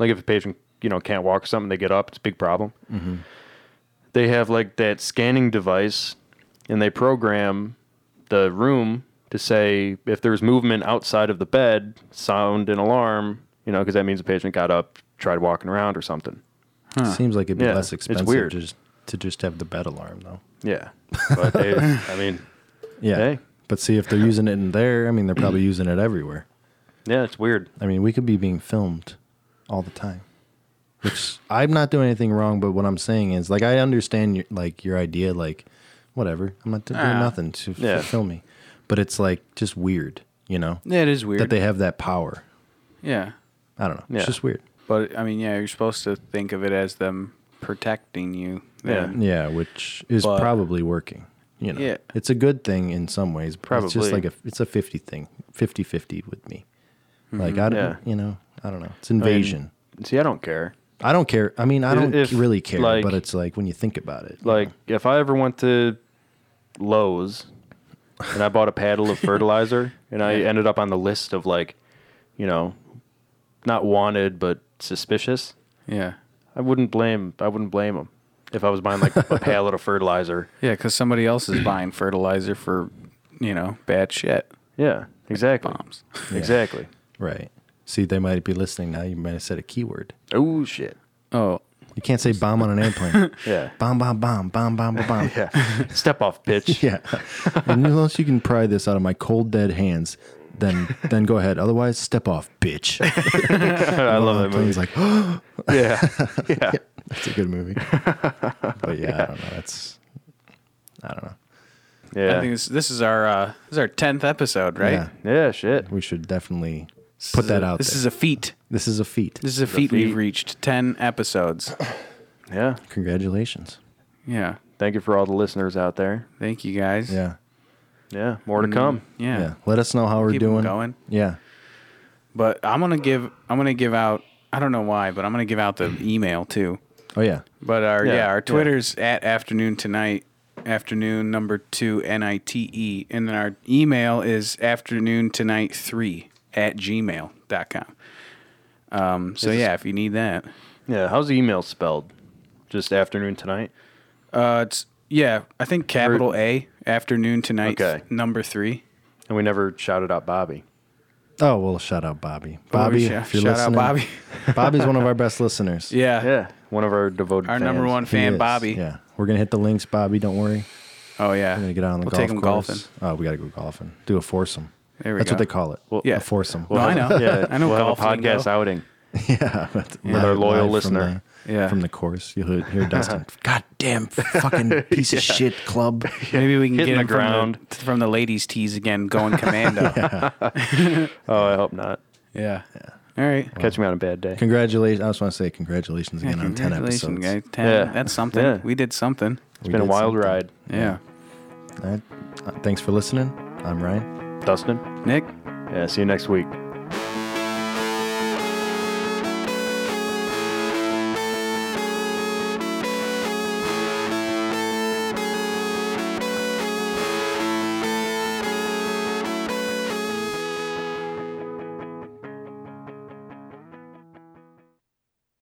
Speaker 2: Like if a patient you know can't walk or something, they get up. It's a big problem.
Speaker 1: Mm-hmm.
Speaker 2: they have like that scanning device and they program the room to say if there's movement outside of the bed, sound an alarm, you know, because that means the patient got up, tried walking around or something.
Speaker 1: Seems like it'd be
Speaker 2: Yeah,
Speaker 1: less
Speaker 2: it's
Speaker 1: expensive
Speaker 2: weird.
Speaker 1: just to just have the bed alarm though.
Speaker 2: Yeah. But they, I mean,
Speaker 1: Yeah.
Speaker 2: Hey.
Speaker 1: But see if they're using it in there, I mean they're probably using it everywhere.
Speaker 2: yeah, it's weird.
Speaker 1: I mean, we could be being filmed all the time. Which I'm not doing anything wrong, but what I'm saying is like I understand your, like your idea like whatever. I'm not doing
Speaker 3: Ah.
Speaker 1: nothing to f-
Speaker 2: Yeah.
Speaker 1: film me. But it's like just weird, you know,
Speaker 3: Yeah, it is weird.
Speaker 1: that they have that power.
Speaker 3: yeah.
Speaker 1: I don't know.
Speaker 2: Yeah.
Speaker 1: It's just weird.
Speaker 3: But I mean, yeah, you're supposed to think of it as them protecting you. then.
Speaker 1: Yeah, which is
Speaker 3: But-
Speaker 1: probably working. You know,
Speaker 3: Yeah.
Speaker 1: it's a good thing in some ways. But it's just
Speaker 2: Probably.
Speaker 1: like a it's a 50 thing, 50 50 with me. Like, I don't,
Speaker 2: Hmm, Yeah.
Speaker 1: you know, I don't know. It's invasion.
Speaker 2: See, I don't care.
Speaker 1: I don't care. I mean, I don't
Speaker 2: If,
Speaker 1: really care,
Speaker 2: like-
Speaker 1: but it's like when you think about it,
Speaker 2: Like if I ever went to Lowe's and I bought a paddle of fertilizer and I ended up on the list of like, you know, not wanted but suspicious,
Speaker 3: Yeah.
Speaker 2: I wouldn't blame I wouldn't blame them if I was buying like a pallet of fertilizer.
Speaker 3: Yeah, because somebody else is buying fertilizer for, you know, bad shit.
Speaker 2: Yeah, exactly.
Speaker 3: Bombs.
Speaker 2: Exactly.
Speaker 1: right? See, they might be listening now. You might have said a keyword.
Speaker 2: Oh shit.
Speaker 3: Oh,
Speaker 1: You can't say bomb on an airplane.
Speaker 2: Yeah.
Speaker 1: bomb, bomb, bomb, bomb, bomb, bomb, bomb.
Speaker 2: Yeah. Step off, bitch.
Speaker 1: Yeah. and unless you can pry this out of my cold dead hands, then then go ahead. Otherwise, step off, bitch.
Speaker 2: I love that movie.
Speaker 1: Plane's like, oh,
Speaker 2: yeah. yeah.
Speaker 1: that's a good movie. But yeah, I don't know. That's I don't know.
Speaker 2: Yeah.
Speaker 3: I think this, this is our uh, this is our tenth episode, right?
Speaker 1: Yeah,
Speaker 2: yeah, shit.
Speaker 1: we should definitely
Speaker 3: This
Speaker 1: put
Speaker 3: is
Speaker 1: that
Speaker 3: a-
Speaker 1: out.
Speaker 3: This
Speaker 1: there.
Speaker 3: is a feat.
Speaker 1: this is a feat.
Speaker 3: This is a feat,
Speaker 2: feat.
Speaker 3: we've reached. Ten episodes.
Speaker 2: Yeah.
Speaker 1: Congratulations.
Speaker 3: Yeah.
Speaker 2: Thank you for all the listeners out there.
Speaker 3: Thank you guys. Mm,
Speaker 1: Yeah.
Speaker 2: Yeah. More to come.
Speaker 3: Yeah.
Speaker 1: Yeah. Let us know how we're
Speaker 3: Keep 'em
Speaker 1: doing.
Speaker 3: going.
Speaker 1: Yeah.
Speaker 3: But I'm gonna give I'm gonna give out I don't know why, but I'm gonna give out the email too.
Speaker 1: Oh yeah.
Speaker 3: But our
Speaker 2: Yeah,
Speaker 3: yeah, our
Speaker 2: yeah.
Speaker 3: Twitter's at afternoon tonight, afternoon number two N I T E. And then our email is afternoon tonight three at gmail.com. Um so yeah, if you need that.
Speaker 2: Yeah. How's the email spelled? Just afternoon tonight?
Speaker 3: Uh it's yeah, I think capital A, afternoon tonight
Speaker 2: Okay.
Speaker 3: number three.
Speaker 2: And we never shouted out Bobby.
Speaker 1: Oh well, shout out Bobby.
Speaker 3: Oh,
Speaker 1: Bobby,
Speaker 3: sh-
Speaker 1: if you're
Speaker 3: shout out
Speaker 1: listening,
Speaker 3: Bobby.
Speaker 1: Bobby's one of our best listeners.
Speaker 3: Yeah.
Speaker 2: Yeah. One of our devoted
Speaker 3: Our
Speaker 2: fans.
Speaker 3: number one
Speaker 1: He
Speaker 3: fan,
Speaker 1: is.
Speaker 3: Bobby.
Speaker 1: Yeah, we're gonna hit the links, Bobby. Don't worry.
Speaker 3: Oh yeah.
Speaker 1: We're gonna get out on the
Speaker 3: we'll
Speaker 1: golf
Speaker 3: take him
Speaker 1: course.
Speaker 3: golfing.
Speaker 1: Oh, we gotta go golfing. Do a foursome.
Speaker 3: There we
Speaker 1: That's what
Speaker 3: go.
Speaker 1: they call it.
Speaker 3: yeah.
Speaker 1: a foursome.
Speaker 3: No, I know.
Speaker 2: Yeah.
Speaker 3: I know
Speaker 2: we'll have a
Speaker 3: golf lingo.
Speaker 2: podcast outing.
Speaker 1: yeah, that's
Speaker 2: With our
Speaker 1: live-
Speaker 2: loyal
Speaker 1: live
Speaker 2: listener.
Speaker 1: From the,
Speaker 3: Yeah.
Speaker 1: from the course, you'll hear, hear Dustin. God damn, fucking piece of shit club.
Speaker 3: Maybe we can get
Speaker 2: Hitting the
Speaker 3: him
Speaker 2: ground.
Speaker 3: From, the, from the ladies' tees again, going commando. yeah.
Speaker 2: Oh, I hope not.
Speaker 3: All right.
Speaker 2: Catch me on a bad day.
Speaker 1: Congratulations! I just want to say congratulations again on ten
Speaker 3: Congratulations,
Speaker 1: episodes.
Speaker 3: guys. 10.
Speaker 2: Yeah.
Speaker 3: That's something.
Speaker 2: Yeah.
Speaker 3: We did something.
Speaker 2: It's been a wild ride.
Speaker 3: Yeah.
Speaker 1: All right. Uh, Thanks for listening. I'm Ryan.
Speaker 2: Dustin?
Speaker 3: Nick?
Speaker 2: Yeah. See you next week.